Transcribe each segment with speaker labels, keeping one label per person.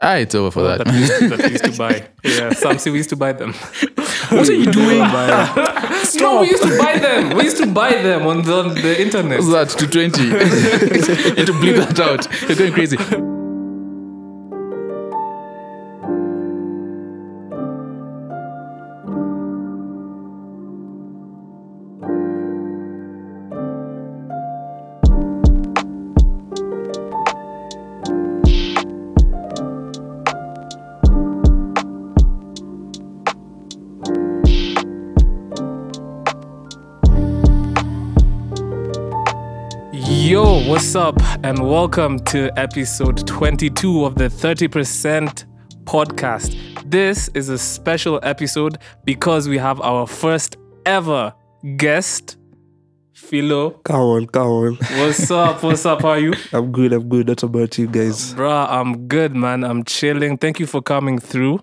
Speaker 1: Ah, it's over for that.
Speaker 2: Oh, that we used to, that we used to buy. Yeah, Samsi, we used to buy them.
Speaker 3: What are you doing?
Speaker 2: No, we used to buy them. We used to buy them on the, on the internet.
Speaker 1: What's that? 220. you had to bleep that out. You're going crazy.
Speaker 2: Yo, what's up, and welcome to episode 22 of the 30% podcast. This is a special episode because we have our first ever guest, Philo.
Speaker 3: Come on, come on.
Speaker 2: What's up? What's up? How are you?
Speaker 3: I'm good, I'm good. What about you guys?
Speaker 2: Bruh, I'm good, man. I'm chilling. Thank you for coming through.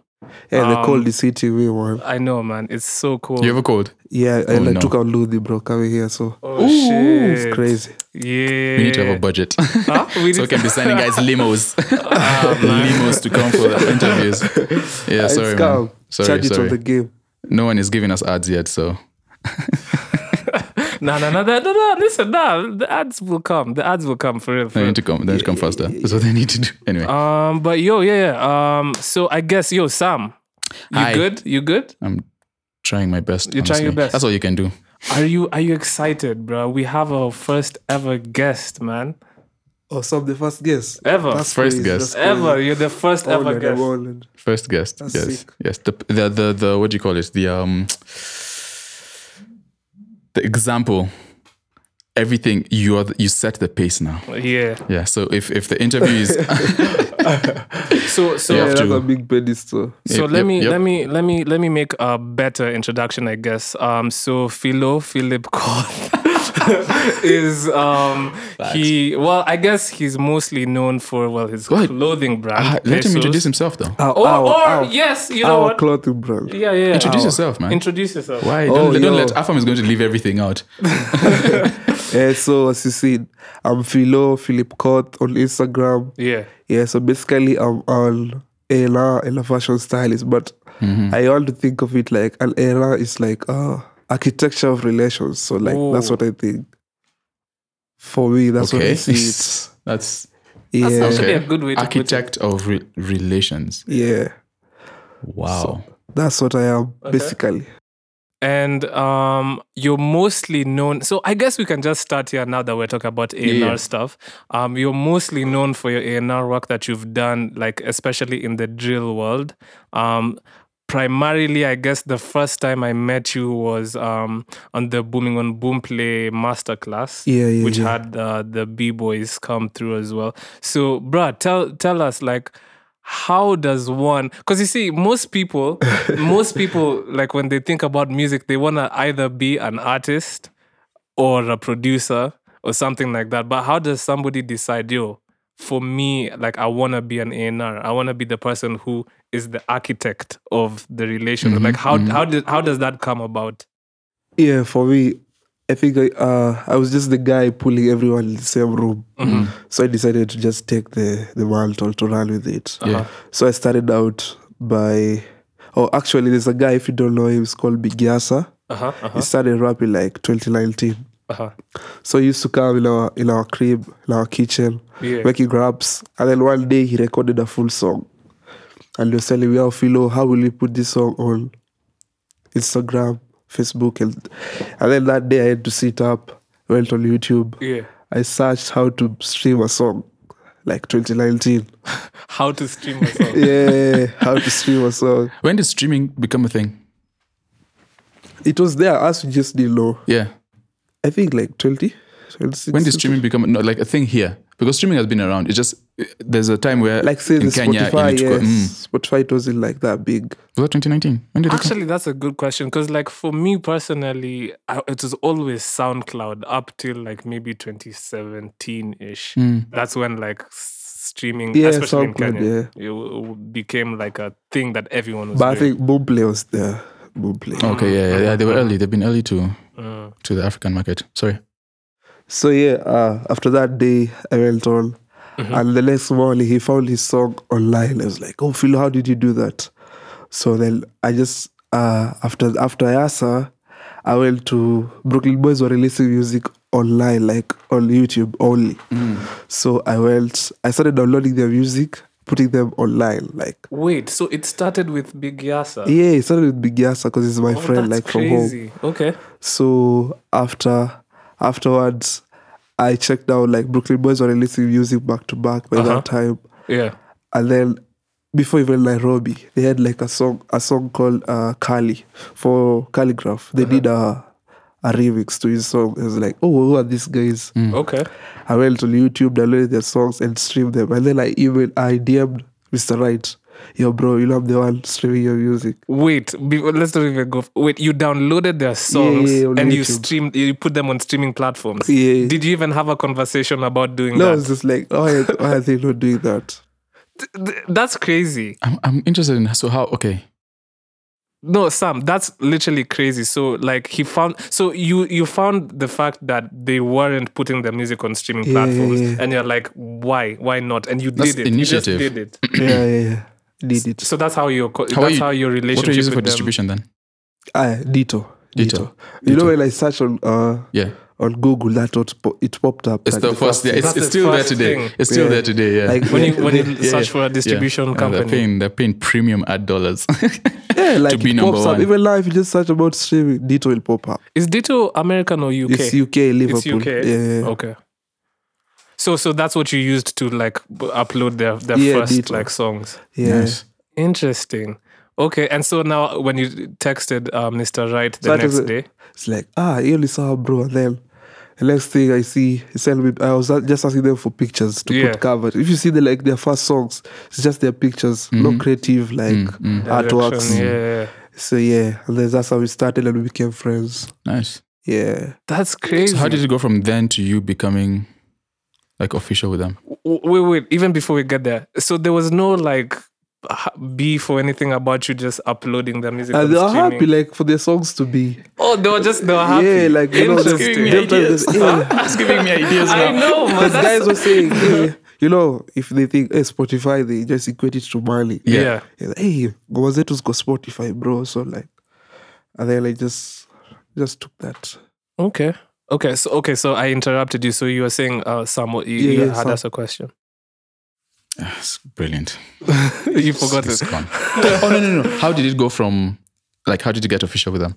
Speaker 3: Hey, the
Speaker 1: Um,
Speaker 3: cold is hitting me, man.
Speaker 2: I know, man. It's so cool.
Speaker 1: You have a cold?
Speaker 3: Yeah, and I
Speaker 1: oh, no.
Speaker 3: took out Luthi, bro, coming here, so
Speaker 2: Oh, shit.
Speaker 3: it's crazy.
Speaker 2: Yeah.
Speaker 1: We need to have a budget.
Speaker 2: Huh? We
Speaker 1: so we
Speaker 2: need
Speaker 1: can be sending guys limos.
Speaker 2: Ah, man.
Speaker 1: limos to come for the interviews. Yeah, sorry,
Speaker 3: it's
Speaker 1: man.
Speaker 3: calm.
Speaker 1: Sorry,
Speaker 3: Charge it on
Speaker 1: sorry.
Speaker 3: the game.
Speaker 1: No one is giving us ads yet, so.
Speaker 2: No, no, no, no, no, no. Listen, no. The ads will come. The ads will come for real. For
Speaker 1: They
Speaker 2: real.
Speaker 1: need to come. They need to come faster. That's what they need to do. Anyway,
Speaker 3: Ah.
Speaker 2: Um, but yo, yeah, yeah. Um, so I guess yo, Sam, you
Speaker 1: Hi.
Speaker 2: good? You good?
Speaker 1: I'm trying my best.
Speaker 2: You're trying your
Speaker 1: honestly.
Speaker 2: best.
Speaker 1: That's all you can do.
Speaker 2: Are you are you excited, bro? We have our first ever guest, man.
Speaker 3: Oh, some the first guess.
Speaker 2: Ever.
Speaker 1: First guess.
Speaker 2: ever. You're the first ever
Speaker 3: Ever
Speaker 2: guest.
Speaker 3: Holland.
Speaker 1: First guest.
Speaker 3: That's
Speaker 1: yes.
Speaker 3: sick.
Speaker 1: Yes. The, the the the what do you call it? The um the example. Everything you are the- you set the pace now.
Speaker 2: Yeah.
Speaker 1: Yeah. So if if the interview is
Speaker 2: So so
Speaker 1: Yeah.
Speaker 3: Yeah,
Speaker 1: Have
Speaker 3: that's
Speaker 1: to.
Speaker 3: a big penis, too.
Speaker 2: so
Speaker 1: Yep,
Speaker 2: let
Speaker 1: yep,
Speaker 2: me
Speaker 1: yep.
Speaker 2: let me let me let me make a better introduction, I guess. Um so Philo Philip Koth is um he well I guess he's mostly known for well his
Speaker 1: What?
Speaker 2: clothing brand.
Speaker 1: Ah, let him
Speaker 2: Pesos.
Speaker 1: introduce himself though.
Speaker 3: Our,
Speaker 2: Or,
Speaker 3: our,
Speaker 2: or
Speaker 3: our,
Speaker 2: yes, Oh, you know
Speaker 3: our
Speaker 2: what?
Speaker 3: clothing brand.
Speaker 2: Yeah, yeah. yeah.
Speaker 1: Introduce yourself, man.
Speaker 2: Introduce yourself.
Speaker 1: Why?
Speaker 3: Oh,
Speaker 1: don't, don't
Speaker 3: yo.
Speaker 1: let Afam is going to leave everything out.
Speaker 3: Yeah, so as you see, I'm Philo Philip Cott on Instagram.
Speaker 2: Yeah.
Speaker 3: Yeah, so basically I'm an era and a fashion stylist, but
Speaker 2: Mm-hmm.
Speaker 3: I want to think of it like an era is like uh architecture of relations. So like that's
Speaker 2: Ooh.
Speaker 3: what I think. For me, that's what
Speaker 1: Okay.
Speaker 3: I see. It.
Speaker 1: That's
Speaker 3: Yeah.
Speaker 2: That's actually a good way to put it.
Speaker 1: architect of re- relations.
Speaker 3: yeah.
Speaker 1: Wow.
Speaker 3: That's what I am, basically.
Speaker 2: And um, you're mostly known. So I guess we can just start here now that we're talking about A and
Speaker 1: Yeah, yeah.
Speaker 2: R stuff. Um, you're mostly known for your A and R work that you've done, like especially in the drill world. Um, primarily, I guess the first time I met you was um, on the Booming on Boom Play masterclass,
Speaker 3: Yeah, yeah,
Speaker 2: which
Speaker 3: yeah.
Speaker 2: had uh, the B boys come through as well. So, bruh, tell tell us like how does one because you see most people most people like when they think about music they want to either be an artist or a producer or something like that but how does somebody decide yo for me like i want to be an A&R i want to be the person who is the architect of the relations like how how did how does that come about
Speaker 3: Yeah, for me, I think I uh I was just the guy pulling everyone in the same room. So I decided to just take the the mantle to run with it.
Speaker 1: Yeah.
Speaker 3: So I started out by oh actually there's a guy if you don't know him, he's called Bigyasa.
Speaker 2: uh-huh uh-huh
Speaker 3: He started rapping like 2019.
Speaker 2: uh-huh
Speaker 3: So he used to come in our in our crib, in our kitchen,
Speaker 2: Yeah.
Speaker 3: making raps. And then one day he recorded a full song. And he was telling me, oh, Philo, how will you put this song on Instagram, Facebook? And, and then that day I had to sit up, went on YouTube.
Speaker 2: yeah
Speaker 3: I searched how to stream a song, like 2019.
Speaker 2: how to stream a song
Speaker 3: yeah, how to stream a song.
Speaker 1: When did streaming become a thing?
Speaker 3: It was there, us we just didn't know.
Speaker 1: Yeah.
Speaker 3: I think like 20, 26.
Speaker 1: When did streaming become no, like a thing here? Because streaming has been around. It's just there's a time where
Speaker 3: like say
Speaker 1: in
Speaker 3: the
Speaker 1: Kenya
Speaker 3: Spotify,
Speaker 1: in
Speaker 3: yes.
Speaker 1: Uchko- Mm.
Speaker 3: Spotify it wasn't like that big.
Speaker 1: was that 2019? When did it come?
Speaker 2: Actually, that's a good question because, like, for me personally, I, it was always SoundCloud up till like maybe 2017 ish.
Speaker 1: Mm.
Speaker 2: That's when like s- streaming,
Speaker 3: Mm. Yeah,
Speaker 2: especially in
Speaker 3: SoundCloud,
Speaker 2: Kenya, it w- w- became like a thing that everyone was
Speaker 3: But I
Speaker 2: doing.
Speaker 3: think Boomplay was there. Boomplay.
Speaker 2: Oh.
Speaker 1: Okay, yeah, yeah, yeah, they were early. They've been early to
Speaker 2: Mm.
Speaker 1: to the African market. Sorry.
Speaker 3: So yeah, uh, after that day I went on.
Speaker 2: Mm-hmm.
Speaker 3: And the next morning, he found his song online. I was like, "Oh, Phil, how did you do that?" So then I just uh, after after Ayasa, I went to Brooklyn Boys were releasing music online, like on YouTube only.
Speaker 2: Mm.
Speaker 3: So I went, I started downloading their music, putting them online, like.
Speaker 2: Wait, so it started with Big Yasa.
Speaker 3: Yeah, it started with Big Yasa because he's my
Speaker 2: Oh,
Speaker 3: friend,
Speaker 2: that's
Speaker 3: like from home.
Speaker 2: Okay.
Speaker 3: So after afterwards, I checked out like Brooklyn Boys were releasing music back to back by
Speaker 2: Uh-huh.
Speaker 3: that time,
Speaker 2: Yeah.
Speaker 3: and then before even Nairobi, they had like a song a song called uh, Kali for Calligraph. They
Speaker 2: Uh-huh.
Speaker 3: did a a remix to his song. It was like, oh, who are these guys?
Speaker 2: Okay.
Speaker 3: I went on YouTube, downloaded their songs and streamed them, and then I even I DM'd Mr. Right, yo, bro, you know I'm the one streaming your music.
Speaker 2: Wait, be- let's not even go. Wait, you downloaded their songs
Speaker 3: yeah, on
Speaker 2: and you
Speaker 3: YouTube.
Speaker 2: streamed, you put them on streaming platforms.
Speaker 3: Yeah.
Speaker 2: Did you even have a conversation about doing
Speaker 3: No, I
Speaker 2: that?
Speaker 3: was just like, why, why are they not doing that?
Speaker 2: Th- th- That's crazy.
Speaker 1: I'm, I'm interested in so how okay
Speaker 2: No, Sam, that's literally crazy. So, like, he found. So you you found the fact that they weren't putting their music on streaming
Speaker 3: Yeah, yeah,
Speaker 2: platforms,
Speaker 3: yeah.
Speaker 2: and you're like, why, why not? And you
Speaker 1: That's
Speaker 2: did it. You just
Speaker 1: initiative.
Speaker 2: did it.
Speaker 3: yeah, yeah, yeah. Did it.
Speaker 2: So that's how your co-
Speaker 1: How are
Speaker 2: that's
Speaker 1: you-
Speaker 2: how your
Speaker 1: what are
Speaker 2: relationship
Speaker 1: you using
Speaker 2: with
Speaker 1: for
Speaker 2: them-
Speaker 1: distribution then
Speaker 3: Ah, Dito.
Speaker 1: Ditto.
Speaker 3: Dito. You know when I search on uh,
Speaker 1: yeah
Speaker 3: on Google, that what po- it popped up.
Speaker 1: it's
Speaker 3: like,
Speaker 1: the, first, yeah,
Speaker 3: thing.
Speaker 1: it's,
Speaker 2: That's
Speaker 1: it's
Speaker 2: the
Speaker 1: still there
Speaker 2: first
Speaker 1: today
Speaker 2: thing.
Speaker 1: it's still
Speaker 3: Yeah.
Speaker 1: there today yeah
Speaker 3: Like,
Speaker 2: When you when you
Speaker 1: Yeah,
Speaker 2: search
Speaker 1: yeah.
Speaker 2: for a distribution
Speaker 1: yeah.
Speaker 2: company,
Speaker 1: And they're paying they're paying premium ad dollars
Speaker 3: yeah, like
Speaker 1: be
Speaker 3: it
Speaker 1: number
Speaker 3: pops
Speaker 1: one.
Speaker 3: up. Even live, you just search about streaming, Dito will pop up.
Speaker 2: is Ditto American or UK?
Speaker 3: It's UK, Liverpool.
Speaker 2: It's UK.
Speaker 3: Yeah, yeah,
Speaker 1: Oh,
Speaker 3: yeah.
Speaker 2: Okay. So so that's what you used to like b- upload their their
Speaker 3: Yeah,
Speaker 2: first
Speaker 3: Ditto.
Speaker 2: like songs.
Speaker 3: yeah.
Speaker 1: Nice.
Speaker 2: Interesting. Okay, and so now when you texted uh, Mr. Wright the
Speaker 3: That
Speaker 2: next
Speaker 3: is it.
Speaker 2: day,
Speaker 3: It's like, ah, you only saw her, bro. And then the next thing I see, he sent me, I was just asking them for pictures to
Speaker 2: Yeah.
Speaker 3: put cover. If you see the like their first songs, it's just their pictures,
Speaker 1: Mm-hmm.
Speaker 3: no creative like
Speaker 1: Mm,
Speaker 3: artworks.
Speaker 2: direction, yeah, yeah,
Speaker 3: So yeah, and then that's how we started and we became friends.
Speaker 1: nice
Speaker 3: Yeah.
Speaker 2: that's crazy.
Speaker 1: so how did it go from then to you becoming like official with them
Speaker 2: W- wait, wait, even before we get there, so there was no like h- beef or anything about you just uploading the music.
Speaker 3: And
Speaker 2: on
Speaker 3: they were
Speaker 2: streaming.
Speaker 3: Uh, happy, like for their songs to be.
Speaker 2: Oh, they were just they were happy.
Speaker 3: Yeah, like you know,
Speaker 2: Interesting.
Speaker 3: them times they- yeah.
Speaker 1: it's giving me ideas
Speaker 2: I know, man.
Speaker 3: Because
Speaker 2: That's-
Speaker 3: guys were saying, hey, you know, if they think hey, Spotify, they just equate it to Mali.
Speaker 1: Yeah.
Speaker 2: yeah.
Speaker 3: Yeah, like, hey, Gowazetu's got Spotify, bro. So like, and then I just just took that.
Speaker 2: Okay. Okay. So okay. So I interrupted you. So you were saying, uh, Sam, what- you,
Speaker 3: Yeah,
Speaker 2: you
Speaker 3: yeah,
Speaker 2: had
Speaker 3: Sam.
Speaker 2: us a question.
Speaker 1: It's brilliant
Speaker 2: you forgot
Speaker 1: It's
Speaker 2: it.
Speaker 1: gone. oh no no no how did it go from like how did you get official with them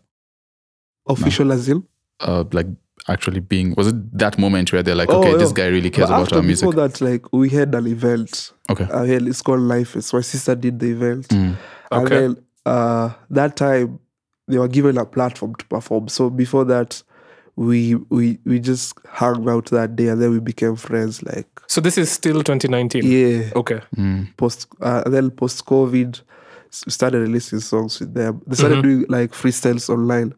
Speaker 3: Official as in.
Speaker 1: uh like actually being was it that moment where they're like
Speaker 3: Oh,
Speaker 1: okay
Speaker 3: yeah.
Speaker 1: this guy really cares
Speaker 3: But
Speaker 1: about
Speaker 3: after
Speaker 1: our music
Speaker 3: before that, like we had an event.
Speaker 1: okay
Speaker 3: Uh, hell, it's called Life. It's my sister did the event.
Speaker 1: Mm.
Speaker 3: And
Speaker 2: Okay.
Speaker 3: then uh, that time they were given a platform to perform. So before that, we we we just hung out that day and then we became friends. Like
Speaker 2: So this is still 2019.
Speaker 3: yeah,
Speaker 2: Okay.
Speaker 1: Mm.
Speaker 3: post uh, and then post COVID, we started releasing songs with them. They started
Speaker 2: Mm-hmm.
Speaker 3: doing like freestyles online.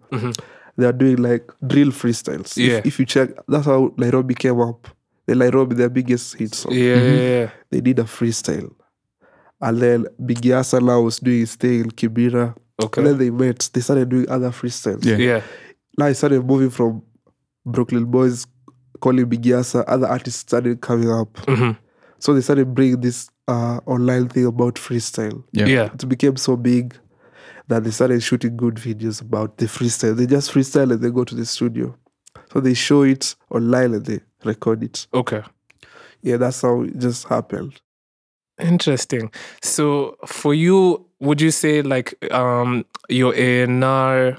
Speaker 3: They are doing like drill freestyles.
Speaker 2: Yeah.
Speaker 3: If, if you check, that's how Nairobi came up. The Nairobi, their biggest hit song
Speaker 2: Yeah. yeah, yeah.
Speaker 3: they did a freestyle. And then Big Yasa now was doing his thing in Kibira.
Speaker 2: Mm-hmm. Okay.
Speaker 3: And then they met. They started doing other freestyles.
Speaker 1: Yeah.
Speaker 2: Yeah.
Speaker 3: Now I started moving from Brooklyn Boys, calling Big Yasa. Other artists started coming up.
Speaker 2: Mm-hmm.
Speaker 3: So they started bringing this uh, online thing about freestyle.
Speaker 1: yeah
Speaker 2: Yeah.
Speaker 3: It became so big that they started shooting good videos about the freestyle. They just freestyle and they go to the studio. So they show it online and they record it.
Speaker 2: Okay.
Speaker 3: Yeah, that's how it just happened.
Speaker 2: Interesting. So for you, would you say like um your A&R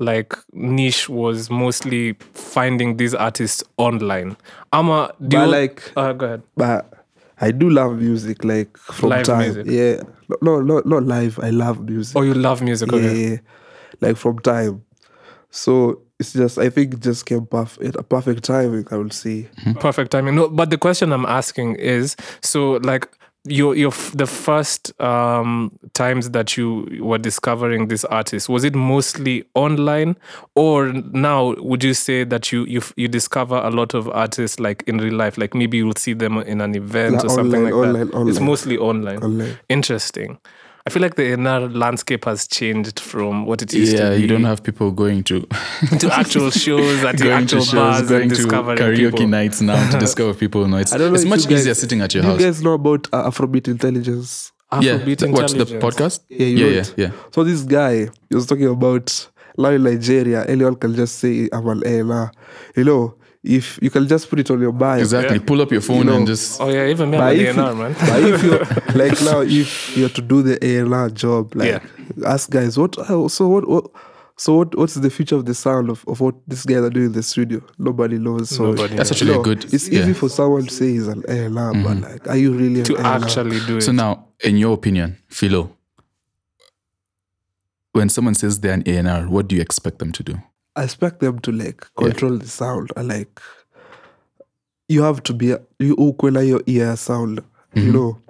Speaker 2: like niche was mostly finding these artists online? Ama, do
Speaker 3: but
Speaker 2: you
Speaker 3: like
Speaker 2: Uh, go ahead.
Speaker 3: but I do love music, like from
Speaker 2: Live
Speaker 3: time.
Speaker 2: music.
Speaker 3: Yeah, no, no, not live. I love music.
Speaker 2: Oh, you love music.
Speaker 3: yeah,
Speaker 2: Okay.
Speaker 3: yeah, like from time. So it's just, I think, it just came perf- at a perfect timing. I would say.
Speaker 2: perfect timing no but the question i'm asking is so like your your f- the first um times that you were discovering this artist was it mostly online or now would you say that you you f- you discover a lot of artists like in real life like maybe you'll see them in an event
Speaker 3: Like
Speaker 2: or something
Speaker 3: online,
Speaker 2: like that
Speaker 3: online,
Speaker 2: it's
Speaker 3: online.
Speaker 2: mostly online
Speaker 3: Online.
Speaker 2: interesting I feel like the NR landscape has changed from what it used to
Speaker 1: yeah,
Speaker 2: be.
Speaker 1: you don't have people going to
Speaker 2: to actual shows at the
Speaker 1: going
Speaker 2: actual
Speaker 1: to shows,
Speaker 2: bars
Speaker 1: going
Speaker 2: and
Speaker 1: to
Speaker 2: discovering
Speaker 1: karaoke
Speaker 2: people.
Speaker 1: nights now to discover people. No, it's,
Speaker 3: I don't know
Speaker 1: it's
Speaker 3: if
Speaker 1: much
Speaker 3: you guys-
Speaker 1: easier sitting at your
Speaker 3: Do
Speaker 1: house.
Speaker 3: you guys know about uh, Afrobeat Intelligence?
Speaker 1: yeah,
Speaker 2: Afrobeat
Speaker 1: th- what's the
Speaker 2: intelligence.
Speaker 1: podcast?
Speaker 3: Yeah, you
Speaker 1: yeah,
Speaker 3: know
Speaker 1: yeah,
Speaker 3: it.
Speaker 1: yeah.
Speaker 3: So this guy he was talking about now in Nigeria, anyone can just say I'm an ANR. You know, if you can just put it on your bio.
Speaker 1: Exactly. Pull up your phone
Speaker 3: You know,
Speaker 1: and just
Speaker 2: Oh yeah, even me I'm
Speaker 3: But
Speaker 2: a
Speaker 3: if you-
Speaker 2: DNR man.
Speaker 3: But if you like now, if you're to do the ANR job, like
Speaker 2: Yeah.
Speaker 3: ask guys, what? uh, So what? what so what, what's the future of the sound of, of what these guys are doing in the studio? Nobody knows. So
Speaker 2: Nobody
Speaker 1: That's knows. actually a good-
Speaker 3: It's
Speaker 1: yeah. Mm-hmm.
Speaker 3: easy for someone to say he's an ANR, but like, are you really an
Speaker 2: To
Speaker 3: ANR?
Speaker 2: actually do it.
Speaker 1: So now, in your opinion, Philo, when someone says they're an ANR, what do you expect them to do?
Speaker 3: I expect them to like control the sound. I like you have to be you ukwela your ear sound.
Speaker 2: Mm-hmm.
Speaker 3: You know,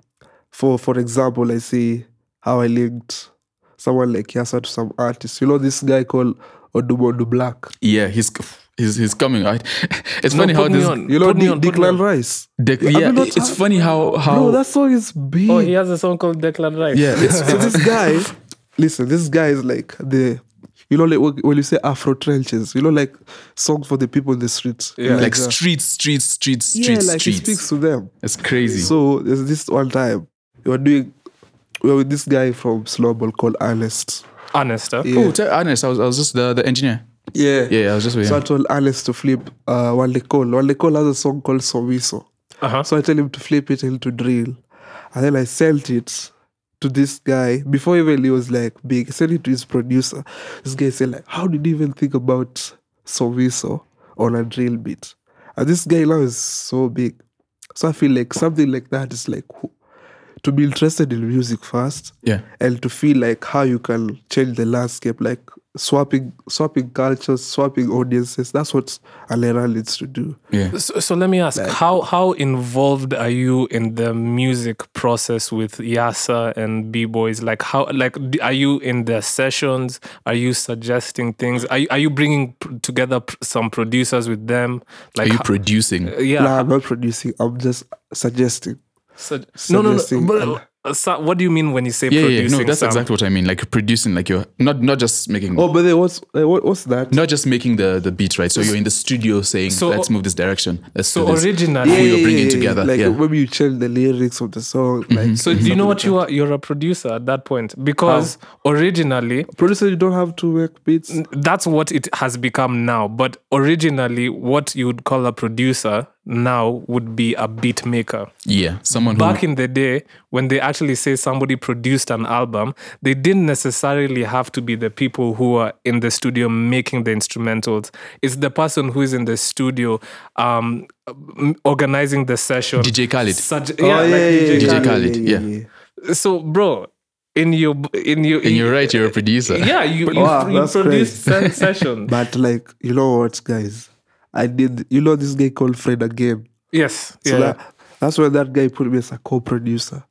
Speaker 3: for for example, I see how I linked someone like Yasa to some artist. You know this guy called Odubo Odu Black.
Speaker 1: Yeah, he's he's he's coming. Right? It's
Speaker 2: No,
Speaker 1: funny how
Speaker 2: put me
Speaker 1: this.
Speaker 2: on.
Speaker 3: You know
Speaker 2: Put me
Speaker 3: De-
Speaker 2: on, put me
Speaker 3: Declan
Speaker 2: on.
Speaker 3: Rice.
Speaker 1: Dec-
Speaker 3: Have you
Speaker 1: yeah,
Speaker 3: not
Speaker 1: it's
Speaker 3: heard-
Speaker 1: funny how how.
Speaker 3: Bro, that song is big.
Speaker 2: Oh, he has a song called Declan Rice.
Speaker 1: yeah, it's,
Speaker 3: so this guy, listen, this guy is like the, you know, like when- when you say Afro trenches, you know, like song for the people in the streets.
Speaker 2: Yeah.
Speaker 1: like
Speaker 3: that.
Speaker 1: streets, streets, streets,
Speaker 3: uh, yeah,
Speaker 1: streets,
Speaker 3: like he speaks
Speaker 1: streets.
Speaker 3: to them.
Speaker 1: It's crazy.
Speaker 3: So there's this one time we were doing we were with this guy from Slowball called Ernest.
Speaker 2: Honest, huh?
Speaker 1: oh, tell Ernest, I was I was just the the engineer.
Speaker 3: yeah.
Speaker 1: Yeah, I was just with
Speaker 3: So I
Speaker 1: him.
Speaker 3: told Ernest to flip uh Wale Cole. Wale Cole has a song called Somiso.
Speaker 2: Uh-huh.
Speaker 3: So I tell him to flip it and to drill. And then I sent it to this guy before even he was like big. I sent it to his producer. This guy said like, how did you even think about Somiso on a drill beat? And this guy now is so big. So I feel like something like that is like who- to be interested in music first
Speaker 1: Yeah,
Speaker 3: and to feel like how you can change the landscape, like swapping swapping cultures, swapping audiences. That's what Alera needs to do.
Speaker 1: yeah.
Speaker 2: So, so let me ask, how how involved are you in the music process with Yasa and B boys? Like how like d- are you in their sessions? Are you suggesting things? Are you, are you bringing p- together p- some producers with them?
Speaker 1: Are
Speaker 2: Like
Speaker 1: you
Speaker 2: ho-
Speaker 1: producing?
Speaker 2: yeah,
Speaker 3: Nah, I'm not producing, I'm just suggesting.
Speaker 2: Sug- no, no, no.
Speaker 3: suggesting-
Speaker 2: But, uh, so- what do you mean when you say
Speaker 1: yeah, yeah, yeah.
Speaker 2: producing?
Speaker 1: No, that's
Speaker 2: some-
Speaker 1: exactly what I mean. Like producing, like you're not not just making
Speaker 3: Oh, but then what's uh, what, what's that?
Speaker 1: not just making the the beat right. So you're in the studio saying,
Speaker 2: So-
Speaker 1: "Let's move this direction." Let's
Speaker 2: So
Speaker 1: do this.
Speaker 2: originally,
Speaker 1: Yeah, you're bringing together,
Speaker 3: Like
Speaker 1: yeah. Mm-hmm.
Speaker 3: maybe you change the lyrics of the song. Like
Speaker 2: so do you know what you are? You're a producer at that point because originally
Speaker 3: producer, you don't have to make beats.
Speaker 2: that's what it has become now. But originally, what you would call a producer now would be a beat maker.
Speaker 1: Yeah, someone who
Speaker 2: Back in the day, when they actually say somebody produced an album, they didn't necessarily have to be the people who are in the studio making the instrumentals. It's the person who is in the studio um, m- organizing the session.
Speaker 1: DJ Khaled.
Speaker 2: Sug-
Speaker 3: Oh,
Speaker 2: yeah, like DJ
Speaker 1: yeah,
Speaker 2: Khaled.
Speaker 1: Khaled, yeah.
Speaker 2: So, bro, in your in your
Speaker 1: And you're right, you're a producer.
Speaker 2: yeah, you, you,
Speaker 3: Wow,
Speaker 2: you
Speaker 3: that's
Speaker 2: produced se- session.
Speaker 3: But like you know what, guys, I did. You know this guy called Fred again.
Speaker 2: Yes.
Speaker 3: So
Speaker 2: yeah.
Speaker 3: that, that's why that guy put me as a co-producer.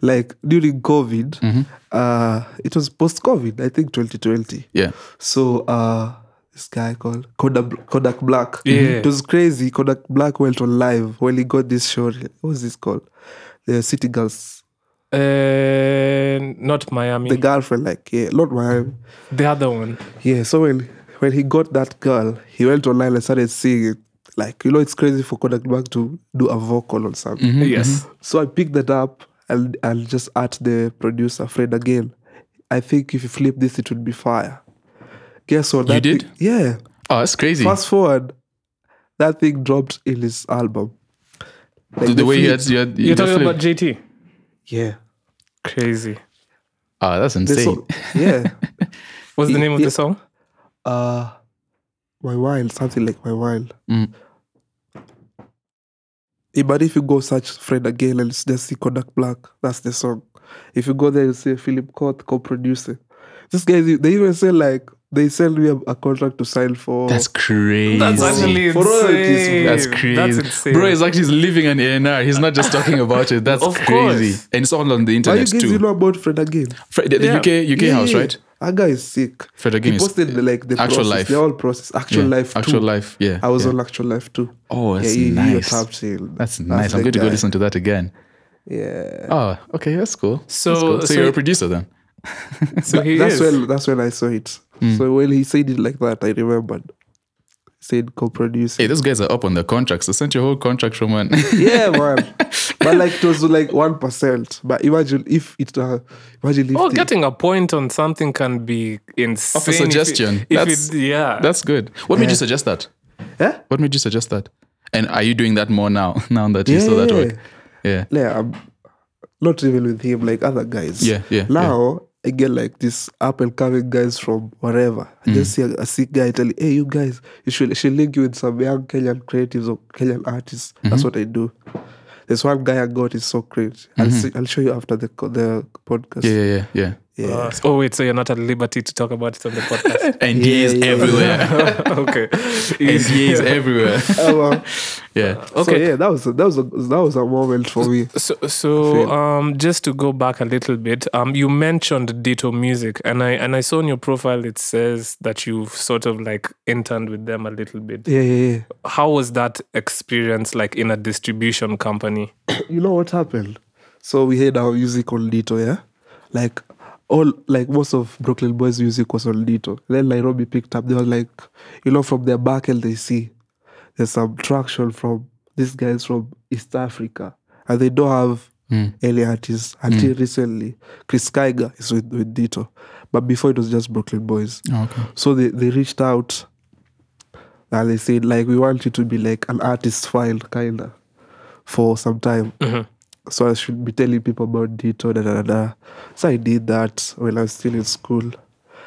Speaker 3: Like during COVID,
Speaker 1: Mm-hmm.
Speaker 3: uh, it was post-COVID, I think 2020.
Speaker 1: Yeah.
Speaker 3: So uh, this guy called Kodak, Kodak Black.
Speaker 2: Yeah.
Speaker 3: It was crazy. Kodak Black went on live when he got this show. What was this called? The City Girls,
Speaker 2: Uh, not Miami.
Speaker 3: the Mm-hmm. girlfriend, like yeah, not Miami.
Speaker 2: the other one.
Speaker 3: Yeah, so when when he got that girl, he went online and started singing. Like, you know, it's crazy for Kodak Black to do a vocal on something.
Speaker 1: Mm-hmm.
Speaker 2: Yes.
Speaker 3: So I picked that up and I'll just at the producer, Fred again. I think if you flip this, it would be fire. Guess what?
Speaker 1: You
Speaker 3: that
Speaker 1: did?
Speaker 3: thing- yeah.
Speaker 1: Oh, that's crazy.
Speaker 3: Fast forward, that thing dropped in his album. Like
Speaker 1: the, the way you
Speaker 3: flip-
Speaker 1: had, you had, you
Speaker 2: You're
Speaker 1: had
Speaker 2: talking
Speaker 1: flip-
Speaker 2: about JT.
Speaker 3: yeah,
Speaker 2: Crazy.
Speaker 1: Ah, that's
Speaker 3: the
Speaker 1: insane.
Speaker 3: song- yeah,
Speaker 2: What's the
Speaker 3: Yeah,
Speaker 2: name of
Speaker 3: yeah.
Speaker 2: the song?
Speaker 3: uh, my wild, something like my wild.
Speaker 1: Mm.
Speaker 3: Eh, But if you go search Fred again and just see Kodak Black, that's the song. If you go there, you see Philip Court co-producing. This guy, they even say like they sell me a, a contract to sign for.
Speaker 1: that's crazy.
Speaker 2: That's actually
Speaker 3: For all it is,
Speaker 2: insane.
Speaker 1: That's crazy.
Speaker 2: That's insane.
Speaker 1: Bro is actually living an ANR. He's not just talking about it. That's
Speaker 2: Of
Speaker 1: crazy.
Speaker 2: course.
Speaker 1: And it's all on the
Speaker 3: Why you
Speaker 1: internet
Speaker 3: guys
Speaker 1: too.
Speaker 3: you know about Fred again?
Speaker 1: Fre- the the
Speaker 2: Yeah.
Speaker 1: UK UK house, right?
Speaker 3: That guy is sick.
Speaker 1: Fred again
Speaker 3: He
Speaker 1: is
Speaker 3: posted the, like the
Speaker 1: actual
Speaker 3: process,
Speaker 1: life.
Speaker 3: the whole process, actual
Speaker 1: Yeah,
Speaker 3: life.
Speaker 1: Actual
Speaker 3: too.
Speaker 1: life. Yeah.
Speaker 3: I was
Speaker 1: yeah.
Speaker 3: on actual life too.
Speaker 1: Oh, that's
Speaker 3: yeah, you- you were
Speaker 1: nice.
Speaker 3: tapped in.
Speaker 1: That's nice. I'm
Speaker 3: the
Speaker 1: going to go
Speaker 3: guy.
Speaker 1: listen to that again.
Speaker 3: Yeah.
Speaker 1: Oh, okay, that's cool. That's
Speaker 2: So-
Speaker 1: cool. so,
Speaker 2: so
Speaker 1: you're
Speaker 2: he-
Speaker 1: a producer then?
Speaker 2: So he
Speaker 3: that's
Speaker 2: is.
Speaker 3: when that's when I saw it.
Speaker 1: Hmm.
Speaker 3: So when he said it like that, I remembered. He said co-produce.
Speaker 1: Hey, those guys are up on their contracts. They sent your whole contract from when
Speaker 3: yeah, man. but like it was like one percent. But imagine if it uh, imagine if
Speaker 2: Oh,
Speaker 3: they-
Speaker 2: getting a point on something can be insane. if it-
Speaker 1: suggestion.
Speaker 2: If it,
Speaker 1: That's-
Speaker 2: yeah.
Speaker 1: That's good. What made you suggest that?
Speaker 3: Eh?
Speaker 1: What made you suggest that? And are you doing that more now? Now that you saw that work? Yeah.
Speaker 3: Yeah, I'm not even with him, like other guys.
Speaker 1: Yeah, yeah,
Speaker 3: Now I get like this up and coming guys from wherever.
Speaker 1: Mm.
Speaker 3: I just see a, a sick guy telling, hey, you guys, you should she link you with some young Kenyan creatives or Kenyan artists.
Speaker 1: Mm-hmm.
Speaker 3: That's what I do. There's one guy I got is so great. I'll see, I'll show you after the co- the podcast.
Speaker 1: Mm-hmm. Yeah, yeah, yeah. yeah.
Speaker 2: Uh, oh wait, so you're not at liberty to talk about it on the podcast?
Speaker 1: And he is
Speaker 3: yeah.
Speaker 1: everywhere.
Speaker 2: okay.
Speaker 1: and
Speaker 2: Easy.
Speaker 1: he is everywhere.
Speaker 3: Oh, wow.
Speaker 1: yeah.
Speaker 3: So,
Speaker 2: Okay.
Speaker 3: yeah, that was a, that was a, that was a moment for me.
Speaker 2: So, so um, just to go back a little bit, um, you mentioned Ditto Music, and I and I saw on your profile it says that you've sort of like interned with them a little bit.
Speaker 3: Yeah, yeah, yeah.
Speaker 2: How was that experience like in a distribution company?
Speaker 3: you know what happened? So we had our music on Dito, yeah? Like all like most of Brooklyn Boys music was on Dito. Then Nairobi picked up. They were like, you know, from their back end they see there's some traction from these guys from East Africa. And they don't have any artists until recently. Chris Kaiga is with, with Dito. But before it was just Brooklyn Boys.
Speaker 1: okay.
Speaker 3: So they, they reached out and they said like we want you to be like an artist file kinda for some time.
Speaker 2: Mm-hmm.
Speaker 3: So I should be telling people about Dito, da da da da. So I did that when I was still in school.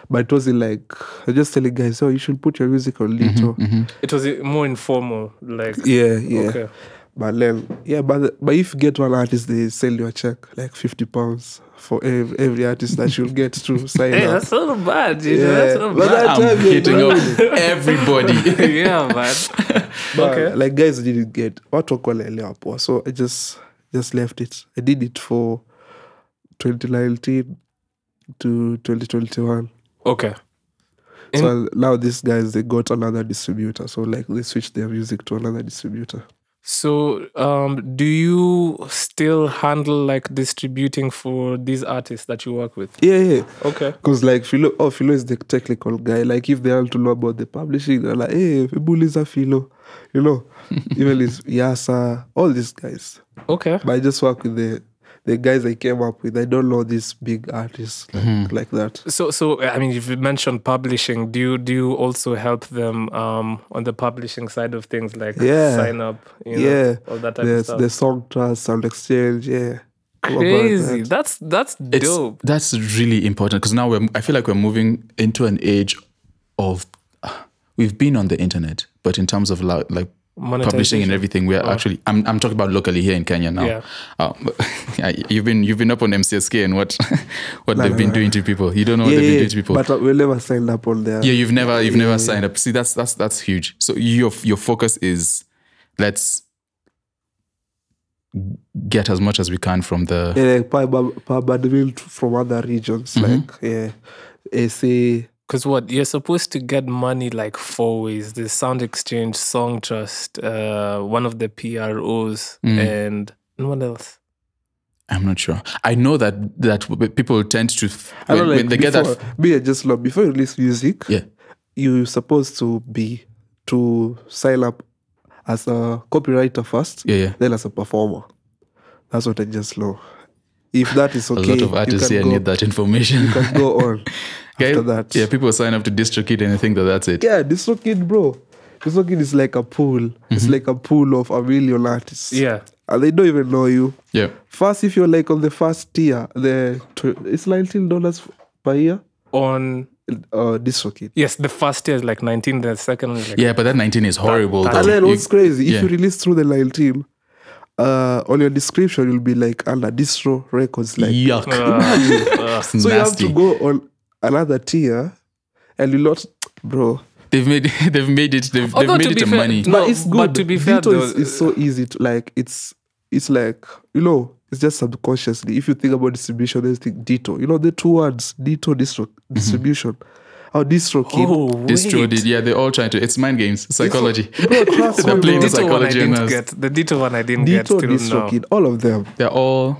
Speaker 3: But it wasn't like I was just telling guys, oh you should put your music on Dito.
Speaker 2: It was uh, more informal, like
Speaker 3: Yeah, yeah.
Speaker 2: Okay.
Speaker 3: But then yeah, but the- but if you get one artist they sell you a check, like fifty pounds for every, every artist that you'll get to sign
Speaker 2: Hey,
Speaker 3: up.
Speaker 2: that's not bad. You know,
Speaker 3: Yeah.
Speaker 2: that's not
Speaker 3: But
Speaker 2: bad.
Speaker 3: that
Speaker 1: I'm
Speaker 3: time you're
Speaker 1: hitting
Speaker 3: doing
Speaker 1: up
Speaker 3: it.
Speaker 1: everybody.
Speaker 2: yeah, man.
Speaker 3: But,
Speaker 2: Okay.
Speaker 3: like guys didn't get watu wakuwa wanaelewa poa so i just just left it i did it for 2019 to 2021
Speaker 2: Okay.
Speaker 3: so I- now these guys they got another distributor so like they switched their music to another distributor
Speaker 2: So, um, do you still handle like distributing for these artists that you work with?
Speaker 3: yeah yeah
Speaker 2: Okay.
Speaker 3: Because like Philo, oh Philo is the technical guy. Like if they want to know about the publishing, they're like, hey, Buliza Philo, you know, even it's Yasa, all these guys.
Speaker 2: Okay.
Speaker 3: But I just work with the the guys I came up with. I don't know these big artists like,
Speaker 1: Hmm.
Speaker 3: like that.
Speaker 2: So, so I mean, you've mentioned publishing. Do you do you also help them um, on the publishing side of things, like
Speaker 3: Yeah.
Speaker 2: sign up, you know,
Speaker 3: yeah,
Speaker 2: all that type
Speaker 3: there's
Speaker 2: of stuff?
Speaker 3: the song trust, sound exchange, yeah. Come about
Speaker 2: Crazy.
Speaker 3: that.
Speaker 2: That's that's
Speaker 1: It's,
Speaker 2: dope.
Speaker 1: That's really important because now we're, I feel like we're moving into an age of we've been on the internet, but in terms of lo- like publishing
Speaker 2: Monetization.
Speaker 1: and everything, we're actually I'm, I'm talking about locally here in Kenya now.
Speaker 2: Yeah.
Speaker 1: Uh, yeah, you've been you've been up on MCSK and what what they've been doing to people. You don't know what
Speaker 3: Yeah,
Speaker 1: they've been
Speaker 3: yeah,
Speaker 1: doing to people.
Speaker 3: but uh, we never signed up on there.
Speaker 1: yeah, you've never you've never signed up. See, that's that's that's huge. So your your focus is let's get as much as we can from the
Speaker 3: yeah, like Power Bad- Power Badwill from other regions,
Speaker 1: Mm-hmm.
Speaker 3: like yeah, AC.
Speaker 2: Because what you're supposed to get money like four ways: the Sound Exchange, Song Trust, uh, one of the PROs,
Speaker 1: Mm.
Speaker 2: and and what else?
Speaker 1: I'm not sure. I know that that w- people tend to f-
Speaker 3: I
Speaker 1: when,
Speaker 3: don't
Speaker 1: when
Speaker 3: like
Speaker 1: they get
Speaker 3: before,
Speaker 1: that. f-
Speaker 3: me, I just love before you release music,
Speaker 1: Yeah,
Speaker 3: you're supposed to be to sign up as a copywriter first,
Speaker 1: yeah, yeah.
Speaker 3: then as a performer. That's what I just love. If that is
Speaker 1: A
Speaker 3: okay,
Speaker 1: lot of artists
Speaker 3: you
Speaker 1: here
Speaker 3: can go,
Speaker 1: need that information.
Speaker 3: you can go on
Speaker 1: Okay?
Speaker 3: after that.
Speaker 1: yeah, people sign up to DistroKid and they think that that's it.
Speaker 3: Yeah, this kid, bro. This kid is like a pool. It's
Speaker 1: Mm-hmm.
Speaker 3: like a pool of a million artists.
Speaker 2: Yeah.
Speaker 3: And they don't even know you.
Speaker 1: Yeah,
Speaker 3: First, if you're like on the first tier, the tw- it's nineteen dollars per year.
Speaker 2: On
Speaker 3: Uh, this kid.
Speaker 2: yes, the first year is like 19, the second one is like
Speaker 1: yeah, but that 19 is horrible.
Speaker 2: that-
Speaker 1: though.
Speaker 3: And then
Speaker 1: Oh, You-
Speaker 3: what's crazy? If
Speaker 1: yeah.
Speaker 3: you release through the nineteen, uh, on your description you'll be like under distro records, like
Speaker 1: yuck,
Speaker 2: uh,
Speaker 1: It's nasty.
Speaker 3: so you have to go on another tier, and you lot, bro.
Speaker 1: They've made they've made it they've, they've
Speaker 2: Although to
Speaker 1: made it
Speaker 2: be
Speaker 1: a
Speaker 2: fair-
Speaker 1: money.
Speaker 2: No,
Speaker 3: but it's good.
Speaker 2: but to be fair,
Speaker 3: Vito is,
Speaker 2: though- uh,
Speaker 3: is so easy to like. It's it's like you know. It's just
Speaker 1: Mm-hmm.
Speaker 3: subconsciously. If you think about distribution, then you think Dito. You know the two words Dito distro, distribution. Oh, distro kid.
Speaker 2: Oh,
Speaker 1: Distro
Speaker 2: wait.
Speaker 1: did. Yeah, they're all trying to. It's mind games, psychology.
Speaker 3: Bro, class
Speaker 1: They're
Speaker 3: one,
Speaker 1: playing
Speaker 3: bro.
Speaker 2: The
Speaker 1: Dito
Speaker 2: Ditto one I
Speaker 1: psychology and
Speaker 2: didn't
Speaker 1: us.
Speaker 2: get. The Ditto one I didn't
Speaker 3: Dito,
Speaker 2: get. Still
Speaker 3: distro
Speaker 2: no.
Speaker 3: kid. All of them.
Speaker 1: they're all.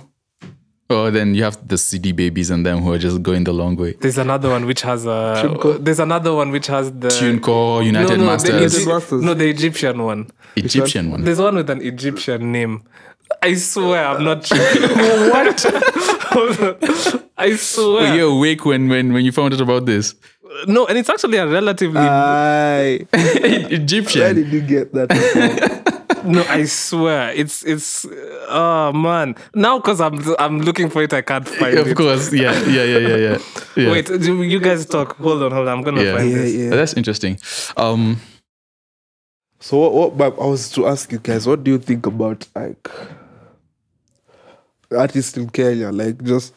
Speaker 1: Oh, then you have the CD babies and them who are just going the long way.
Speaker 2: There's another one which has a.
Speaker 3: Tunco.
Speaker 2: There's another one which has the.
Speaker 1: TuneCore, United
Speaker 2: no, no,
Speaker 1: Masters,
Speaker 2: The,
Speaker 3: United Masters.
Speaker 2: No, the Egyptian one.
Speaker 1: Egyptian one.
Speaker 2: There's one with an Egyptian name. I swear, I'm not joking. what? Hold on. I swear.
Speaker 1: Were you awake when, when, when you found out about this?
Speaker 2: No, and it's actually a relatively.
Speaker 3: Uh. Aye. Where
Speaker 1: Egyptian.
Speaker 3: did you get that? from?
Speaker 2: no, I swear, it's it's. Oh man, now because I'm I'm looking for it, I can't find
Speaker 1: Of
Speaker 2: it.
Speaker 1: course. Yeah, yeah, yeah, yeah, yeah. yeah.
Speaker 2: Wait, you you guys talk. Hold on, hold on. I'm gonna
Speaker 1: Yeah.
Speaker 2: find
Speaker 3: yeah,
Speaker 2: this.
Speaker 3: yeah.
Speaker 1: That's interesting. Um,
Speaker 3: So what, what but I was to ask you guys, what do you think about like artists in Kenya, like just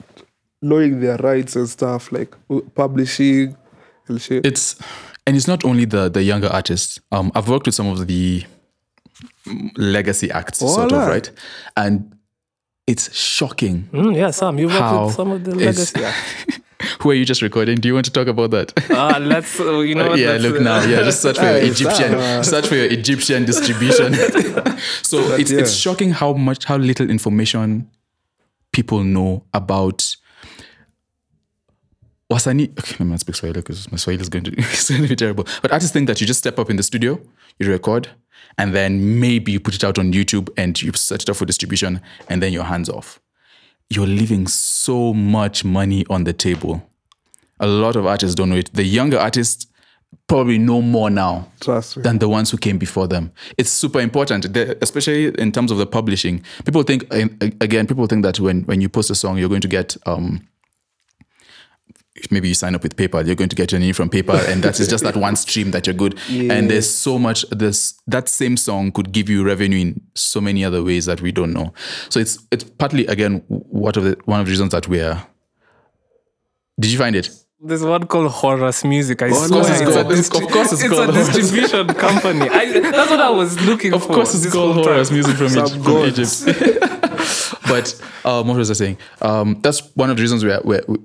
Speaker 3: knowing their rights and stuff, like w- publishing and shit.
Speaker 1: it's and it's not only the the younger artists um i've worked with some of the mm, legacy acts sort of
Speaker 3: Voila.
Speaker 1: right and it's shocking
Speaker 2: Mm, yeah, Sam, you worked
Speaker 1: how
Speaker 2: with some of the
Speaker 1: it's-
Speaker 2: legacy.
Speaker 1: who are you just recording do you want to talk about that
Speaker 2: Ah, let's. Uh, you know. what,
Speaker 1: yeah
Speaker 2: let's,
Speaker 1: look
Speaker 2: uh,
Speaker 1: now yeah just search for your
Speaker 3: Hey,
Speaker 1: egyptian
Speaker 3: Sam.
Speaker 1: search for your egyptian distribution so it's
Speaker 3: yeah.
Speaker 1: it's shocking how much how little information people know about wasani okay let me not speak swahili because my swahili is going to it's going to be terrible but artists think that you just step up in the studio you record and then maybe you put it out on youtube and you set it up for distribution and then your hands off you're leaving so much money on the table a lot of artists don't know it the younger artists probably know more now
Speaker 3: Trust me.
Speaker 1: than the ones who came before them. It's super important, the- especially in terms of the publishing. People think and again, people think that when when you post a song, you're going to get um, maybe you sign up with PayPal, you're going to get your money from PayPal, and that is just that one stream that you're good. And there's so much. This that same song could give you revenue in so many other ways that we don't know. So it's it's partly again what of the one of the reasons that we are. Did you find it?
Speaker 2: There's one called Horus Music. I swear,
Speaker 1: course
Speaker 2: it's,
Speaker 1: it's
Speaker 2: a
Speaker 1: called-
Speaker 2: distri-
Speaker 1: of course it's
Speaker 2: it's
Speaker 1: called
Speaker 2: a
Speaker 1: Horus.
Speaker 2: distribution company. I, that's what I was looking
Speaker 1: Of
Speaker 2: for.
Speaker 1: course, it's
Speaker 2: this
Speaker 1: called
Speaker 2: whole time.
Speaker 1: Horus music from, Egy- from
Speaker 3: Some gods.
Speaker 1: Egypt. but um, what was I saying? Um, that's one of the reasons we're, we're, we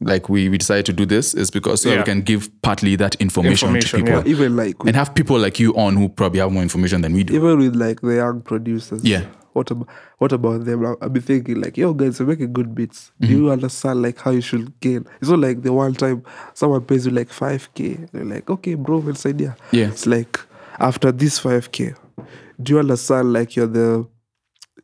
Speaker 1: like we, we decided to do this is because so that
Speaker 2: Yeah.
Speaker 1: we can give partly that information, to
Speaker 2: Information,
Speaker 1: people
Speaker 3: even like with,
Speaker 1: and have people like you on who probably have more information than we do.
Speaker 3: even with like the young producers.
Speaker 1: Yeah.
Speaker 3: What about what about them? I- I've been thinking like, yo guys, you're making good beats. Do
Speaker 1: Mm-hmm.
Speaker 3: you understand like how you should gain? It's not like the one time someone pays you like five K. They're like, okay, bro, it's idea.
Speaker 1: Yeah.
Speaker 3: It's like after this five K, do you understand like you're the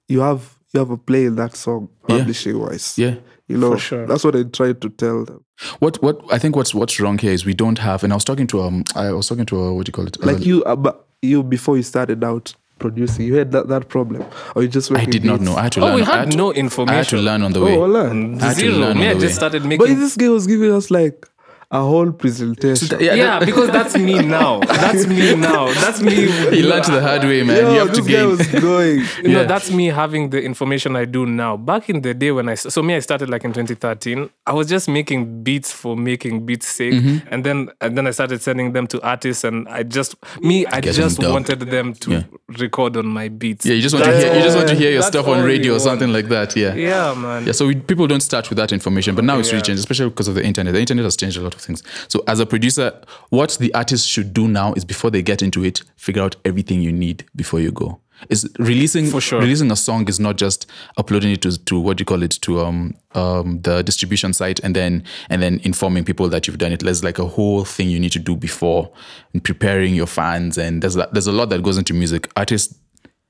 Speaker 3: you have you have a play in that song
Speaker 1: Yeah.
Speaker 3: publishing wise.
Speaker 1: Yeah.
Speaker 3: You know,
Speaker 2: sure.
Speaker 3: that's what I tried to tell them.
Speaker 1: What what I think what's what's wrong here is we don't have. And I was talking to um I was talking to a, what do you call it?
Speaker 3: Like you, uh, but you before you started out producing, you had that, that problem, or you just
Speaker 1: I
Speaker 3: making
Speaker 1: did not
Speaker 3: beats?
Speaker 1: know. I had to
Speaker 2: Oh,
Speaker 1: learn.
Speaker 2: we
Speaker 1: I had
Speaker 2: had
Speaker 1: to,
Speaker 2: no
Speaker 1: I had to
Speaker 2: information.
Speaker 1: learn on the way.
Speaker 3: Oh, well,
Speaker 1: I had to
Speaker 2: Zero.
Speaker 1: learn
Speaker 2: Me,
Speaker 1: on
Speaker 2: I
Speaker 1: the
Speaker 2: just
Speaker 1: way.
Speaker 2: started
Speaker 3: But
Speaker 2: making.
Speaker 3: this guy was giving us like a whole presentation.
Speaker 2: Yeah, because that's me now. That's me now. That's me.
Speaker 1: He learned the hard way, man.
Speaker 3: Yo,
Speaker 1: you have to
Speaker 3: this guy
Speaker 1: gain.
Speaker 3: was going.
Speaker 2: You know,
Speaker 1: Yeah.
Speaker 2: that's me having the information I do now. Back in the day when I so me I started like in 2013. I was just making beats for making beats sake,
Speaker 1: Mm-hmm.
Speaker 2: and then and then I started sending them to artists, and I just me I
Speaker 1: Get them
Speaker 2: just
Speaker 1: dubbed.
Speaker 2: wanted them to record on my beats.
Speaker 1: Yeah, you just want to hear you just want to hear your
Speaker 2: That's
Speaker 1: stuff
Speaker 2: all
Speaker 1: on
Speaker 2: we
Speaker 1: radio or
Speaker 2: want.
Speaker 1: something like that. Yeah. Yeah.
Speaker 2: Yeah, man.
Speaker 1: so we, people don't start with that information, but now it's
Speaker 2: Yeah.
Speaker 1: really changed, especially because of the internet. The internet has changed a lot of things. So as a producer, what the artist should do now is before they get into it, figure out everything you need before you go. Is releasing
Speaker 2: For sure.
Speaker 1: releasing a song is not just uploading it to, to what do you call it to um um the distribution site and then and then informing people that you've done it. There's like a whole thing you need to do before and preparing your fans and there's a- there's a lot that goes into music. Artists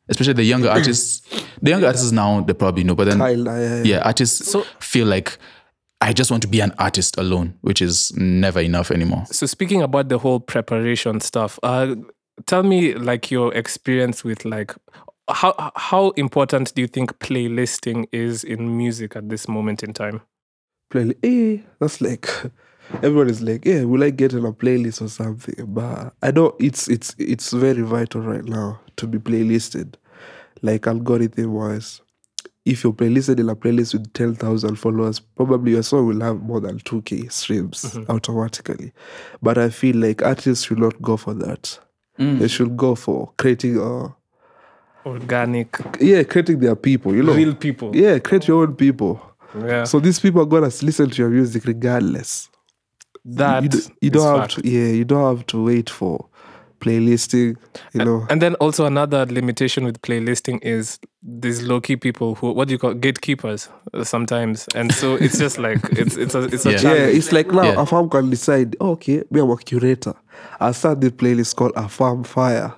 Speaker 1: especially the younger artists the younger artists now they probably know but then
Speaker 3: Kyle, yeah, yeah, yeah.
Speaker 1: yeah artists feel like i just want to be an artist alone which is never enough anymore
Speaker 2: so speaking about the whole preparation stuff uh tell me like your experience with like how how important do you think playlisting is in music at this moment in time
Speaker 3: Play, eh, that's like everyone is like, yeah, will I get on a playlist or something? But I know it's it's it's very vital right now to be playlisted, like algorithm wise. If you're playlisted in a playlist with ten thousand followers, probably your song will have more than two k streams
Speaker 1: Mm-hmm.
Speaker 3: automatically. But I feel like artists should not go for that.
Speaker 1: Mm.
Speaker 3: They should go for creating a
Speaker 2: organic
Speaker 3: yeah, creating their people. You know,
Speaker 2: real people
Speaker 3: yeah, create your own people.
Speaker 2: yeah
Speaker 3: So these people are gonna s- listen to your music regardless.
Speaker 2: That
Speaker 3: you, d- you
Speaker 2: is
Speaker 3: don't have
Speaker 2: fact.
Speaker 3: to, yeah, you don't have to wait for playlisting. You know,
Speaker 2: And then also another limitation with playlisting is these low key people who what do you call gatekeepers uh, sometimes, and so it's just like it's it's a it's a
Speaker 1: Yeah.
Speaker 3: yeah,
Speaker 2: challenge.
Speaker 3: it's like now
Speaker 1: Yeah.
Speaker 3: a farm can decide. oh, okay, me I'm a curator. I'll start the playlist called A Farm Fire.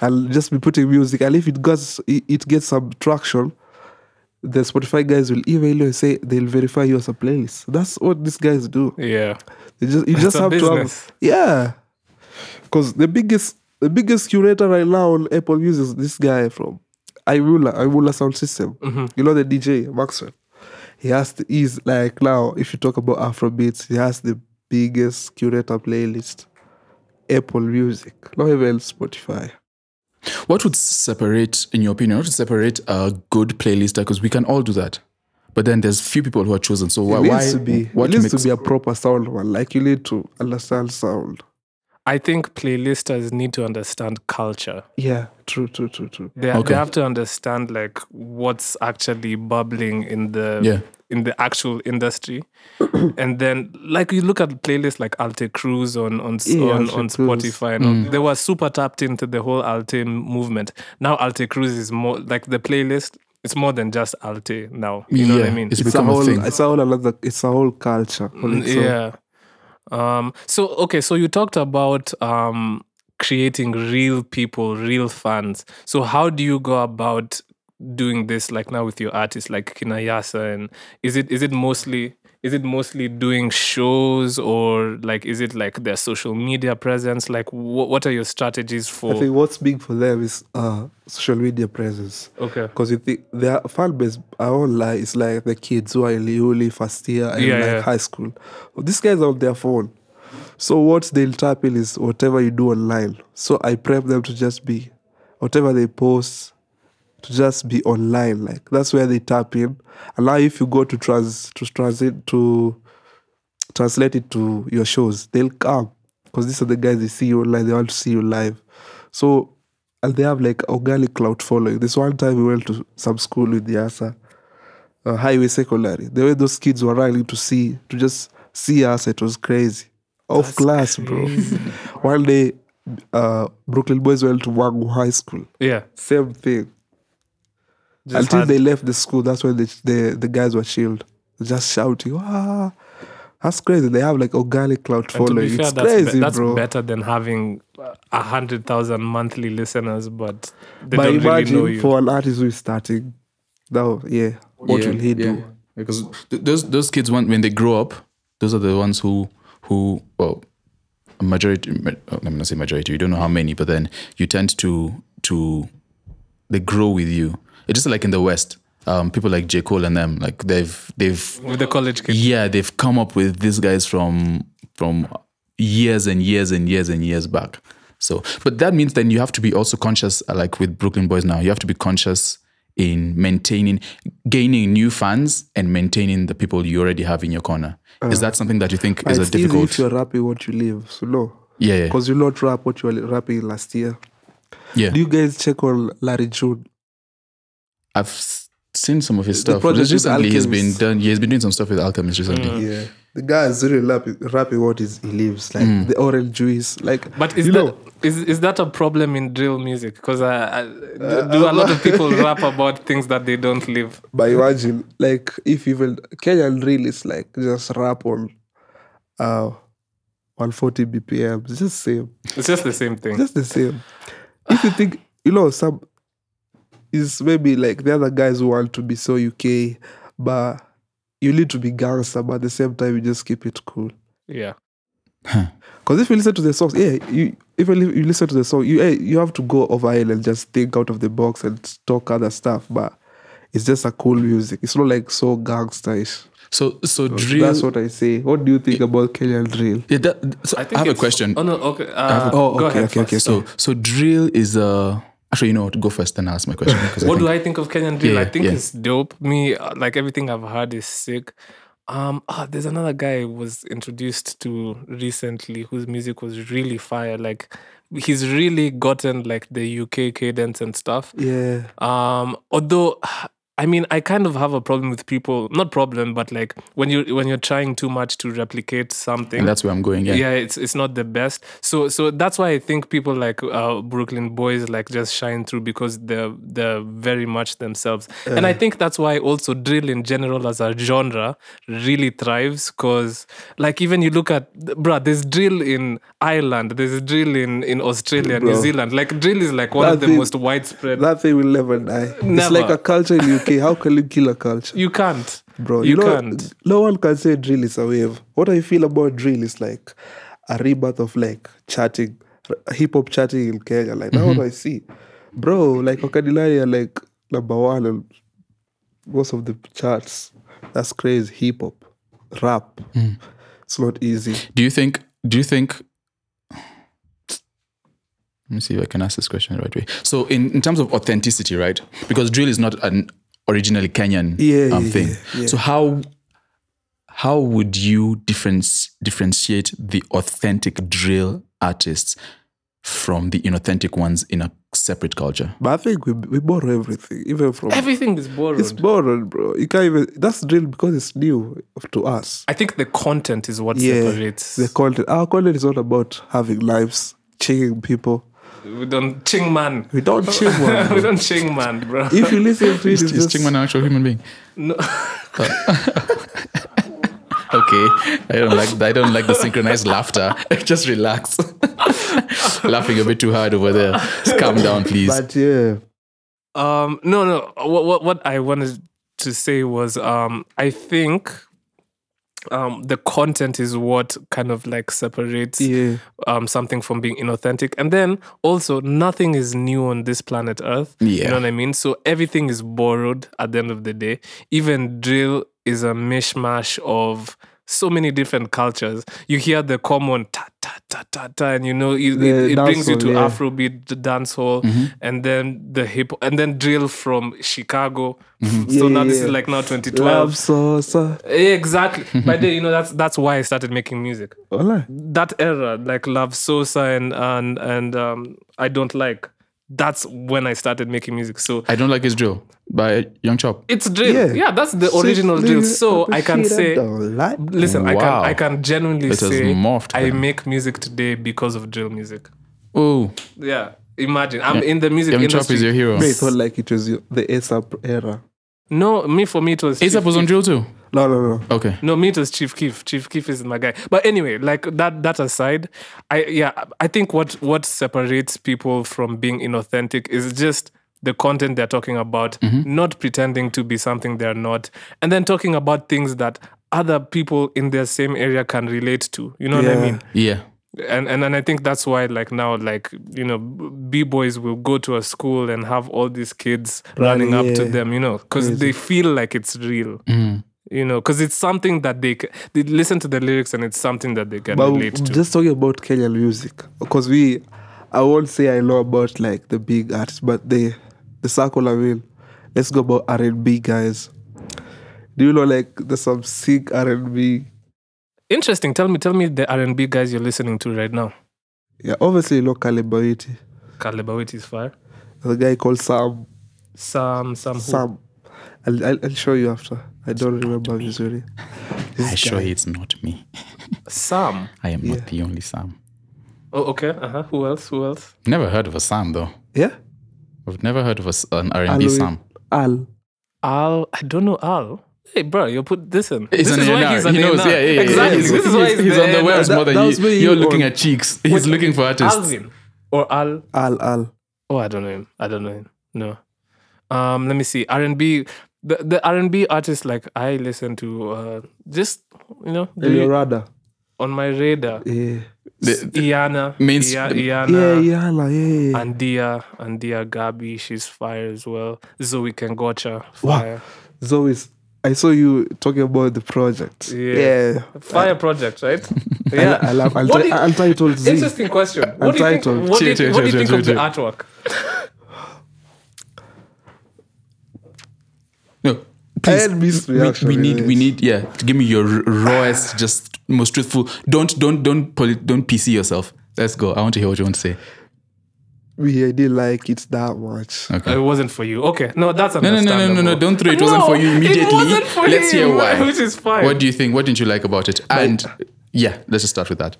Speaker 3: I'll just be putting music, and if it gets it it gets some traction, the Spotify guys will email you and say they'll verify you as a playlist. That's what these guys do.
Speaker 2: Yeah,
Speaker 3: You just you just
Speaker 2: a
Speaker 3: have to
Speaker 2: business.
Speaker 3: have yeah, because the biggest the biggest curator right now on Apple Music is this guy from Iwula Iwula Sound System.
Speaker 2: Mm-hmm.
Speaker 3: You know the DJ Maxwell. He has the, he's like now if you talk about Afrobeats, he has the biggest curator playlist. Apple Music, not even Spotify.
Speaker 1: What would separate, in your opinion, what would separate a good playlister? Because we can all do that, but then there's few people who are chosen. So why?
Speaker 3: it needs
Speaker 1: why
Speaker 3: to be
Speaker 1: what
Speaker 3: it needs
Speaker 1: makes-
Speaker 3: to be a proper sound one. Like you need to understand sound.
Speaker 2: I think playlisters need to understand culture.
Speaker 3: Yeah, true, true, true, true.
Speaker 2: They,
Speaker 1: Okay.
Speaker 2: they have to understand like what's actually bubbling in the
Speaker 1: Yeah.
Speaker 2: in the actual industry, and then like you look at playlists like Alte Cruz on on s-
Speaker 3: Yeah,
Speaker 2: on,
Speaker 3: Alte
Speaker 2: on
Speaker 3: Cruz.
Speaker 2: Spotify, and
Speaker 1: Mm.
Speaker 2: all, they were super tapped into the whole Alte movement. Now Alte Cruz is more like the playlist. It's more than just Alte now. You know what I
Speaker 1: Yeah,
Speaker 2: mean?
Speaker 1: it's
Speaker 3: It's a
Speaker 1: become a
Speaker 3: whole,
Speaker 1: thing.
Speaker 3: it's a whole another, it's a whole culture. on its own.
Speaker 2: Mm, yeah. Um, so okay, so you talked about um, creating real people, real fans. So how do you go about doing this? Like now with your artists, like Kinayasa, and is it is it mostly is it mostly doing shows or like is it like their social media presence? Like wh- what are your strategies
Speaker 3: I
Speaker 2: for?
Speaker 3: think what's big for them is uh, social media presence.
Speaker 2: Okay.
Speaker 3: Because you think their fan base, I won't lie, it's like the kids who are in Liuli first year and
Speaker 2: Yeah,
Speaker 3: like
Speaker 2: yeah.
Speaker 3: high school. These guys are on their phone. So what they'll tap in is whatever you do online. So I prep them to just be whatever they post to just be online. Like that's where they tap in. And now if you go to trans to transit to translate it to your shows, they'll come because these are the guys they see you online. They want to see you live, so and they have like organic cloud following. This one time we went to some school with the ASA, uh, Highway Secondary. The way those kids were running to see to just see us, it was crazy. Off class, bro. one day, uh, Brooklyn boys went to Wangu High School.
Speaker 2: Yeah.
Speaker 3: Same thing.
Speaker 2: Just
Speaker 3: Until
Speaker 2: had-
Speaker 3: they left the school, that's when the, the the guys were chilled, just shouting. Ah, that's crazy. They have like organic cloud
Speaker 2: and to
Speaker 3: following.
Speaker 2: be fair,
Speaker 3: It's
Speaker 2: that's, be-
Speaker 3: crazy,
Speaker 2: that's
Speaker 3: bro.
Speaker 2: better than having a hundred thousand monthly listeners, but they
Speaker 3: But
Speaker 2: don't really
Speaker 3: imagine
Speaker 2: know you.
Speaker 3: for an artist who is starting, now, yeah, what
Speaker 1: Yeah,
Speaker 3: will he
Speaker 1: yeah.
Speaker 3: do?
Speaker 1: Because th- those those kids when when they grow up, those are the ones who who well, a majority. ma- oh, Let me not say majority. You don't know how many, but then you tend to to they grow with you. It's just like in the West, um, people like J Cole and them, like they've they've
Speaker 2: with the college kids.
Speaker 1: yeah they've come up with these guys from from years and years and years and years back so but that means then you have to be also conscious uh, like with brooklyn boys now you have to be conscious in maintaining gaining new fans and maintaining the people you already have in your corner
Speaker 3: Uh,
Speaker 1: is that something that you think
Speaker 3: But
Speaker 1: is a
Speaker 3: it's easy
Speaker 1: difficult
Speaker 3: if you're rapping what you live. So no,
Speaker 1: yeah yeah,
Speaker 3: because you not rap what you were rapping last year.
Speaker 1: yeah.
Speaker 3: Do you guys check on Larry June?
Speaker 1: i've s- seen some of his stuff
Speaker 3: project
Speaker 1: Just
Speaker 3: with
Speaker 1: recently he's been
Speaker 3: Alchemist. Mm.
Speaker 1: done he's been doing some stuff with alchemist recently
Speaker 2: Mm.
Speaker 3: Yeah, the guy is really rapping, rapping what is, he lives, like the orange juice, like.
Speaker 2: Mm. But is
Speaker 3: you
Speaker 2: that
Speaker 3: know,
Speaker 2: is is that a problem in drill music? Because I, I-
Speaker 3: Uh,
Speaker 2: do- do a lot of people rap about things that they don't live.
Speaker 3: But imagine, like, if even Kenyan drill is like just rap on uh, 140 BPM, it's just same,
Speaker 2: It's just the same thing.
Speaker 3: just the same. If you think, you know, some is maybe like the other guys who want to be so UK, but you need to be gangster, but at the same time, you just keep it cool.
Speaker 2: Yeah.
Speaker 3: Because if you listen to the songs, yeah, you even if you listen to the song, you eh, you have to go over it and just think out of the box and talk other stuff. But it's just a cool music. It's not like so gangsterish.
Speaker 1: so so drill
Speaker 3: That's what I say. What do you think about Kenyan drill?
Speaker 1: yeah, that, so I, have a
Speaker 2: it's-
Speaker 1: question
Speaker 2: Oh no. Okay. Uh,
Speaker 3: Oh,
Speaker 2: go
Speaker 3: okay,
Speaker 2: ahead
Speaker 3: okay, okay,
Speaker 2: first.
Speaker 3: okay.
Speaker 1: So so drill is uh actually you know what go first and ask my question. 'cause I
Speaker 2: What
Speaker 1: think-
Speaker 2: do I think of Kenyan drill?
Speaker 1: Yeah,
Speaker 2: I think
Speaker 1: yeah.
Speaker 2: it's dope. Me, uh, like everything I've heard is sick. Um, ah, there's another guy I was introduced to recently whose music was really fire. Like, he's really gotten like the UK cadence and stuff.
Speaker 3: Yeah,
Speaker 2: Um, although I mean, I kind of have a problem with people. Not problem, but like when you when you're trying too much to replicate something.
Speaker 1: And that's where I'm going. Yeah.
Speaker 2: yeah, it's it's not the best. So so that's why I think people like uh, Brooklyn boys like just shine through because they're they're very much themselves. and I
Speaker 1: Uh.
Speaker 2: think that's why also drill in general as a genre really thrives because like even you look at bruh, there's drill in Ireland, there's drill in in Australia, New
Speaker 3: Bro.
Speaker 2: Zealand. Like drill is like one
Speaker 3: That
Speaker 2: of the
Speaker 3: thing-
Speaker 2: most widespread.
Speaker 3: That thing will never die. It's
Speaker 2: Never.
Speaker 3: like a culture in UK. How can you kill a culture,
Speaker 2: you can't,
Speaker 3: bro?
Speaker 2: You,
Speaker 3: know,
Speaker 2: can't.
Speaker 3: No one can say drill is a wave. What I feel about drill is like a rebirth of like chatting, hip hop chatting in Kenya. Like
Speaker 2: Mm-hmm.
Speaker 3: now, what I see, bro. Like Okadilari are like number one on most of the charts. That's crazy. Hip hop, rap.
Speaker 2: Mm.
Speaker 3: It's not easy.
Speaker 1: Do you think? Do you think? Let me see if I can ask this question the right way. So, in, in terms of authenticity, right? Because drill is not an originally Kenyan
Speaker 3: Yeah,
Speaker 1: um,
Speaker 3: yeah,
Speaker 1: thing.
Speaker 3: yeah, yeah.
Speaker 1: So how how would you difference, differentiate the authentic drill artists from the inauthentic ones in a separate culture?
Speaker 3: But I think we we borrow everything, even from
Speaker 2: Everything is borrowed.
Speaker 3: It's borrowed, bro. You can't even. That's drill because it's new to us.
Speaker 2: I think the content is what
Speaker 3: Yeah,
Speaker 2: separates.
Speaker 3: the content. Our content is not about having lives, checking people.
Speaker 2: we don't ching man.
Speaker 3: We don't chill one.
Speaker 2: we
Speaker 3: bro.
Speaker 2: don't ching man, bro.
Speaker 3: if you listen to it,
Speaker 1: Is,
Speaker 3: it's
Speaker 1: is
Speaker 3: just
Speaker 1: Chingman an actual human being?
Speaker 2: No.
Speaker 1: okay, I don't like I don't like the synchronized laughter. Just relax. Laughing a bit too hard over there. Just calm down, please.
Speaker 3: But yeah,
Speaker 2: Um, no, no. What, what, what I wanted to say was, um, I think, um, the content is what kind of like separates
Speaker 3: yeah,
Speaker 2: um, something from being inauthentic. And then also, nothing is new on this planet Earth. You
Speaker 1: Yeah.
Speaker 2: know what I mean? So everything is borrowed at the end of the day. Even drill is a mishmash of so many different cultures. You hear the common ta ta ta ta ta, and you know it,
Speaker 3: The
Speaker 2: it, it brings you
Speaker 3: dancehall,
Speaker 2: to
Speaker 3: yeah.
Speaker 2: Afrobeat, the dancehall,
Speaker 3: Mm-hmm.
Speaker 2: and then the hip, and then drill from Chicago. So
Speaker 3: Mm-hmm. Yeah,
Speaker 2: now this
Speaker 3: yeah,
Speaker 2: is
Speaker 3: yeah.
Speaker 2: like now 2012.
Speaker 3: love sauce.
Speaker 2: Exactly. By then, you know that's that's why I started making music
Speaker 3: Hola.
Speaker 2: that era, like Love Sosa and and and um, I don't like. That's when I started making music. So
Speaker 1: I don't like his drill by Young Chop.
Speaker 2: it's drill.
Speaker 3: Yeah.
Speaker 2: Yeah, that's the original drill. So I can say, listen, I
Speaker 1: Wow.
Speaker 2: can I can genuinely
Speaker 1: It has
Speaker 2: say
Speaker 1: morphed
Speaker 2: I
Speaker 1: then.
Speaker 2: make music today because of drill music.
Speaker 1: Oh,
Speaker 2: Yeah, imagine I'm in the music
Speaker 1: Young Chop
Speaker 2: industry.
Speaker 1: is your hero.
Speaker 3: They thought like it was your- the ASAP era.
Speaker 2: no, me for me it was
Speaker 1: ASAP was on drill too.
Speaker 3: No, no, no.
Speaker 1: Okay.
Speaker 2: No, me it was Chief Keef. Chief Keef is my guy. But anyway, like that that aside, I yeah, I think what what separates people from being inauthentic is just the content they're talking about,
Speaker 3: Mm-hmm.
Speaker 2: not pretending to be something they're not, and then talking about things that other people in their same area can relate to. You know what
Speaker 3: Yeah.
Speaker 2: I mean?
Speaker 1: Yeah.
Speaker 2: and and and I think that's why like now like you know b boys will go to a school and have all these kids running up to
Speaker 3: yeah.
Speaker 2: them you know because they feel like it's real
Speaker 1: Mm.
Speaker 2: you know because it's something that they c- they listen to the lyrics and it's something that they can
Speaker 3: But
Speaker 2: relate to
Speaker 3: just talking about Kenyan music, because we, I won't say I know about like the big artists, but the the circle I mean, let's go about R and B guys. Do you know like there's some sick R and B?
Speaker 2: interesting tell me tell me the R and B guys you're listening to right now
Speaker 3: Yeah, obviously you know Kalibawiti.
Speaker 2: Kalebawit is fire
Speaker 3: There's a guy called Sam.
Speaker 2: Sam Sam who?
Speaker 3: Sam. I'll, I'll, I'll show you after. I don't remember visually.
Speaker 1: I sure it's not me.
Speaker 2: Sam
Speaker 1: I am not the only Sam.
Speaker 2: oh okay uh huh who else who else
Speaker 1: Never heard of a Sam though.
Speaker 3: Yeah.
Speaker 1: I've never heard of a s an R and B
Speaker 3: Halloween.
Speaker 1: Sam.
Speaker 3: Al.
Speaker 2: Al I don't know Al. Hey, bro, you put this in.
Speaker 1: He's
Speaker 2: this
Speaker 1: an
Speaker 2: is why
Speaker 1: A&R.
Speaker 2: he's an
Speaker 1: he knows.
Speaker 2: A&R.
Speaker 1: Yeah, yeah, yeah.
Speaker 2: exactly.
Speaker 1: He's,
Speaker 2: this is why he's,
Speaker 1: he's on the
Speaker 2: A&R.
Speaker 1: webs
Speaker 3: That-
Speaker 1: more than
Speaker 3: that
Speaker 1: you.
Speaker 3: was me
Speaker 1: You're
Speaker 3: on-
Speaker 1: looking at cheeks. He's looking for artists.
Speaker 2: Alvin or Al.
Speaker 3: Al. Al.
Speaker 2: Oh, I don't know him. I don't know him. No. Um, let me see. R and B. The the R and B artists like I listen to uh, just you know the-
Speaker 3: Eliorada.
Speaker 2: on my radar.
Speaker 3: Yeah.
Speaker 1: The-
Speaker 2: Iana,
Speaker 1: Means-
Speaker 2: Ia-
Speaker 1: the-
Speaker 2: Iana,
Speaker 3: Yeah, yeah, la, yeah. yeah.
Speaker 2: Andia, Andia Gabi, she's fire as well. Zoe Kengocha,
Speaker 3: Wow.
Speaker 2: fire,
Speaker 3: Zoe's. I saw you talking about the project.
Speaker 2: Yeah.
Speaker 3: yeah.
Speaker 2: fire project, right?
Speaker 3: Yeah.
Speaker 2: yeah.
Speaker 3: I, I love
Speaker 2: What do
Speaker 3: unti-
Speaker 2: you-
Speaker 3: untitled Z.
Speaker 2: Interesting question. What do you think?
Speaker 3: Untitled.
Speaker 2: What do you,
Speaker 1: Chill,
Speaker 2: what do you
Speaker 1: chill,
Speaker 2: think
Speaker 1: chill,
Speaker 2: of the
Speaker 1: chill,
Speaker 2: artwork?
Speaker 1: No.
Speaker 3: I
Speaker 1: Please,
Speaker 3: had mixed
Speaker 1: we,
Speaker 3: reaction
Speaker 1: we
Speaker 3: with
Speaker 1: need,
Speaker 3: it.
Speaker 1: we need, yeah. Give me your r- rawest, just most truthful. Don't, don't, don't, polit- don't PC yourself. Let's go. I want to hear what you want to say.
Speaker 3: we didn't like it that much.
Speaker 2: Uh, It wasn't for you. Okay. No, that's
Speaker 1: No, no,
Speaker 2: understandable.
Speaker 1: no, no, no, no. Don't throw it wasn't for you
Speaker 2: it
Speaker 1: immediately.
Speaker 2: wasn't for
Speaker 1: Let's
Speaker 2: you,
Speaker 1: hear why.
Speaker 2: Which is fine.
Speaker 1: What do you think? What didn't you like about it? And yeah, let's just start with that.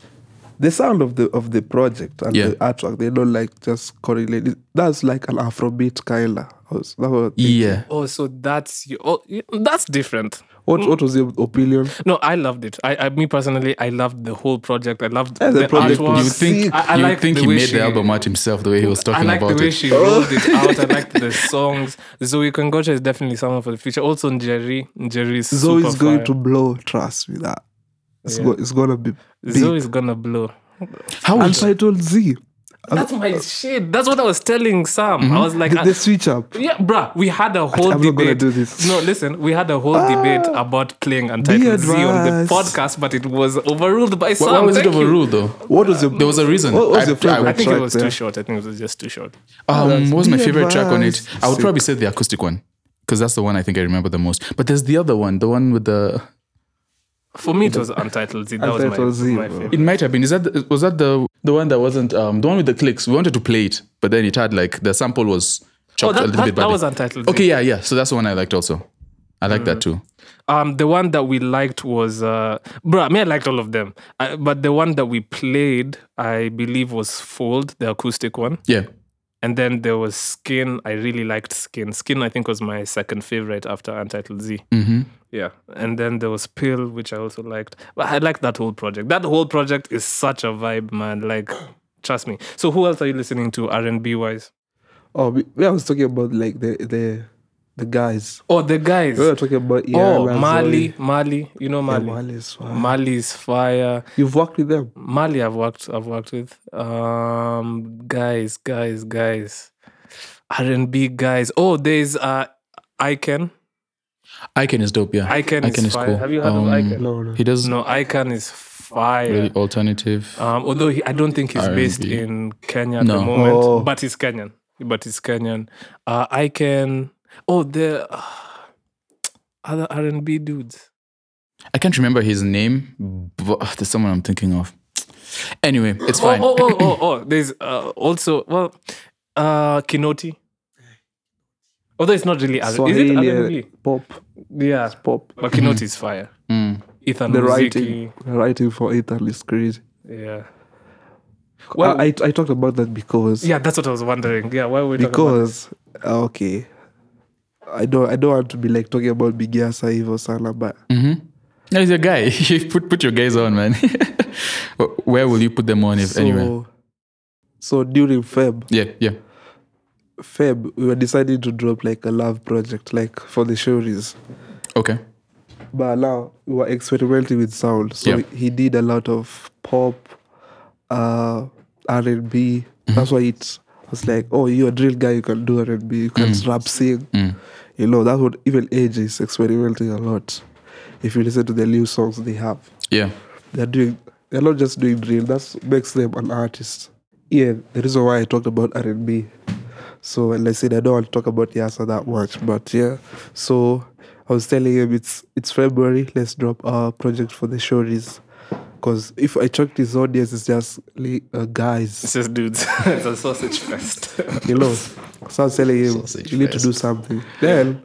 Speaker 3: The sound of the of the project and
Speaker 1: Yeah.
Speaker 3: the artwork, they don't like just correlate. it. That's like an Afrobeat kinda. I was- that was-
Speaker 1: Yeah.
Speaker 2: oh, so that's you. Oh, y- that's different.
Speaker 3: What what was your opinion?
Speaker 2: No, I loved it. I, I me personally, I loved the whole project. I loved
Speaker 3: Yeah,
Speaker 2: the,
Speaker 3: the project
Speaker 2: artwork.
Speaker 1: You
Speaker 3: was
Speaker 1: think
Speaker 2: I, I
Speaker 1: you
Speaker 2: like
Speaker 1: think
Speaker 2: the
Speaker 1: he
Speaker 2: way
Speaker 1: made
Speaker 2: she,
Speaker 1: the album out himself the way he was
Speaker 2: I
Speaker 1: talking
Speaker 2: like the
Speaker 1: about
Speaker 2: way
Speaker 1: it?
Speaker 3: Oh.
Speaker 2: she rolled it out. I liked the songs. Zoe Kongocha is definitely someone for the future. Also, Jerry. Jerry is
Speaker 3: Zoe
Speaker 2: super
Speaker 3: is going
Speaker 2: fire.
Speaker 3: to blow. Trust me that. It's,
Speaker 2: Yeah.
Speaker 3: go, it's gonna be big.
Speaker 2: Zoe is gonna blow.
Speaker 1: How would
Speaker 3: Untitled Z.
Speaker 2: That's my shit. That's what I was telling Sam. I was like,
Speaker 3: The,
Speaker 2: I-
Speaker 3: the switch up.
Speaker 2: yeah, bruh. We had a whole
Speaker 3: Mm-hmm. I'm not gonna
Speaker 2: debate.
Speaker 3: do this. Ah.
Speaker 2: No, listen. We had a whole debate about playing
Speaker 3: Be
Speaker 2: Untitled Z on the
Speaker 3: advised.
Speaker 2: podcast, but it was overruled by
Speaker 1: why,
Speaker 2: Sam.
Speaker 1: why was it
Speaker 2: Thank you.
Speaker 1: overruled though?
Speaker 3: What was your
Speaker 1: There was a reason.
Speaker 3: What was
Speaker 1: I-
Speaker 3: your
Speaker 1: I
Speaker 3: favorite
Speaker 2: I think it
Speaker 3: track
Speaker 2: was
Speaker 3: there?
Speaker 2: too short. I think it was just too short.
Speaker 1: Um, what was my
Speaker 3: Be
Speaker 1: favorite track on it?
Speaker 3: advised.
Speaker 1: I would probably say the acoustic one because that's the one I think I remember the most. But there's the other one, the one with the.
Speaker 2: For me, it was Untitled Z. That
Speaker 3: Untitled
Speaker 2: was my,
Speaker 3: Z,
Speaker 2: my
Speaker 3: bro.
Speaker 2: favorite.
Speaker 1: It might have been. Is that the- was that the the one that wasn't um the one with the clicks? We wanted to play it, but then it had like the sample was
Speaker 2: Oh,
Speaker 1: chopped a
Speaker 2: that,
Speaker 1: little bit.
Speaker 2: that, that
Speaker 1: badly.
Speaker 2: was Untitled Z.
Speaker 1: okay, yeah, yeah. So that's the one I liked also. I like that too.
Speaker 2: Um, the one that we liked was, uh, bruh, I mean, I liked all of them, I, but the one that we played, I believe, was Fold, the acoustic one.
Speaker 1: Yeah.
Speaker 2: And then there was Skin. I really liked Skin. Skin, I think, was my second favorite after Untitled Z.
Speaker 1: Mm-hmm.
Speaker 2: Yeah. And then there was Pill, which I also liked. But I liked that whole project. That whole project is such a vibe, man. Like, trust me. So, who else are you listening to R&B wise?
Speaker 3: Oh, we, we- I was talking about like the the the guys.
Speaker 2: Oh, the guys.
Speaker 3: We were talking about yeah,
Speaker 2: oh,
Speaker 3: Razori.
Speaker 2: Mali, Mali. You know
Speaker 3: Yeah,
Speaker 2: Mali.
Speaker 3: Mali is fine.
Speaker 2: Mali's fire.
Speaker 3: You've worked with them.
Speaker 2: Mali, I've worked. I've worked with. Um, guys, guys, guys. R and B guys. Oh, there's uh, Icon.
Speaker 1: Icon is dope. Yeah.
Speaker 2: Icon, is, fire. Have you heard
Speaker 1: Um,
Speaker 2: of Icon?
Speaker 3: No, no.
Speaker 1: He does
Speaker 2: No, Icon is fire.
Speaker 1: really alternative.
Speaker 2: Um, although he, I don't think he's based
Speaker 1: R&B.
Speaker 2: in Kenya at
Speaker 1: No.
Speaker 2: the moment,
Speaker 3: Oh.
Speaker 2: but he's Kenyan. But he's Kenyan. Uh, Icon. Oh, the uh, other R and B dudes.
Speaker 1: I can't remember his name, but there's someone I'm thinking of. Anyway, it's
Speaker 2: Oh,
Speaker 1: fine.
Speaker 2: oh, oh, oh, oh. There's uh, also well, uh, Kinoti. Although it's not really R- is it
Speaker 3: Swahili,
Speaker 2: R&B?
Speaker 3: pop,
Speaker 2: Yeah,
Speaker 3: pop.
Speaker 2: but Kinoti is fire.
Speaker 1: Mm.
Speaker 2: Ethan
Speaker 3: The
Speaker 2: Muziki.
Speaker 3: writing, the writing for Ethan is crazy.
Speaker 2: Yeah,
Speaker 3: Well,
Speaker 2: Well-
Speaker 3: I, I I talked about that because
Speaker 2: yeah. That's what I was wondering. Yeah, why were we talking about?
Speaker 3: because okay, I don't I don't want to be like talking about Bigia Saiv or Sana, but
Speaker 1: No, he's a guy. You put put your guys on, man. Where will you put them on if
Speaker 3: so
Speaker 1: anywhere?
Speaker 3: so during Feb
Speaker 1: Yeah, yeah.
Speaker 3: Feb we were deciding to drop like a love project like for the showries.
Speaker 1: Okay.
Speaker 3: but now we were experimenting with sound so
Speaker 1: Yeah.
Speaker 3: he did a lot of pop uh r&b
Speaker 1: Mm-hmm.
Speaker 3: that's why it was like oh you're a drill guy you can do r&b you can
Speaker 1: Mm.
Speaker 3: rap sing you know that's what even age is experimenting a lot if you listen to the new songs they have
Speaker 1: Yeah.
Speaker 3: they're doing they're not just doing drill that makes them an artist yeah the reason why i talked about r&b so and i said i don't want to talk about yasa that much but yeah so i was telling him it's it's february let's drop our project for the shorties because if i check this audience it's just li- uh, guys
Speaker 2: It's just dudes. it's a sausage fest.
Speaker 3: you know so i was telling him
Speaker 1: Sausage
Speaker 3: you need
Speaker 1: fest.
Speaker 3: to do something then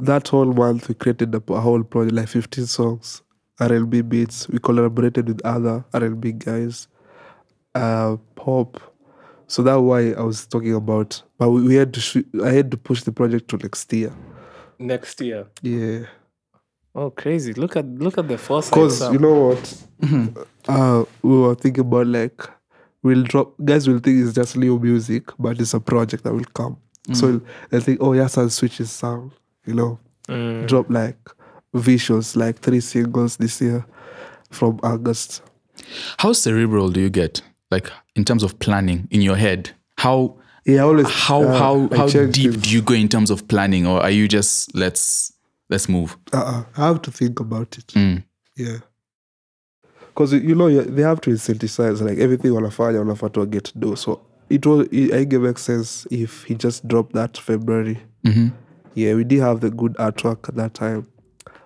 Speaker 3: that whole month we created a, a whole project like 15 songs r&b beats we collaborated with other r&b guys uh pop so that's why i was talking about but we, we had to sh- i had to push the project to next year
Speaker 2: Next year.
Speaker 3: yeah
Speaker 2: Oh, crazy! Look at look at the foresight.
Speaker 3: because
Speaker 2: Sam.
Speaker 3: you know what
Speaker 1: Mm-hmm.
Speaker 3: uh we were thinking about like we'll drop guys will think it's just new music but it's a project that will come
Speaker 1: Mm.
Speaker 3: so they'll think oh yes i'll switch his sound you know
Speaker 2: Mm.
Speaker 3: drop like visuals like three singles this year from august
Speaker 1: How cerebral do you get? Like in terms of planning in your head, how
Speaker 3: yeah I always
Speaker 1: how
Speaker 3: uh,
Speaker 1: how
Speaker 3: I
Speaker 1: how
Speaker 3: check
Speaker 1: deep
Speaker 3: this.
Speaker 1: do you go in terms of planning, or are you just let's let's move?
Speaker 3: uh-uh. i have to think about it
Speaker 1: Mm.
Speaker 3: yeah because you know you- they have to incentivize like everything wanafanya wanafaa to get do so it was it, i gave sense if he just dropped that february
Speaker 1: hmm
Speaker 3: Yeah, we did have the good artwork at that time.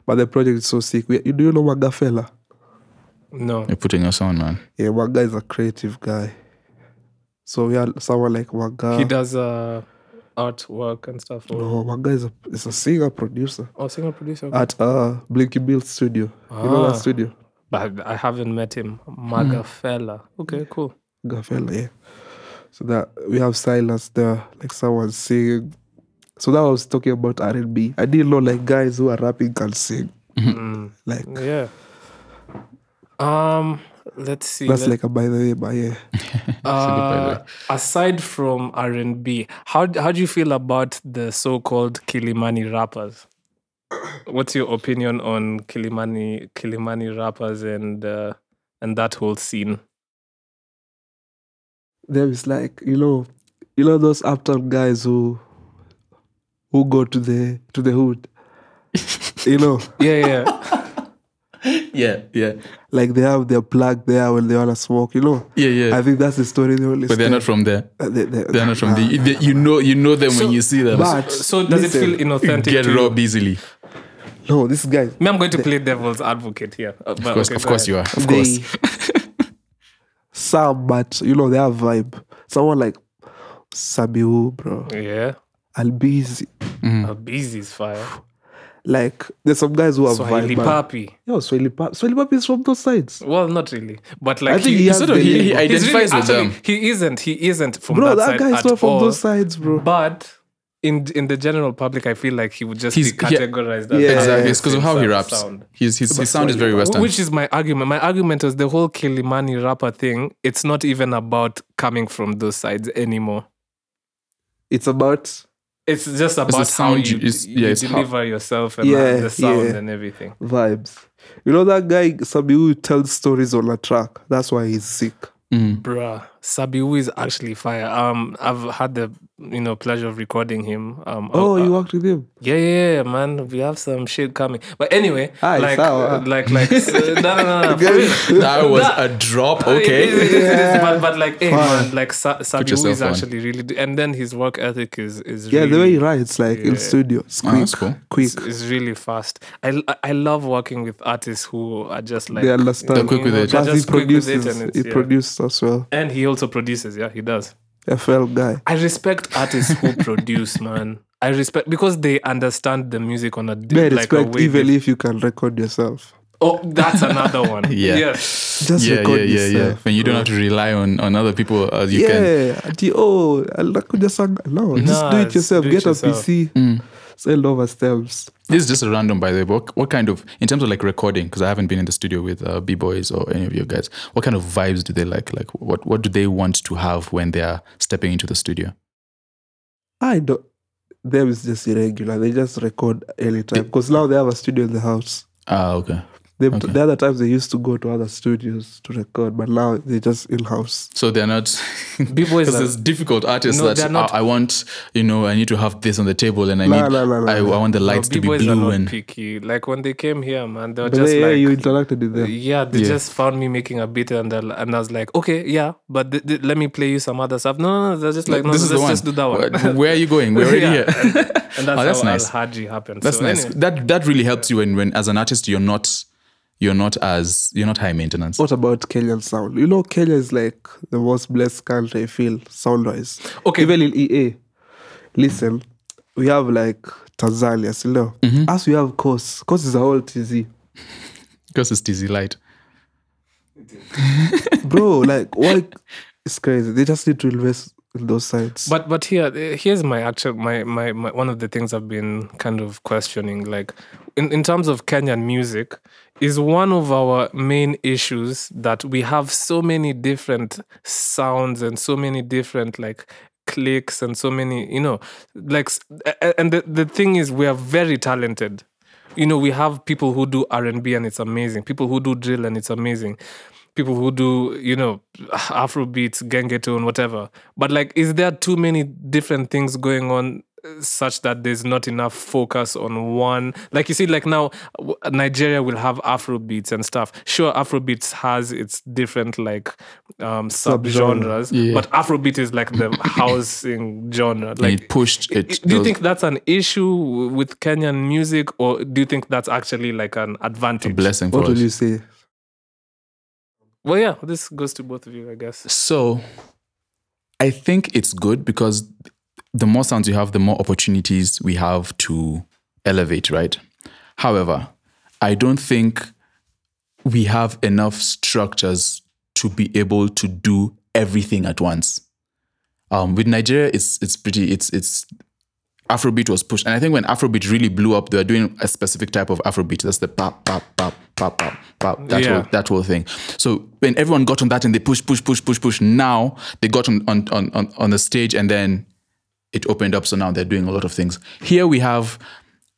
Speaker 3: But the project is so sick. We, do you know Magafella?
Speaker 2: no.
Speaker 1: You're putting us on, man.
Speaker 3: Yeah, Maga is a creative guy. So yeah, someone like Wanga.
Speaker 2: He does uh, artwork and stuff. Or,
Speaker 3: No, Wanga is a is a singer producer
Speaker 2: oh, singer producer.
Speaker 3: at uh Blinky Bill Studio. You know
Speaker 2: Ah.
Speaker 3: that studio,
Speaker 2: but I haven't met him. Maga
Speaker 3: Hmm.
Speaker 2: fella. Okay, cool.
Speaker 3: Gafella, yeah. So that we have silence there, like someone singing. So that I was talking about R and B. I didn't know like guys who are rapping can sing.
Speaker 1: Mm-hmm.
Speaker 3: Like
Speaker 2: Yeah. Um. Let's see.
Speaker 1: Mm-hmm.
Speaker 3: that's
Speaker 2: let-
Speaker 3: like a by the way, but yeah.
Speaker 1: by the
Speaker 2: Uh, aside from R and B, how d- how do you feel about the so-called Kilimani rappers? What's your opinion on Kilimani Kilimani rappers and uh, and that whole scene?
Speaker 3: There is like you know, you know those uptown guys who who go to the to the hood. you know,
Speaker 2: Yeah, yeah,
Speaker 1: yeah, yeah,
Speaker 3: like they have their plug there when they wanna smoke. You know,
Speaker 1: yeah, yeah.
Speaker 3: I think that's the story they only.
Speaker 1: but they're not from there.
Speaker 3: they, they,
Speaker 1: They're not from the. they- you know, you know them
Speaker 2: So-
Speaker 1: when you see them.
Speaker 3: But
Speaker 2: So does
Speaker 3: listen,
Speaker 2: it feel inauthentic?
Speaker 1: get
Speaker 2: to you?
Speaker 1: robbed easily.
Speaker 3: No, this guy.
Speaker 2: Me, I'm going to play devil's advocate here. Uh, but
Speaker 1: Of course,
Speaker 2: okay,
Speaker 1: of
Speaker 2: go
Speaker 1: course
Speaker 2: ahead.
Speaker 1: you are. Of
Speaker 3: they,
Speaker 1: course.
Speaker 3: some, but you know, they have vibe. Someone like Sabiu, bro.
Speaker 2: Yeah,
Speaker 3: Albizi.
Speaker 1: Hmm.
Speaker 2: a busy's fire.
Speaker 3: Like, there's some guys who have
Speaker 2: Swahili
Speaker 3: vibe. man.
Speaker 2: papi.
Speaker 3: Yo, Swahili Pap. Swahili Pap is from those sides.
Speaker 2: Well, not really, but like
Speaker 3: I think he has
Speaker 1: Sort of, he, he
Speaker 3: He's
Speaker 2: he's really-
Speaker 1: identifies with
Speaker 2: actually,
Speaker 1: them.
Speaker 2: He isn't. He isn't from
Speaker 3: Bro,
Speaker 2: that,
Speaker 3: that,
Speaker 2: side
Speaker 3: guy is
Speaker 2: at
Speaker 3: not from
Speaker 2: all.
Speaker 3: those sides, bro.
Speaker 2: But in in the general public, I feel like he would just
Speaker 1: He's-
Speaker 2: be
Speaker 1: yeah.
Speaker 2: categorized as
Speaker 3: Yeah,
Speaker 1: Exactly.
Speaker 3: yeah,
Speaker 1: It's because of how he raps. His his, his sound is very western.
Speaker 2: Which is my argument. My argument was the whole Kilimani rapper thing. It's not even about coming from those sides anymore.
Speaker 3: It's about
Speaker 2: It's just about how
Speaker 1: sound
Speaker 2: you,
Speaker 1: you- it's-
Speaker 2: you
Speaker 1: yeah, it's how-
Speaker 2: deliver yourself and
Speaker 3: Yeah,
Speaker 2: the sound
Speaker 3: yeah.
Speaker 2: and everything.
Speaker 3: vibes. You know that guy Sabiu tells stories on a track. That's why he's sick.
Speaker 2: Bruh, Sabiu is actually fire. Um, I've had the you know pleasure of recording him. Um,
Speaker 3: Oh,
Speaker 2: uh,
Speaker 3: you worked with him.
Speaker 2: Yeah, yeah, yeah, man. We have some shit coming. But anyway,
Speaker 3: Ah, it's
Speaker 2: like, uh,
Speaker 3: sour.
Speaker 2: like, like, s- no, no, no, no. for real.
Speaker 1: that was
Speaker 2: That-
Speaker 1: a drop.
Speaker 2: It is,
Speaker 1: Okay.
Speaker 2: it is, it is. But, but like, hey, man, like, Sa- Sabiu
Speaker 1: yourself
Speaker 2: is
Speaker 1: on.
Speaker 2: actually really, d- and then his work ethic is is
Speaker 3: Yeah,
Speaker 2: really,
Speaker 3: the way he writes, like in
Speaker 2: Yeah.
Speaker 3: studio, it's
Speaker 1: Ah,
Speaker 3: quick,
Speaker 1: that's cool.
Speaker 3: quick.
Speaker 2: is really fast. I, I- I love working with artists who are just like
Speaker 3: they understand.
Speaker 1: They're quick with it.
Speaker 3: Plus,
Speaker 2: they're
Speaker 3: he
Speaker 2: just quick with it
Speaker 3: produces.
Speaker 2: and it's-
Speaker 3: he
Speaker 2: yeah.
Speaker 3: produced as well.
Speaker 2: And he also produces. Yeah, he does.
Speaker 3: FL guy.
Speaker 2: I respect artists who produce, man. I respect because they understand the music on a d-
Speaker 3: May I
Speaker 2: like a
Speaker 3: respect
Speaker 2: way.
Speaker 3: even
Speaker 2: diff-
Speaker 3: if you can record yourself.
Speaker 2: oh, that's another one.
Speaker 1: Yeah.
Speaker 2: Yes.
Speaker 3: Just
Speaker 1: Yeah, yeah,
Speaker 3: record
Speaker 1: yeah, yeah.
Speaker 3: yourself.
Speaker 1: When you don't have to rely on on other people, as you can.
Speaker 3: Yeah, ati, oh, I'll record your song. No, just do
Speaker 2: Nah,
Speaker 3: it yourself.
Speaker 2: do it
Speaker 3: Get
Speaker 2: yourself.
Speaker 3: a PC,
Speaker 1: Mm.
Speaker 3: sell over stems.
Speaker 1: This is just a random, by the way. but What, what kind of, in terms of like recording, because I haven't been in the studio with uh, b boys or any of you guys. What kind of vibes do they like? Like, what what do they want to have when they are stepping into the studio?
Speaker 3: I don't. Them is just irregular. They just record anytime because now they have a studio in the house.
Speaker 1: Ah, okay.
Speaker 3: They,
Speaker 1: Okay.
Speaker 3: The other times they used to go to other studios to record, but now they just in house.
Speaker 1: So they're not
Speaker 2: B-boys
Speaker 1: because
Speaker 2: are-
Speaker 1: there's difficult artists
Speaker 2: No,
Speaker 1: that
Speaker 2: they're not-
Speaker 1: I, I want. You know, I need to have this on the table, and I
Speaker 3: La,
Speaker 1: need
Speaker 3: la, la, la,
Speaker 1: I,
Speaker 3: la.
Speaker 1: I want the lights to be
Speaker 2: B-boys
Speaker 1: blue
Speaker 2: are not
Speaker 1: and
Speaker 2: picky. Like when they came here, man, they were
Speaker 3: But
Speaker 2: just
Speaker 3: they,
Speaker 2: like
Speaker 3: you interacted with them.
Speaker 2: Yeah, they
Speaker 1: Yeah.
Speaker 2: just found me making a beat and I, and I was like, okay, yeah, but th- th- let me play you some other stuff. No, no, no, they're just like, no,
Speaker 1: this
Speaker 2: no,
Speaker 1: is
Speaker 2: let's
Speaker 1: the one.
Speaker 2: just do that one.
Speaker 1: Where- Where are you going? We're already
Speaker 2: Yeah.
Speaker 1: here.
Speaker 2: And that's,
Speaker 1: Oh, that's
Speaker 2: how
Speaker 1: nice.
Speaker 2: Al Haji happened.
Speaker 1: That's
Speaker 2: So
Speaker 1: nice.
Speaker 2: anyway,
Speaker 1: That that really helps you when when as an artist you're not you're not as you're not high maintenance.
Speaker 3: What about Kenyan sound? You know, Kenya is like the most blessed country, I feel, sound wise.
Speaker 2: Okay.
Speaker 3: Even in EA, listen, we have like Tanzania, you know.
Speaker 2: Mm-hmm.
Speaker 3: As we have Coast, Coast is a whole TZ.
Speaker 1: Because it's dizzy light.
Speaker 3: Bro, like, why? It's crazy. They just need to invest in those sites.
Speaker 2: But but here eh, here's my actual my, my my one of the things I've been kind of questioning like in, in terms of Kenyan music is one of our main issues that we have so many different sounds and so many different like clicks and so many you know like s- a- a- and the, the thing is we are very talented you know we have people who do r&b and it's amazing people who do drill and it's amazing people who do you know afro beats genge tone whatever but like is there too many different things going on uh, such that there's not enough focus on one like you see like now w- nigeria will have afro beats and stuff sure afro beats has its different like um subgenres
Speaker 1: Yeah.
Speaker 2: but afro beat is like the housing genre like
Speaker 1: and it pushed it.
Speaker 2: I- do you
Speaker 1: those-
Speaker 2: think that's an issue w- with Kenyan music, or do you think that's actually like an advantage?
Speaker 1: blessing for
Speaker 3: what will
Speaker 1: us?
Speaker 3: you say?
Speaker 2: well, yeah, this goes to both of you, I guess.
Speaker 1: so I think it's good because the more sounds you have, the more opportunities we have to elevate, right? However, I don't think we have enough structures to be able to do everything at once. Um, with Nigeria, it's it's pretty it's it's Afrobeat was pushed, and I think when Afrobeat really blew up, they were doing a specific type of Afrobeat. That's the pop pop pop pop pop pop that
Speaker 2: Yeah.
Speaker 1: whole that whole thing. So when everyone got on that and they push push push push push, now they got on on on on, on the stage and then it opened up. So now they're doing a lot of things. Here we have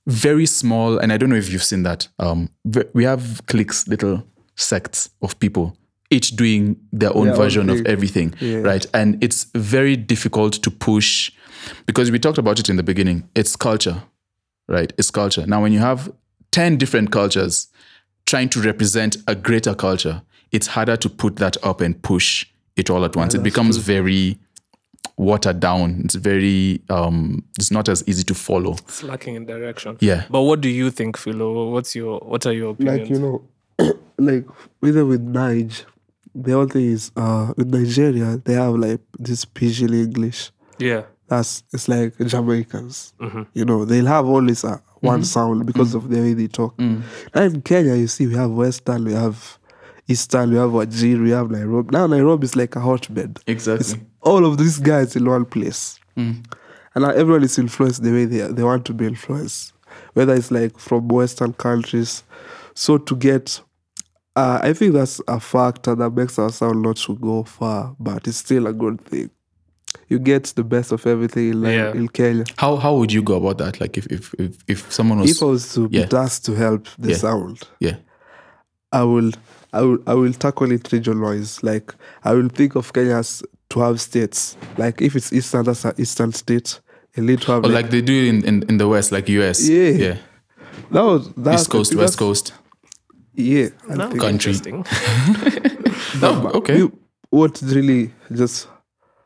Speaker 1: very small, and I don't know if you've seen that. Um, ve- we have cliques, little sects of people, each doing their own
Speaker 3: Their own
Speaker 1: version of
Speaker 3: thing.
Speaker 1: everything, right? And it's very difficult to push because we talked about it in the beginning. It's culture, right? It's culture. Now, when you have 10 different cultures trying to represent a greater culture, it's harder to put that up and push it all at once. it becomes very watered down. It's very, um, it's not as easy to follow.
Speaker 2: It's lacking in direction.
Speaker 1: Yeah.
Speaker 2: But what do you think, Philo? What's your what are your opinions?
Speaker 3: like you know like even with Nige the other thing is uh in Nigeria they have like this pidgin English
Speaker 2: yeah.
Speaker 3: that's it's like Jamaicans you know they'll have always uh, one sound because of the way they talk now in Kenya you see we have Western we have Eastern we have Wajir we have Nairobi now Nairobi is like a hotbed
Speaker 1: Exactly.
Speaker 3: it's all of these guys in one place. And now everyone is influenced the way they, they want to be influenced, whether it's like from Western countries. So to get, uh, I think that's a factor that makes our sound not to go far, but it's still a good thing. You get the best of everything in, like,
Speaker 2: Yeah.
Speaker 3: in Kenya.
Speaker 1: How how would you go about that? Like if if if, if someone was
Speaker 3: If I was to
Speaker 1: yeah.
Speaker 3: be tasked to help the
Speaker 1: Yeah.
Speaker 3: sound,
Speaker 1: yeah
Speaker 3: I will, I will, I will tackle it region-wise. Like I will think of Kenya as to have states. Like if it's eastern, that's an eastern state. A little have
Speaker 1: or Oh, like they do in, in in the West, like US,
Speaker 3: Yeah.
Speaker 1: yeah,
Speaker 3: that was that's,
Speaker 1: East Coast,
Speaker 3: that's-
Speaker 1: West Coast.
Speaker 3: Yeah, I
Speaker 2: No,
Speaker 3: think
Speaker 1: Country.
Speaker 2: interesting.
Speaker 1: Oh, okay,
Speaker 3: you- what really just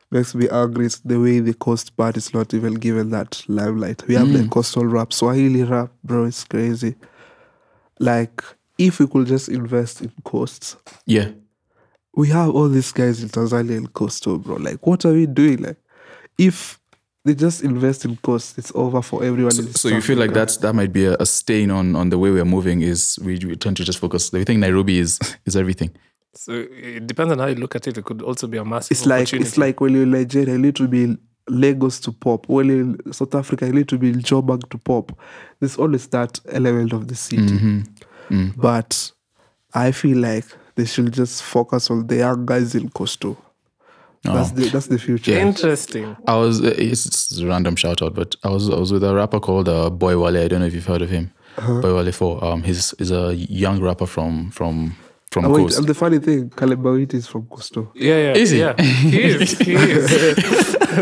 Speaker 3: makes me angry is the way the coast part is not even given that limelight. We have
Speaker 1: Mm.
Speaker 3: like coastal rap, Swahili rap, bro. It's crazy. Like if we could just invest in coasts,
Speaker 1: yeah,
Speaker 3: we have all these guys in Tanzania and Coastal, bro. Like, what are we doing? Like, if they just invest in coast, it's over for everyone. in
Speaker 1: So you feel like that's that might be a, a stain on on the way we're moving. Is we, we tend to just focus. We think Nairobi is is everything.
Speaker 2: so it depends on how you look at it. It could also be a massive
Speaker 3: It's like it's
Speaker 2: opportunity.
Speaker 3: like when you're in Nigeria, you need to be Lagos to pop. When you're in South Africa, you need to be Joburg to pop. There's always that element of the city.
Speaker 1: Mm-hmm. Mm.
Speaker 3: But I feel like they should just focus on the young guys in Coastal.
Speaker 1: Oh.
Speaker 3: That's the that's the future.
Speaker 2: interesting.
Speaker 1: I was uh, it's, it's a random shout out, but I was I was with a rapper called uh, Boy Wale. I don't know if you've heard of him.
Speaker 3: Uh-huh.
Speaker 1: Boy Wale Four. Um, he's is a young rapper from from from
Speaker 3: And Ah, wait,
Speaker 1: Coast.
Speaker 3: and the funny thing, Kalebawiti is from Coastal.
Speaker 2: Yeah, yeah.
Speaker 1: Is he?
Speaker 2: yeah. He is. He is.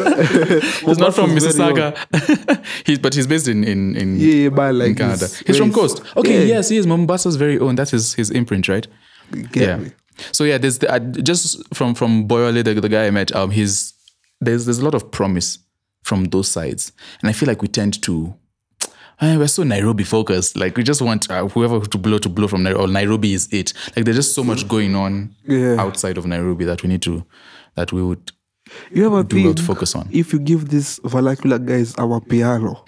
Speaker 1: He's not from
Speaker 3: Mombasa is very
Speaker 1: Mississauga. he's but he's based in in in,
Speaker 3: Yeah, yeah, but like
Speaker 1: in Canada.
Speaker 3: his
Speaker 1: He's, from
Speaker 3: race-
Speaker 1: Coast. Okay,
Speaker 3: Yeah.
Speaker 1: yes, he is Mombasa's very own. That's his his imprint, right?
Speaker 3: Get me.
Speaker 1: So yeah, there's the, uh, just from from Boyole, the, the guy I met. Um, he's there's there's a lot of promise from those sides, and I feel like we tend to. eh, we're so Nairobi focused. Like we just want uh, whoever to blow to blow from Nairobi. Or Nairobi is it. Like there's just so much going on
Speaker 3: Yeah.
Speaker 1: outside of Nairobi that we need to, that we would
Speaker 3: You ever
Speaker 1: do well
Speaker 3: think
Speaker 1: to focus on.
Speaker 3: if you give these vernacular guys our piano,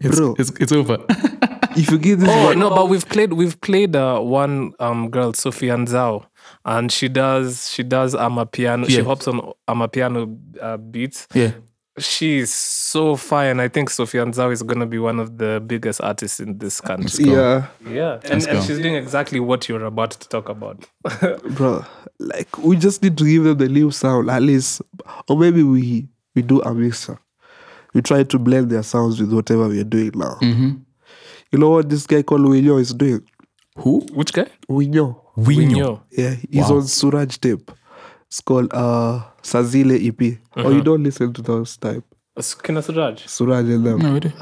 Speaker 3: bro?
Speaker 1: It's, it's over.
Speaker 3: if you give this,
Speaker 2: Oh no, but we've played we've played uh, one um girl, Sophie Anzao, and she does she does ama piano. She
Speaker 1: Yeah.
Speaker 2: hops on ama piano uh, beats.
Speaker 1: yeah.
Speaker 2: She's so fire, and I think Sophie Anzao is gonna be one of the biggest artists in this country.
Speaker 1: go.
Speaker 3: yeah,
Speaker 2: Yeah, and,
Speaker 1: go.
Speaker 2: and she's doing exactly what you're about to talk about.
Speaker 3: bro, like we just need to give them the new sound at least, or maybe we we do a mixer. We try to blend their sounds with whatever we are doing now.
Speaker 1: Mm-hmm.
Speaker 3: You know what this guy called Winyo is doing?
Speaker 1: Who?
Speaker 2: Which guy?
Speaker 3: Winyo,
Speaker 2: Winyo.
Speaker 3: yeah, he's on Suraj tape. It's called uh Sazile EP. Or
Speaker 1: Uh-huh.
Speaker 3: you don't listen to those type
Speaker 2: Kina Suraj.
Speaker 3: Suraj and them.
Speaker 1: No, I don't.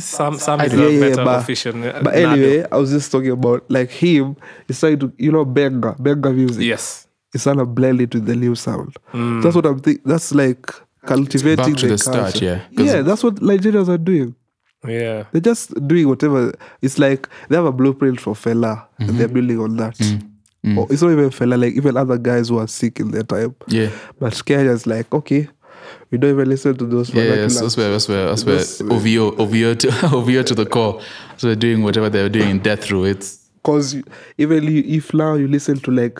Speaker 2: Sam Sam is a
Speaker 3: Yeah, yeah,
Speaker 2: better
Speaker 3: but-
Speaker 2: official.
Speaker 3: But anyway, I was just talking about like him. He's trying to, you know, benga, benga music.
Speaker 2: Yes.
Speaker 3: He's trying to blend it with the new sound.
Speaker 2: Mm.
Speaker 3: That's what I'm thinking. That's like cultivating
Speaker 1: Back to the
Speaker 3: culture.
Speaker 1: start, yeah. 'Cause-
Speaker 3: Yeah, that's what Nigerians are doing.
Speaker 2: Yeah.
Speaker 3: They're just doing whatever. It's like they have a blueprint for Fela, and
Speaker 1: Mm-hmm.
Speaker 3: they're building on that.
Speaker 1: Mm.
Speaker 3: Or it's not even Fela, like even other guys who are sick in their time.
Speaker 1: Yeah.
Speaker 3: But Kenya's like, okay, We don't even listen to those
Speaker 1: Yeah,
Speaker 3: vernacular.
Speaker 1: yes, that's where that's where that's where
Speaker 3: Those-
Speaker 1: OVO OVO to OVO to the core. So they're doing whatever they're doing in death row. It's
Speaker 3: Cause you, even you, if now you listen to like,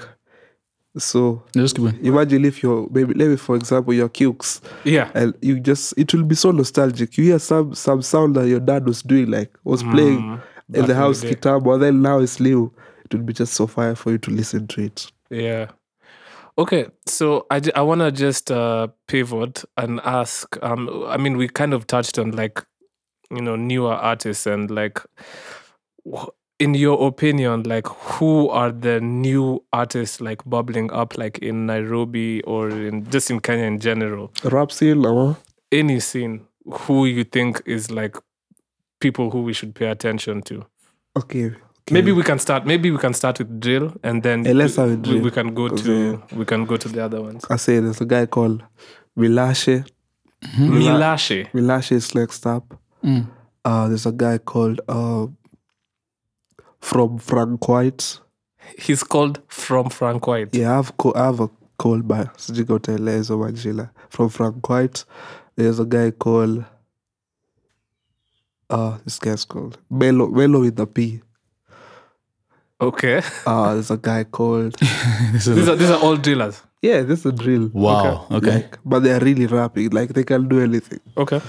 Speaker 3: so
Speaker 1: no, just keep going.
Speaker 3: imagine if you're maybe maybe for example your Cukes
Speaker 2: Yeah.
Speaker 3: and you just it will be so nostalgic. You hear some some sound that your dad was doing like was playing in
Speaker 2: Mm, in the
Speaker 3: the house
Speaker 2: day.
Speaker 3: guitar, but then now it's new. It would be just so fire for you to listen to it.
Speaker 2: Yeah. Okay, so I, ju- I want to just uh, pivot and ask. Um, I mean, we kind of touched on like, you know, newer artists and like, wh- in your opinion, like, who are the new artists like bubbling up, like in Nairobi or in just in Kenya in general?
Speaker 3: Rap scene, uh,
Speaker 2: Any scene, who you think is like people who we should pay attention to?
Speaker 3: okay, okay.
Speaker 2: Maybe we can start. Maybe we can start with drill, and then
Speaker 3: Eh, let's
Speaker 2: we,
Speaker 3: start with
Speaker 2: we- we
Speaker 3: drill,
Speaker 2: can go
Speaker 3: 'cause,
Speaker 2: to we can go to the other ones.
Speaker 3: I say there's a guy called Milashe. Hmm?
Speaker 2: Milashe.
Speaker 3: Milashe is next up.
Speaker 1: Mm.
Speaker 3: Uh, there's a guy called uh, from Frank White.
Speaker 2: He's called from Frank White.
Speaker 3: Yeah, I've co- I have a call by Sijigo Telezo Manjila from Frank White. There's a guy called uh this guy's called Melo Melo with the P.
Speaker 2: Okay.
Speaker 3: Uh there's a guy called
Speaker 1: This is-
Speaker 2: these are these are all drillers.
Speaker 3: Yeah, this is a drill.
Speaker 1: Wow, okay.
Speaker 3: Like, but they're really rapping, like they can do anything.
Speaker 2: Okay.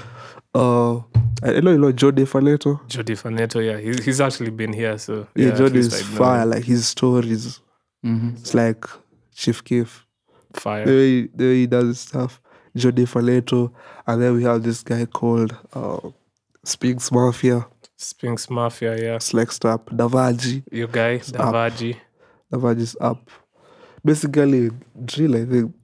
Speaker 3: Uh I know you know Jody Faneto.
Speaker 2: Jody Faneto, yeah, he's he's actually been here, so
Speaker 3: Yeah,
Speaker 2: at
Speaker 3: Jody
Speaker 2: least
Speaker 3: is
Speaker 2: I know
Speaker 3: fire, like Mm-hmm. his stories.
Speaker 1: Mhm.
Speaker 3: It's like Chief Keef.
Speaker 2: Fire.
Speaker 3: the way, the way he does his stuff, Jody Faleto, and then we have this guy called uh, Spinks Mafia,
Speaker 2: Sphinx Mafia, yeah.
Speaker 3: Slexed Up, Davaji.
Speaker 2: Your guy, Davaji.
Speaker 3: Davaji's up. Basically, drill, I think.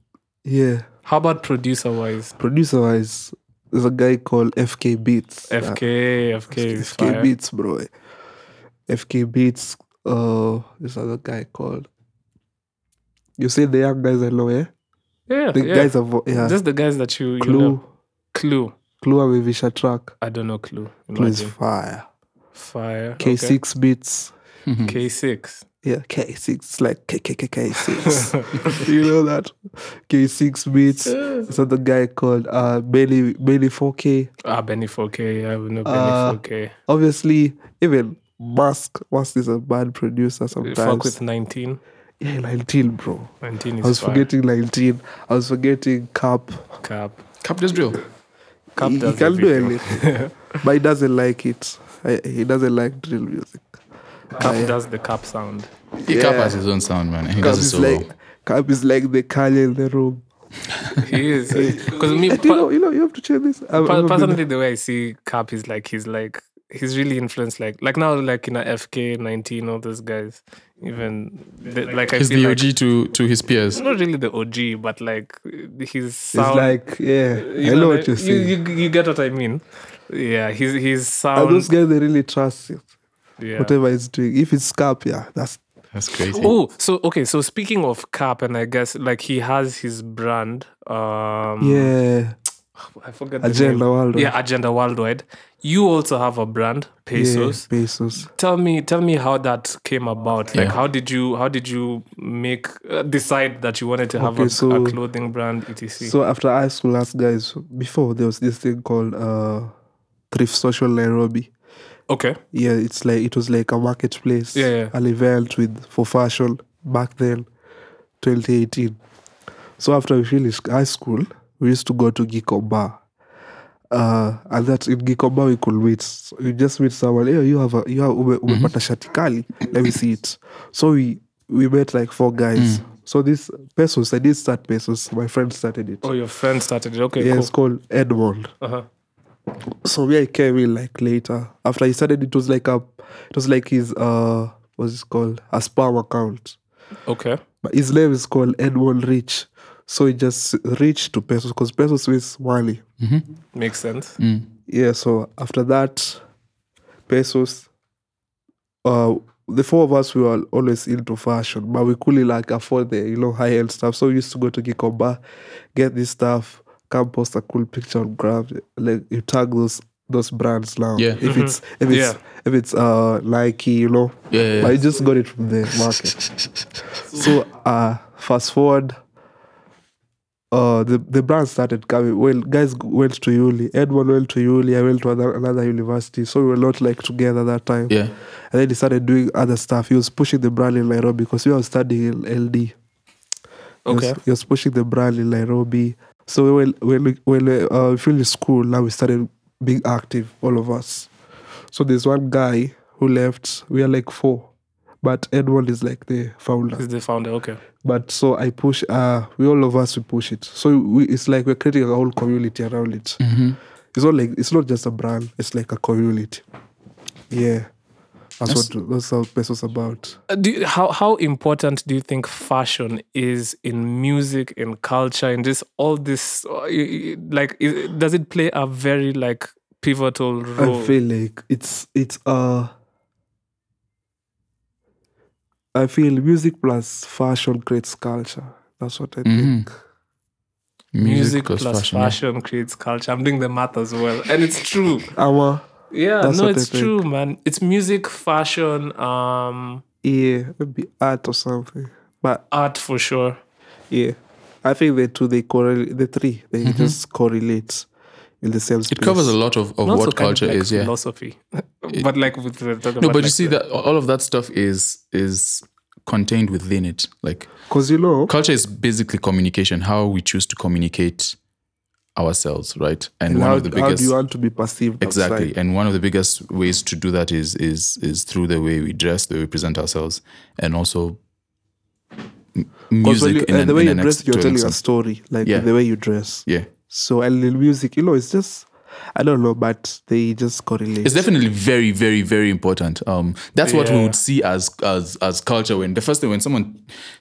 Speaker 3: Yeah.
Speaker 2: How about producer wise?
Speaker 3: Producer wise, there's a guy called FK Beats. Uh,
Speaker 2: FK, FK is
Speaker 3: FK
Speaker 2: fire.
Speaker 3: Beats, bro. FK Beats, uh, this other guy called. You say the young guys I know, eh?
Speaker 2: Yeah,
Speaker 3: The
Speaker 2: yeah.
Speaker 3: guys have, yeah.
Speaker 2: Just the guys that you, you
Speaker 3: Clue,
Speaker 2: know. Clue.
Speaker 3: Clue and Vivisha Track.
Speaker 2: I don't know Clue.
Speaker 3: Clue is
Speaker 2: Imagine.
Speaker 3: fire.
Speaker 2: Fire. okay.
Speaker 3: K6 beats.
Speaker 2: K6.
Speaker 3: Yeah, K6, it's like KKKK6. you know that? K6 beats. There's another guy called uh, Bailey, Bailey 4K.
Speaker 2: Ah, Benny 4K. Yeah, we know Benny
Speaker 3: Uh,
Speaker 2: 4K.
Speaker 3: Obviously, even Musk. Musk is a bad producer
Speaker 2: We
Speaker 3: sometimes.
Speaker 2: Fuck with 19.
Speaker 3: yeah, 19, bro.
Speaker 2: 19 is
Speaker 3: I was
Speaker 2: fire.
Speaker 3: forgetting 19. I was forgetting Cap.
Speaker 2: Cap.
Speaker 1: Cap just drill.
Speaker 2: Cap
Speaker 3: he, he
Speaker 2: does
Speaker 3: can do
Speaker 2: everything.
Speaker 3: anything. but he doesn't like it. I, he doesn't like drill music.
Speaker 2: Cap
Speaker 3: yeah.
Speaker 2: does the cap sound.
Speaker 1: He Cap
Speaker 3: Yeah.
Speaker 1: has his own sound, man. and He
Speaker 3: Cap
Speaker 1: does it
Speaker 3: is,
Speaker 1: so
Speaker 3: like,
Speaker 1: well.
Speaker 3: Cap is like the Kanye in the room.
Speaker 2: He is. Because me,
Speaker 3: Do you know,
Speaker 2: per-
Speaker 3: you know, you have to check this. I've-
Speaker 2: per-
Speaker 3: I've been-
Speaker 2: personally, the way I see Cap is like, he's like, he's really influenced. Like, like now, like in a FK, 19, all those guys. Even, the, like, I
Speaker 1: He's
Speaker 2: feel
Speaker 1: the
Speaker 2: like,
Speaker 1: OG to to his peers.
Speaker 2: not really the OG, but like, his sound.
Speaker 3: It's like, yeah,
Speaker 2: you
Speaker 3: I know
Speaker 2: what
Speaker 3: what you're
Speaker 2: I- you,
Speaker 3: saying.
Speaker 2: you, you get what I mean? Yeah, his, his sound.
Speaker 3: and those guys, they really trust it,
Speaker 2: yeah.
Speaker 3: whatever it's doing. If it's scap, yeah, that's
Speaker 1: That's crazy.
Speaker 2: Oh, so okay. So speaking of Cap, and I guess like he has his brand. Um,
Speaker 3: yeah,
Speaker 2: I forget the
Speaker 3: agenda
Speaker 2: name.
Speaker 3: world.
Speaker 2: Yeah, Agenda Worldwide. You also have a brand, Pesos.
Speaker 3: Yeah, pesos.
Speaker 2: Tell me, tell me how that came about. Like,
Speaker 1: Yeah.
Speaker 2: how did you, how did you make uh, decide that you wanted to have
Speaker 3: Okay,
Speaker 2: a,
Speaker 3: so-
Speaker 2: a clothing brand, etc.
Speaker 3: So after high school, last guys, before there was this thing called uh, Thrift Social Nairobi.
Speaker 2: okay,
Speaker 3: Yeah, it's like it was like a marketplace,
Speaker 2: Yeah, yeah.
Speaker 3: an event with for fashion back then, 2018. So after we finished high school, we used to go to Gikomba. Uh, and that in Gikomba we could meet. So we just meet someone. Hey, you have a you have ume, umepata
Speaker 2: Mm-hmm.
Speaker 3: shati kali. Let me see it. So we we met like four guys.
Speaker 2: Mm.
Speaker 3: So this pesos, I did start pesos. My friend started it.
Speaker 2: oh, your friend started. it. Okay,
Speaker 3: yeah, it's called Edmond
Speaker 2: cool. Uh-huh.
Speaker 3: so me I came in like later. After he started, it was like a, it was like his uh, what's it called, a spam account.
Speaker 2: Okay,
Speaker 3: But his name is called Edward Rich, so he just Rich to pesos because pesos means Wally.
Speaker 2: makes sense.
Speaker 3: Yeah. So after that, pesos. Uh, the four of us we were always into fashion, but we couldn't like afford the you know high end stuff. So we used to go to Gikomba, get this stuff, come post a cool picture on Grab. Like you tag those those brands now.
Speaker 1: Yeah.
Speaker 3: If it's if it's
Speaker 2: Yeah.
Speaker 3: if it's uh Nike, you know.
Speaker 1: Yeah, yeah, yeah.
Speaker 3: But you just got it from the market. so uh fast forward uh, the the brand started coming. Well, guys g- went to Uli. Edward went to Uli. I went to other, another university, so we were not like together that time.
Speaker 1: Yeah.
Speaker 3: And then he started doing other stuff. He was pushing the brand in Nairobi because we were studying L- LD. He was-
Speaker 2: Okay.
Speaker 3: he was pushing the brand in Nairobi. So when when we- when we, uh, we finished school, now we started being active, all of us. So there's one guy who left. We are like four, but Edward is like the founder
Speaker 2: He's the founder. Okay.
Speaker 3: but so I push. Uh, we all of us we push it. So we, it's like we're creating a whole community around it. It's not like it's not just a brand. It's like a community. Yeah, that's, what that's how Peso's about.
Speaker 2: Uh, Do you, how how important do you think fashion is in music, in culture, in just all this? uh, y- y- Like, i does it play a very like pivotal role?
Speaker 3: I feel like it's it's uh. I feel music plus fashion creates culture. That's what I
Speaker 1: Mm-hmm.
Speaker 3: think.
Speaker 2: music plus, fashion,
Speaker 1: yeah.
Speaker 2: creates culture. I'm doing the math as well, and it's true.
Speaker 3: Our
Speaker 2: Yeah,
Speaker 3: That's
Speaker 2: no,
Speaker 3: what I
Speaker 2: it's
Speaker 3: think.
Speaker 2: true, man. It's music, fashion, um,
Speaker 3: yeah, maybe art or something, but
Speaker 2: art for sure.
Speaker 3: Yeah, I think the two they correlate. The three they just correlate in the same space.
Speaker 1: Mm-hmm. It covers a lot of, of
Speaker 2: And also
Speaker 1: what
Speaker 2: kind of
Speaker 1: culture
Speaker 2: like
Speaker 1: is, yeah.
Speaker 2: philosophy. but like with we're talking
Speaker 1: No,
Speaker 2: about
Speaker 1: but you
Speaker 2: like
Speaker 1: see
Speaker 2: the-
Speaker 1: that all of that stuff is is contained within it. Like
Speaker 3: because you know
Speaker 1: culture is basically communication, how we choose to communicate ourselves, right? And, one
Speaker 3: how,
Speaker 1: of the
Speaker 3: how do
Speaker 1: biggest
Speaker 3: you want to be perceived
Speaker 1: exactly,
Speaker 3: outside?
Speaker 1: and one of the biggest ways to do that is is is through the way we dress, the way we present ourselves, and also m-
Speaker 3: 'Cause when
Speaker 1: music.
Speaker 3: you-
Speaker 1: in
Speaker 3: uh,
Speaker 1: an-
Speaker 3: the way
Speaker 1: in
Speaker 3: you
Speaker 1: an ex-
Speaker 3: dress,
Speaker 1: to
Speaker 3: you're
Speaker 1: an
Speaker 3: telling a
Speaker 1: extent.
Speaker 3: story, like
Speaker 1: Yeah.
Speaker 3: the way you dress.
Speaker 1: Yeah,
Speaker 3: So and in music, you know, it's just I don't know, but they just correlate.
Speaker 1: it's definitely very, very, very important. Um, that's what we
Speaker 2: Yeah.
Speaker 1: would see as as as culture. When the first thing when someone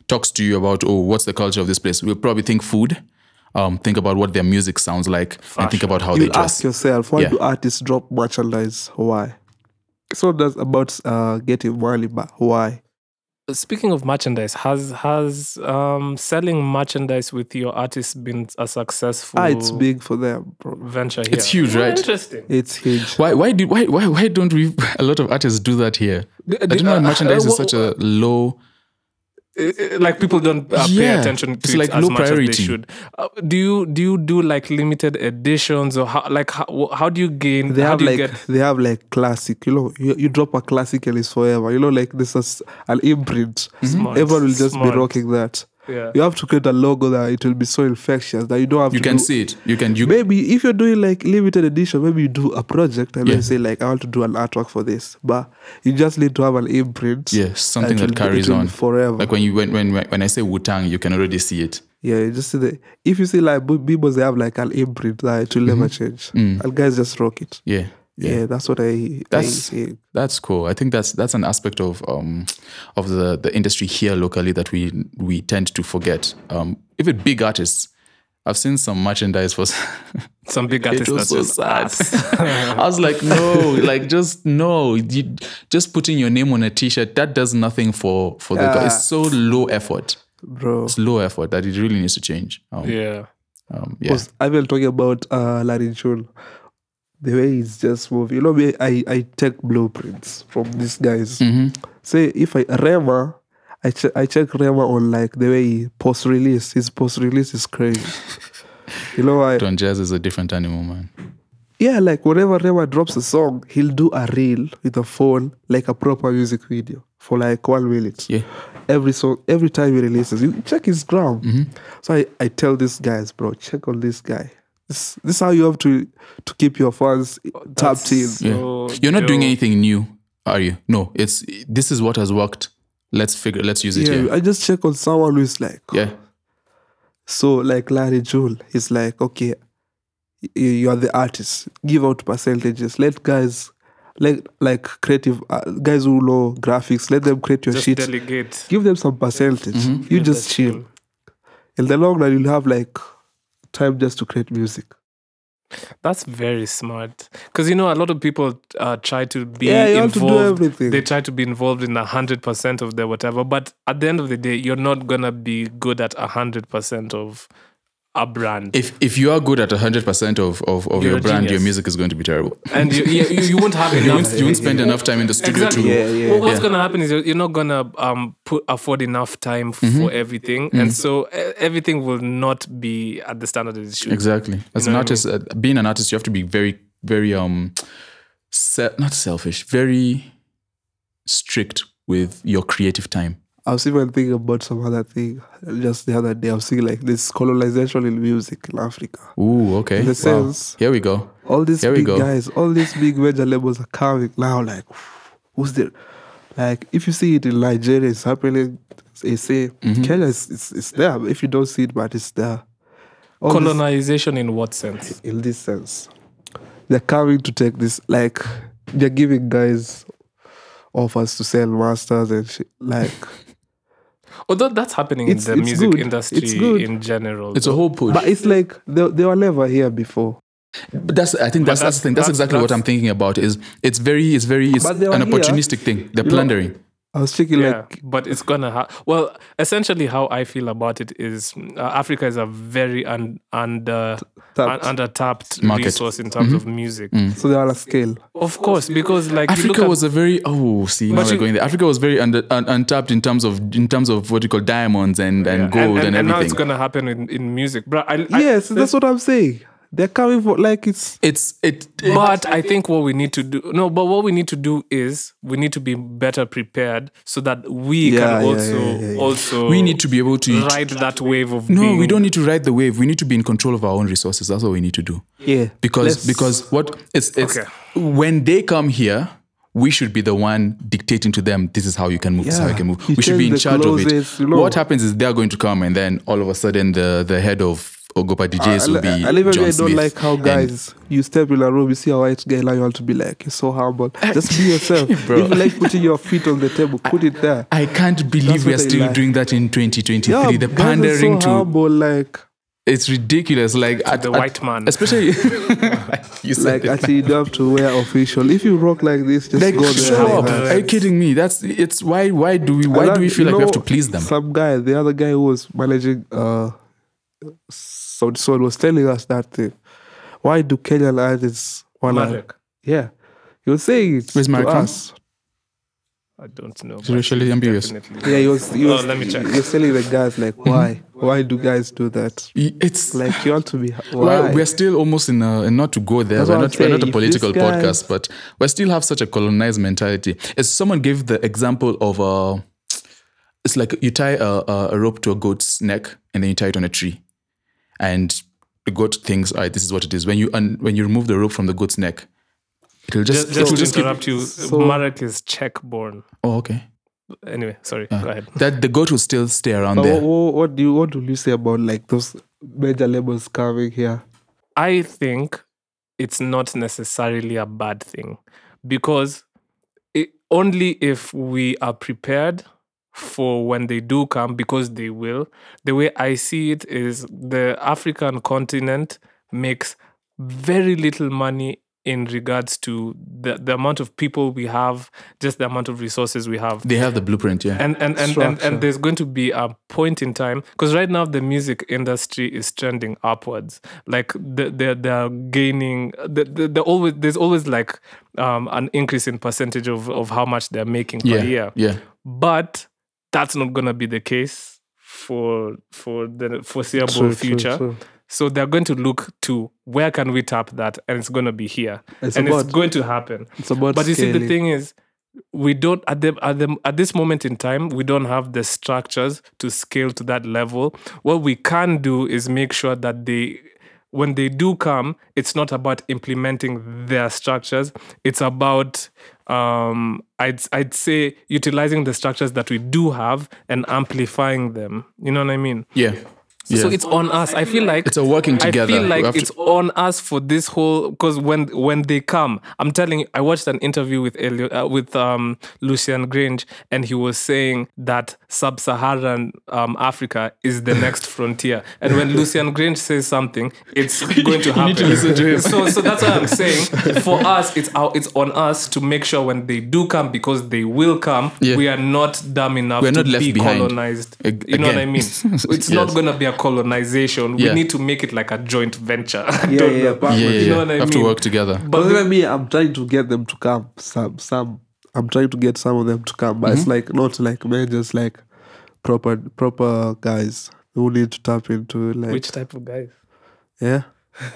Speaker 1: talks to you about oh, what's the culture of this place, we'll probably think food. Um, think about what their music sounds like, and think about how
Speaker 3: you
Speaker 1: they dress.
Speaker 3: ask yourself, why
Speaker 1: Yeah.
Speaker 3: do artists drop merchandise? Why? It's not just about uh, getting money, but why?
Speaker 2: speaking of merchandise, has has um selling merchandise with your artist been a successful
Speaker 3: Ah,
Speaker 1: Oh.
Speaker 3: it's big for them, bro.
Speaker 2: venture here?
Speaker 1: It's huge,
Speaker 2: Yeah,
Speaker 1: right?
Speaker 2: Interesting.
Speaker 3: It's huge.
Speaker 1: Why why do why why why don't we a lot of artists do that here? I don't know. why
Speaker 2: uh,
Speaker 1: merchandise
Speaker 2: uh,
Speaker 1: is
Speaker 2: wha-
Speaker 1: such a low.
Speaker 2: Uh, like people don't uh, pay
Speaker 1: Yeah,
Speaker 2: attention to
Speaker 1: it's
Speaker 2: it
Speaker 1: like
Speaker 2: as
Speaker 1: low
Speaker 2: much as
Speaker 1: priority.
Speaker 2: they should. Uh, do you do you do like limited editions or how like how, wh- how do you gain?
Speaker 3: they
Speaker 2: how
Speaker 3: have
Speaker 2: do you
Speaker 3: like
Speaker 2: get?
Speaker 3: they have like classic you know you, you drop a classic and it's forever you know like this is an imprint Mm-hmm.
Speaker 2: Smart,
Speaker 3: everyone will just
Speaker 2: smart.
Speaker 3: be rocking that
Speaker 2: Yeah.
Speaker 3: you have to create a logo that it will be so infectious that you don't have
Speaker 1: You
Speaker 3: to
Speaker 1: can
Speaker 3: do-
Speaker 1: see it. You can you
Speaker 3: maybe if you're doing like limited edition maybe you do a project and
Speaker 1: Yeah.
Speaker 3: then say like i want to do an artwork for this but you just need to have an imprint
Speaker 1: yeah something
Speaker 3: It will
Speaker 1: that
Speaker 3: be-
Speaker 1: carries
Speaker 3: it will be
Speaker 1: on
Speaker 3: forever.
Speaker 1: Like when you when when when I say Wu Tang, you can already see it.
Speaker 3: yeah you just see the if you see like people they have like an imprint that it will never change and guys just rock it
Speaker 1: Mm-hmm. Mm. Yeah,
Speaker 3: yeah, that's what i
Speaker 1: That's-
Speaker 3: I, see.
Speaker 1: That's cool. I think that's that's an aspect of um of the the industry here locally that we we tend to forget. Um, even big artists, I've seen some merchandise for.
Speaker 2: Some big artists.
Speaker 1: was
Speaker 2: that
Speaker 1: so
Speaker 2: just ask.
Speaker 1: I was like, no, like just no, you, just putting your name on a T-shirt that does nothing for for the guy.
Speaker 3: Yeah.
Speaker 1: It's so low effort.
Speaker 3: bro
Speaker 1: It's low effort that it really needs to change. Um, yeah.
Speaker 2: yeah.
Speaker 1: Um, yeah.
Speaker 3: was I've been talking about uh Larry June. The way he's just moving. You know me, I, I take blueprints from these guys. Say if I Rema, I che- I check Rema on like the way he post release. His post release is crazy. you know I
Speaker 1: Don Jazz is a different animal, man.
Speaker 3: yeah, like whenever Rema drops a song, he'll do a reel with a phone, like a proper music video for like one minute
Speaker 1: Yeah.
Speaker 3: every song every time he releases you check his gram so I, I tell these guys bro check on this guy this, this is how you have to to keep your fans tapped in
Speaker 1: Yeah.
Speaker 2: So
Speaker 1: You're not doing
Speaker 2: dope.
Speaker 1: anything new, are you? No, it's this is what has worked. Let's figure. Let's use it
Speaker 3: yeah,
Speaker 1: here.
Speaker 3: I just check on someone who is like
Speaker 1: Yeah,
Speaker 3: so like Larry Jewel he's like okay you, you are the artist give out percentages let guys like like creative uh, guys who know graphics let them create your
Speaker 2: Just
Speaker 3: shit
Speaker 2: delegate.
Speaker 3: give them some percentage you just
Speaker 2: That's
Speaker 3: chill
Speaker 2: cool.
Speaker 3: in the long run you'll have like time just to create music
Speaker 2: That's very smart. Because you know, a lot of people uh, try to be
Speaker 3: Yeah, you have
Speaker 2: involved.
Speaker 3: to do everything.
Speaker 2: They try to be involved in hundred percent of their whatever. But at the end of the day, you're not gonna be good at hundred percent of a brand.
Speaker 1: If if you are good at hundred percent of of, of
Speaker 2: You're
Speaker 1: your
Speaker 2: a
Speaker 1: brand, your
Speaker 2: genius. Ah,
Speaker 1: music is going to be terrible.
Speaker 2: and you, yeah, you, you won't have
Speaker 1: You
Speaker 2: enough.
Speaker 1: won't, you won't spend enough time in the studio
Speaker 2: Exactly.
Speaker 1: to
Speaker 3: Yeah, yeah.
Speaker 2: Well, what's
Speaker 1: Yeah.
Speaker 2: gonna happen is you're, you're not gonna um put afford enough time
Speaker 1: Mm-hmm.
Speaker 2: for everything, and so e- everything will not be at the standard that it should.
Speaker 1: Exactly. As
Speaker 2: know
Speaker 1: an
Speaker 2: what I
Speaker 1: artist, uh, being an artist, you have to be very, very um, se- not selfish, very strict with your creative time.
Speaker 3: I was even thinking about some other thing just the other day. I was thinking like this colonization in music in Africa.
Speaker 1: Ooh, okay.
Speaker 3: In the
Speaker 1: Wow.
Speaker 3: sense,
Speaker 1: Here we go.
Speaker 3: all these
Speaker 1: Here we
Speaker 3: big
Speaker 1: go.
Speaker 3: guys, all these big major labels are coming now. Like, who's there? Like, if you see it in Nigeria, it's happening. They say
Speaker 1: Mm-hmm.
Speaker 3: Kenya is it's, it's there. but If you don't see it, but it's there. All this-
Speaker 2: Colonization in what sense?
Speaker 3: in this sense. They're coming to take this, like, they're giving guys offers to sell masters and shit. Like,
Speaker 2: Although that's happening
Speaker 3: It's-
Speaker 2: in the
Speaker 3: it's
Speaker 2: music
Speaker 3: good.
Speaker 2: industry
Speaker 3: It's good.
Speaker 2: in general.
Speaker 1: It's a whole push.
Speaker 3: but it's like they, they were never here before.
Speaker 1: But that's I think that's, that's
Speaker 2: that's-
Speaker 1: the thing. That's,
Speaker 2: that's-
Speaker 1: exactly what
Speaker 2: that's-
Speaker 1: I'm thinking about. Is it's very it's very it's
Speaker 3: But they were
Speaker 1: an
Speaker 3: here.
Speaker 1: opportunistic thing. They're
Speaker 3: know-
Speaker 1: plundering.
Speaker 3: I was thinking,
Speaker 2: yeah,
Speaker 3: like,
Speaker 2: but it's gonna ha- well. Essentially, how I feel about it is mm, uh, Africa is a very un- under un-
Speaker 3: tapped.
Speaker 2: under tapped
Speaker 1: Market. Mm-hmm. Mm.
Speaker 2: resource in terms of music.
Speaker 3: so they were on a scale.
Speaker 2: Of course, because like you look
Speaker 1: Africa
Speaker 2: at-
Speaker 1: was a very oh see now
Speaker 2: But
Speaker 1: we're
Speaker 2: you-
Speaker 1: going there. Africa was very under, un, untapped in terms of in terms of what you call diamonds and, and
Speaker 2: Yeah,
Speaker 1: gold and,
Speaker 2: now it's
Speaker 1: everything.
Speaker 2: gonna happen in, in music, but I, I-
Speaker 3: yes, that's what I'm saying. They're coming for, like, it's.
Speaker 1: it's it, it
Speaker 2: But I think what we need to do, no, but what we need to do is we need to be better prepared so that we
Speaker 3: Yeah,
Speaker 2: can
Speaker 3: yeah,
Speaker 2: also
Speaker 3: yeah, yeah, yeah.
Speaker 2: also
Speaker 1: we need to be able to
Speaker 2: ride that wave of
Speaker 1: No,
Speaker 2: being,
Speaker 1: we don't need to ride the wave. We need to be in control of our own resources. That's what we need to do.
Speaker 3: Yeah.
Speaker 1: Because
Speaker 3: Let's-
Speaker 1: because what it's it's
Speaker 2: Okay.
Speaker 1: when they come here, we should be the one dictating to them. This is how you can move. This is how you
Speaker 3: Yeah.
Speaker 1: can move.
Speaker 3: You
Speaker 1: we should be
Speaker 3: change
Speaker 1: in
Speaker 3: the
Speaker 1: charge
Speaker 3: closest,
Speaker 1: of it.
Speaker 3: you know.
Speaker 1: What happens is they are going to come, and then all of a sudden the the head of Ogopa DJs will be
Speaker 3: I, I, even
Speaker 1: John
Speaker 3: I
Speaker 1: Smith.
Speaker 3: don't like how
Speaker 1: And
Speaker 3: guys you step in a room, you see a white guy, now you want to be like, you're so humble. Just be yourself. if
Speaker 1: Bro.
Speaker 3: you like putting your feet on the table, put it there.
Speaker 1: I can't
Speaker 3: That's
Speaker 1: believe we are
Speaker 3: what I
Speaker 1: still
Speaker 3: like.
Speaker 1: doing that in 2023.
Speaker 3: Yeah,
Speaker 1: the
Speaker 3: guys are
Speaker 1: pandering
Speaker 3: so
Speaker 1: to
Speaker 3: humble, like
Speaker 1: it's ridiculous. Like at-
Speaker 2: the
Speaker 1: at-
Speaker 2: white man.
Speaker 1: especially you said
Speaker 3: like
Speaker 1: it.
Speaker 3: actually you don't have to wear official. If you rock like this, just
Speaker 1: Like,
Speaker 3: go there.
Speaker 1: show up.
Speaker 2: man.
Speaker 1: Are you kidding me? That's it's why why do we why
Speaker 3: And
Speaker 1: do we
Speaker 3: that-
Speaker 1: feel
Speaker 3: you
Speaker 1: like we have
Speaker 3: know,
Speaker 1: to please them?
Speaker 3: Some guy, the other guy who was managing uh so so was telling us that thing. Why do Kenyan artists wanna
Speaker 2: Marek,
Speaker 3: Yeah. He was saying it
Speaker 1: Where's
Speaker 3: to
Speaker 1: Marek from?
Speaker 3: us.
Speaker 2: I don't know. but
Speaker 1: Racially ambiguous.
Speaker 2: definitely.
Speaker 3: Yeah, he was, he
Speaker 2: Oh,
Speaker 3: was
Speaker 2: let me check.
Speaker 3: He was telling the guys like why? Why do guys do that?
Speaker 1: It's like
Speaker 3: Like you want to be why?
Speaker 1: well, we're still almost in a and not to go there.
Speaker 3: That's
Speaker 1: We're
Speaker 3: what I'm
Speaker 1: not, we're not
Speaker 3: saying.
Speaker 1: a
Speaker 3: If
Speaker 1: political
Speaker 3: this guy-
Speaker 1: podcast, but we still have such a colonized mentality. As someone gave the example of uh, it's like you tie a, a, a rope to a goat's neck and then you tie it on a tree, and the goat thinks, "All right, this is what it is." When you un, when you remove the rope from the goat's neck, it'll just,
Speaker 2: Just, just
Speaker 1: it'll
Speaker 2: to
Speaker 1: just keep.
Speaker 2: interrupt you,
Speaker 3: so-
Speaker 2: Marek is Czech born.
Speaker 1: Oh, okay.
Speaker 2: Anyway, sorry,
Speaker 1: Uh-huh.
Speaker 2: go ahead.
Speaker 1: That the goat will still stay around
Speaker 3: But
Speaker 1: there.
Speaker 3: what, what, what do you what do you say about like those major labels coming here?
Speaker 2: I think it's not necessarily a bad thing because it, only if we are prepared for when they do come, because they will. The way I see it is the African continent makes very little money in regards to the, the amount of people we have, just the amount of resources we have
Speaker 1: They have the blueprint, yeah.
Speaker 2: and and and, and,
Speaker 3: Structure.
Speaker 2: and there's going to be a point in time because right now the music industry is trending upwards like the- they're they're gaining the the they're always there's always like um an increase in percentage of of how much they're making
Speaker 1: yeah,
Speaker 2: per year
Speaker 1: yeah.
Speaker 2: but that's not gonna be the case for for the foreseeable
Speaker 3: True, true,
Speaker 2: future
Speaker 3: true.
Speaker 2: so they're going to look to where can we tap that and it's gonna be here
Speaker 3: It's
Speaker 2: and
Speaker 3: about
Speaker 2: it's going to happen
Speaker 3: it's about
Speaker 2: but you see, the
Speaker 3: scaling.
Speaker 2: thing is, we don't at the, at the at this moment in time, we don't have the structures to scale to that level. What we can do is make sure that they, when they do come, it's not about implementing their structures. It's about um, I'd I'd say utilizing the structures that we do have and amplifying them. You know what I mean?
Speaker 1: Yeah. yeah.
Speaker 2: So it's on us. I feel like
Speaker 1: It's a working together.
Speaker 2: I feel
Speaker 1: We have
Speaker 2: like
Speaker 1: to-
Speaker 2: it's on us for this whole because when when they come, I'm telling you, I watched an interview with Elio, uh, with um, Lucian Grange, and he was saying that sub-Saharan um, Africa is the next frontier. And when Lucian Grange says something, it's going to happen.
Speaker 1: need to listen to him.
Speaker 2: So so that's what I'm saying. For us, it's our, it's on us to make sure when they do come, because they will come,
Speaker 1: Yeah.
Speaker 2: we are not dumb enough
Speaker 1: We're
Speaker 2: to
Speaker 1: not left
Speaker 2: be
Speaker 1: behind.
Speaker 2: colonized.
Speaker 1: Ag-
Speaker 2: you know what I
Speaker 1: again.
Speaker 2: mean? It's not
Speaker 1: Yes.
Speaker 2: going to be a colonization, we
Speaker 1: Yeah.
Speaker 2: need to make it like a joint venture. I
Speaker 3: Yeah,
Speaker 2: don't
Speaker 3: yeah,
Speaker 2: know.
Speaker 3: but-
Speaker 1: yeah,
Speaker 2: You
Speaker 1: yeah.
Speaker 2: know what I
Speaker 1: have to
Speaker 2: mean?
Speaker 1: work together.
Speaker 2: But
Speaker 3: Because even me, I'm trying to get them to come. Some, some. I'm trying to get some of them to come, but it's
Speaker 2: Mm-hmm.
Speaker 3: like not like men, just like proper, proper guys who need to tap into like.
Speaker 2: Which type of guys?
Speaker 3: Yeah,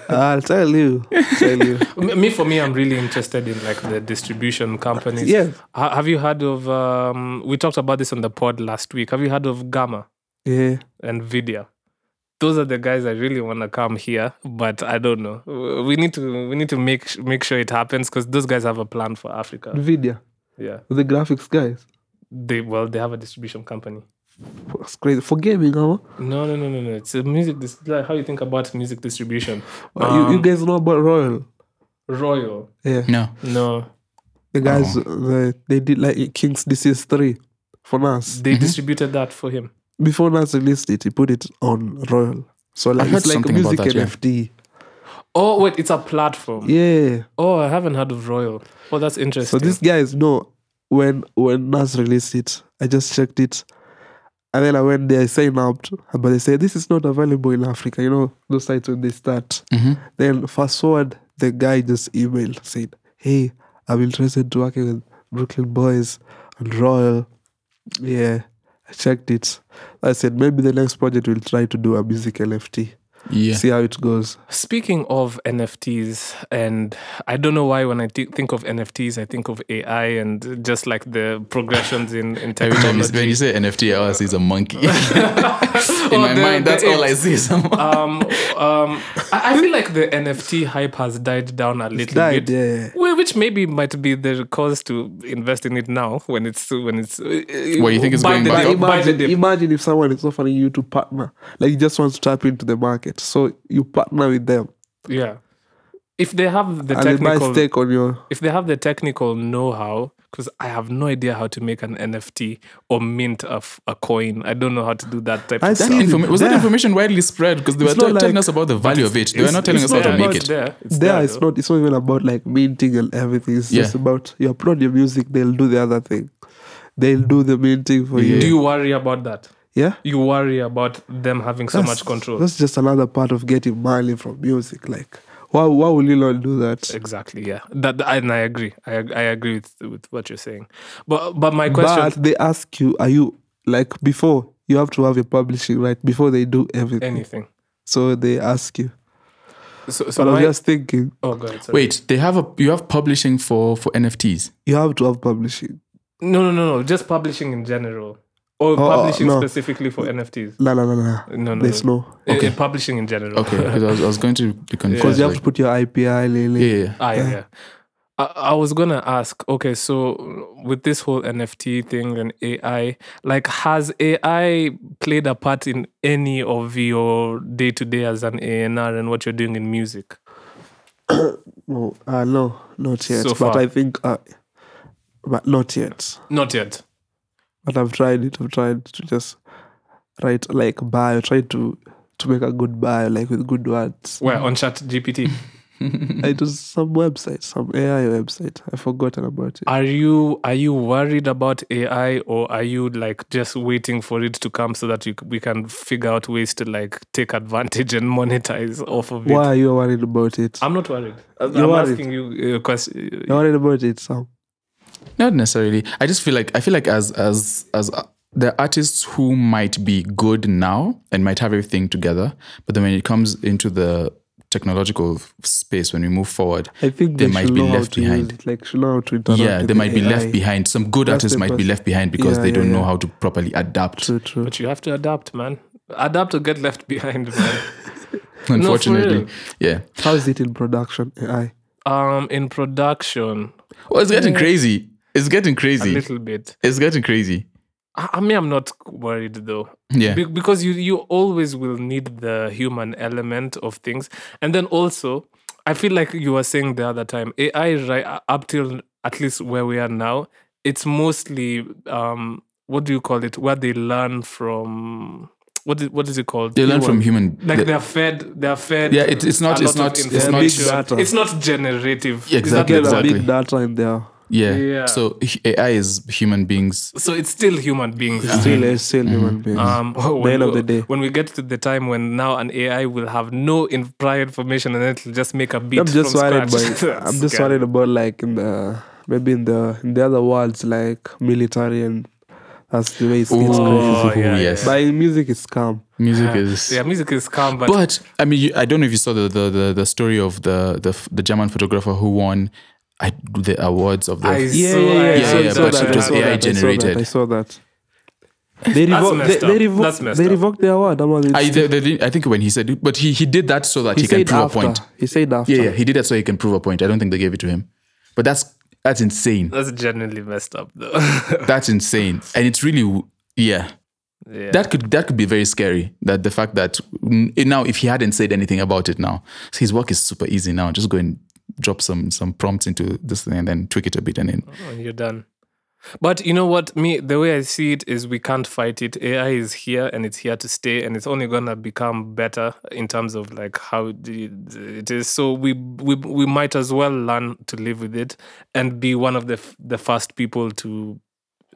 Speaker 3: I'll tell you. Tell you.
Speaker 2: M- Me, for me, I'm really interested in like the distribution companies.
Speaker 3: Yeah,
Speaker 2: Ha- have you heard of? Um, we talked about this on the pod last week. Have you heard of Gamma
Speaker 3: yeah.
Speaker 2: and Nvidia? Those are the guys I really want to come here, but I don't know. W- We need to we need to make sh- make sure it happens because those guys have a plan for Africa.
Speaker 3: Nvidia,
Speaker 2: Yeah,
Speaker 3: the graphics guys.
Speaker 2: they well they have a distribution company.
Speaker 3: It's crazy for gaming, huh?
Speaker 2: No, no, no, no, no. It's a music. Dis- like how you think about music distribution?
Speaker 3: you,
Speaker 1: Um,
Speaker 3: you guys know about Royal?
Speaker 2: Royal.
Speaker 3: Yeah,
Speaker 1: No.
Speaker 2: No,
Speaker 3: the guys
Speaker 1: Uh-huh.
Speaker 3: the, they did like King's Disease Three for NAS.
Speaker 1: Mm-hmm.
Speaker 2: they distributed that for him.
Speaker 3: Before NAS released it, he put it on Royal. So like
Speaker 1: heard
Speaker 3: it's like
Speaker 1: something about
Speaker 3: music
Speaker 1: that, yeah.
Speaker 3: NFT.
Speaker 2: Oh wait, it's a
Speaker 1: Mm-hmm.
Speaker 2: platform.
Speaker 3: Yeah.
Speaker 2: Oh, I haven't heard of Royal. Oh, that's
Speaker 3: So
Speaker 2: interesting.
Speaker 3: these guys know when when NAS released it, I just checked it. And then I went there, I signed up, but they said this is not available in Africa. You know those sites when they start. Then fast forward, the guy just emailed saying, "Hey, I'm interested to working with Brooklyn Boys and Royal." Yeah, I checked it. I said maybe the next project we'll try to do a music LFT.
Speaker 1: Yeah.
Speaker 3: See how it goes.
Speaker 2: Speaking of NFTs, and I don't know why when I thi- think of NFTs, I think of AI and just like the progressions in, in
Speaker 1: Every time you,
Speaker 2: technology.
Speaker 1: when you say NFT, all I see is a monkey. In my
Speaker 2: the-
Speaker 1: mind,
Speaker 2: the
Speaker 1: that's all I see is a monkey.
Speaker 2: um, um, I, I feel like the NFT hype has died down a little
Speaker 3: Died,
Speaker 2: bit.
Speaker 3: yeah.
Speaker 2: Well, which maybe might be the cause to invest in it now when it's when it's. uh, What
Speaker 1: Well, you think it's going back
Speaker 3: But
Speaker 1: Buy
Speaker 3: imagine, imagine if someone is offering you to partner, like you just want to tap into the market. So you partner with them
Speaker 2: Yeah, if they have the
Speaker 3: and they buy
Speaker 2: technical,
Speaker 3: stake on your.
Speaker 2: if they have the technical know-how, because I have no idea how to make an NFT or mint a, f- a coin. I don't know how to do that type
Speaker 3: I
Speaker 2: of
Speaker 3: see.
Speaker 1: That
Speaker 2: stuff.
Speaker 3: Dude,
Speaker 1: informa- was that
Speaker 3: yeah.
Speaker 1: information widely spread? Because they were
Speaker 3: It's not
Speaker 1: t- telling
Speaker 3: like-
Speaker 1: us about the value of it. They were
Speaker 3: it's-
Speaker 1: not telling us
Speaker 3: it's
Speaker 1: how to
Speaker 2: Yeah,
Speaker 3: not
Speaker 1: make
Speaker 2: but
Speaker 1: it.
Speaker 2: There, it's
Speaker 3: There,
Speaker 2: there,
Speaker 3: it's
Speaker 2: though.
Speaker 3: not. It's not even about like minting and everything. It's just
Speaker 1: Yeah.
Speaker 3: about you upload your music, they'll do the other thing. They'll do the minting for you.
Speaker 2: Do you worry about that?
Speaker 3: Yeah.
Speaker 2: You worry about them having so
Speaker 3: That's-
Speaker 2: much control.
Speaker 3: That's just another part of getting money from music. Like, why? Why will you not do that?
Speaker 2: Exactly. Yeah. That and I agree. I I agree with with what you're saying. But but my question.
Speaker 3: But they ask you, are you like before? You have to have your publishing right before they do everything.
Speaker 2: anything.
Speaker 3: So they ask you.
Speaker 2: So, so
Speaker 3: But I was
Speaker 2: my,
Speaker 3: just thinking,
Speaker 2: oh, go ahead. Sorry.
Speaker 1: Wait, they have a you have publishing for for NFTs.
Speaker 3: you have to have publishing.
Speaker 2: No, no, no, no. Just publishing in general, or
Speaker 3: oh,
Speaker 2: publishing
Speaker 3: no.
Speaker 2: specifically for NFTs.
Speaker 3: La la la la.
Speaker 2: No, no.
Speaker 3: There's no
Speaker 2: Eh,
Speaker 1: Okay.
Speaker 2: eh, publishing in general.
Speaker 1: Okay, because I was, I was going to be
Speaker 3: because
Speaker 1: confused.
Speaker 3: you
Speaker 1: Yeah,
Speaker 3: have to put your IPI lily.
Speaker 1: yeah, yeah.
Speaker 2: ah, yeah. yeah. I, I was gonna ask. Okay, so with this whole NFT thing and AI, like, has AI played a part in any of your day to day as an ANR and what you're doing in music?
Speaker 3: No, uh, no, not yet.
Speaker 2: So
Speaker 3: but
Speaker 2: far.
Speaker 3: I think, uh, but not yet.
Speaker 2: Not yet.
Speaker 3: But I've tried it. I've tried to just write like bio. Try to to make a good bio, like with good words.
Speaker 2: Where on Chat GPT?
Speaker 1: Mm-hmm.
Speaker 3: it was some website, some AI website. I've forgotten about it.
Speaker 2: Are you are you worried about AI or are you like just waiting for it to come so that you, c- we can figure out ways to like take advantage and monetize off of
Speaker 3: Why
Speaker 2: it?
Speaker 3: are you worried about it?
Speaker 2: I'm not worried. I'm
Speaker 3: You're worried.
Speaker 2: asking you uh, a question.
Speaker 3: You're worried about it, Sam.
Speaker 1: Not necessarily. I just feel like I feel like as as as uh, the artists who might be good now and might have everything together, but then when it comes into the technological space, when we move forward,
Speaker 3: I think
Speaker 1: They
Speaker 3: they,
Speaker 1: might
Speaker 3: should
Speaker 1: be
Speaker 3: know
Speaker 1: left
Speaker 3: how to use
Speaker 1: behind.
Speaker 3: it, Like, should know how to interact.
Speaker 1: yeah, they
Speaker 3: with the
Speaker 1: might be
Speaker 3: AI.
Speaker 1: left behind. Some good
Speaker 3: That's
Speaker 1: artists
Speaker 3: the
Speaker 1: might be
Speaker 3: person.
Speaker 1: left behind because
Speaker 3: Yeah,
Speaker 1: they
Speaker 3: yeah,
Speaker 1: don't
Speaker 3: yeah.
Speaker 1: know how to properly adapt.
Speaker 3: True, true.
Speaker 2: But you have to adapt, man. Adapt or get left behind, man.
Speaker 1: Unfortunately,
Speaker 2: real.
Speaker 1: yeah.
Speaker 3: How is it in production AI?
Speaker 2: um, in production,
Speaker 1: Well, it's getting crazy. It's getting
Speaker 2: a
Speaker 1: crazy.
Speaker 2: little bit.
Speaker 1: It's getting crazy.
Speaker 2: I, I mean, I'm not worried though.
Speaker 1: Yeah.
Speaker 2: Be- because you you always will need the human element of things and then also i feel like you were saying the other time ai right up till at least where we are now it's mostly um what do you call it where they learn from what is, what is it called
Speaker 1: They learn from
Speaker 2: Human-
Speaker 1: human.
Speaker 2: like
Speaker 1: the-
Speaker 2: they're fed they're fed
Speaker 1: Yeah, it- it's not-
Speaker 2: a
Speaker 1: it's
Speaker 2: lot of
Speaker 1: not- it's
Speaker 3: not-
Speaker 2: information.
Speaker 3: Big data.
Speaker 2: it's not generative
Speaker 1: Yeah,
Speaker 2: Is that
Speaker 1: exactly,
Speaker 2: the
Speaker 3: Get
Speaker 2: word?
Speaker 3: a
Speaker 1: exactly.
Speaker 3: big data in there.
Speaker 1: Yeah.
Speaker 2: Yeah.
Speaker 1: So h- AI is human beings.
Speaker 2: So it's still human beings.
Speaker 3: Still, it's still human beings.
Speaker 2: Um, when
Speaker 3: end of
Speaker 2: we-
Speaker 3: the day.
Speaker 2: when we get to the time when now an AI will have no in- prior information and it'll just make a beat.
Speaker 3: I'm just
Speaker 2: from
Speaker 3: worried
Speaker 2: scratch.
Speaker 3: by I'm
Speaker 2: That's
Speaker 3: just
Speaker 2: scary.
Speaker 3: worried about like in the maybe in the in the other worlds like military and that's the way it's, it's
Speaker 2: Oh,
Speaker 3: crazy.
Speaker 2: yeah,
Speaker 1: yes.
Speaker 3: But in music it's calm.
Speaker 1: Music is.
Speaker 2: Yeah, music is calm, but,
Speaker 1: But I mean, you, I don't know if you saw the the, the, the story of the, the f- the German photographer who won I, the awards of the.
Speaker 2: I
Speaker 3: Yeah,
Speaker 2: saw
Speaker 3: yeah, yeah.
Speaker 2: AI
Speaker 1: yeah,
Speaker 3: I
Speaker 1: yeah,
Speaker 3: saw
Speaker 1: but
Speaker 3: that,
Speaker 1: it
Speaker 3: I
Speaker 1: was
Speaker 3: saw
Speaker 1: AI
Speaker 3: that, I saw that,
Speaker 1: generated.
Speaker 3: I saw that. They
Speaker 2: That's
Speaker 3: revoked. They,
Speaker 2: messed
Speaker 3: they
Speaker 2: up. That's
Speaker 3: revoked.
Speaker 2: messed
Speaker 3: They
Speaker 2: up. Ah,
Speaker 3: revoked the award. I'm not-
Speaker 1: I, the, the, thing- I think when he said, but he, he did that so that he,
Speaker 3: he
Speaker 1: can
Speaker 3: said
Speaker 1: prove
Speaker 3: after.
Speaker 1: a point.
Speaker 3: He said after.
Speaker 1: Yeah, yeah, he did that so he can prove a point. I don't think they gave it to him, but that's that's insane.
Speaker 2: that's genuinely messed up though.
Speaker 1: That's insane, and it's really w- yeah.
Speaker 2: yeah.
Speaker 1: That could that could be very scary. That the fact that mm, now, if he hadn't said anything about it, now his work is super easy now. Just go and drop some some prompts into this thing and then tweak it a bit, and then
Speaker 2: and you're done. But you know what? Me, the way I see it is we can't fight it. AI is here and it's here to stay, and it's only gonna become better in terms of like how the- it is. So we we we might as well learn to live with it and be one of the f- the first people to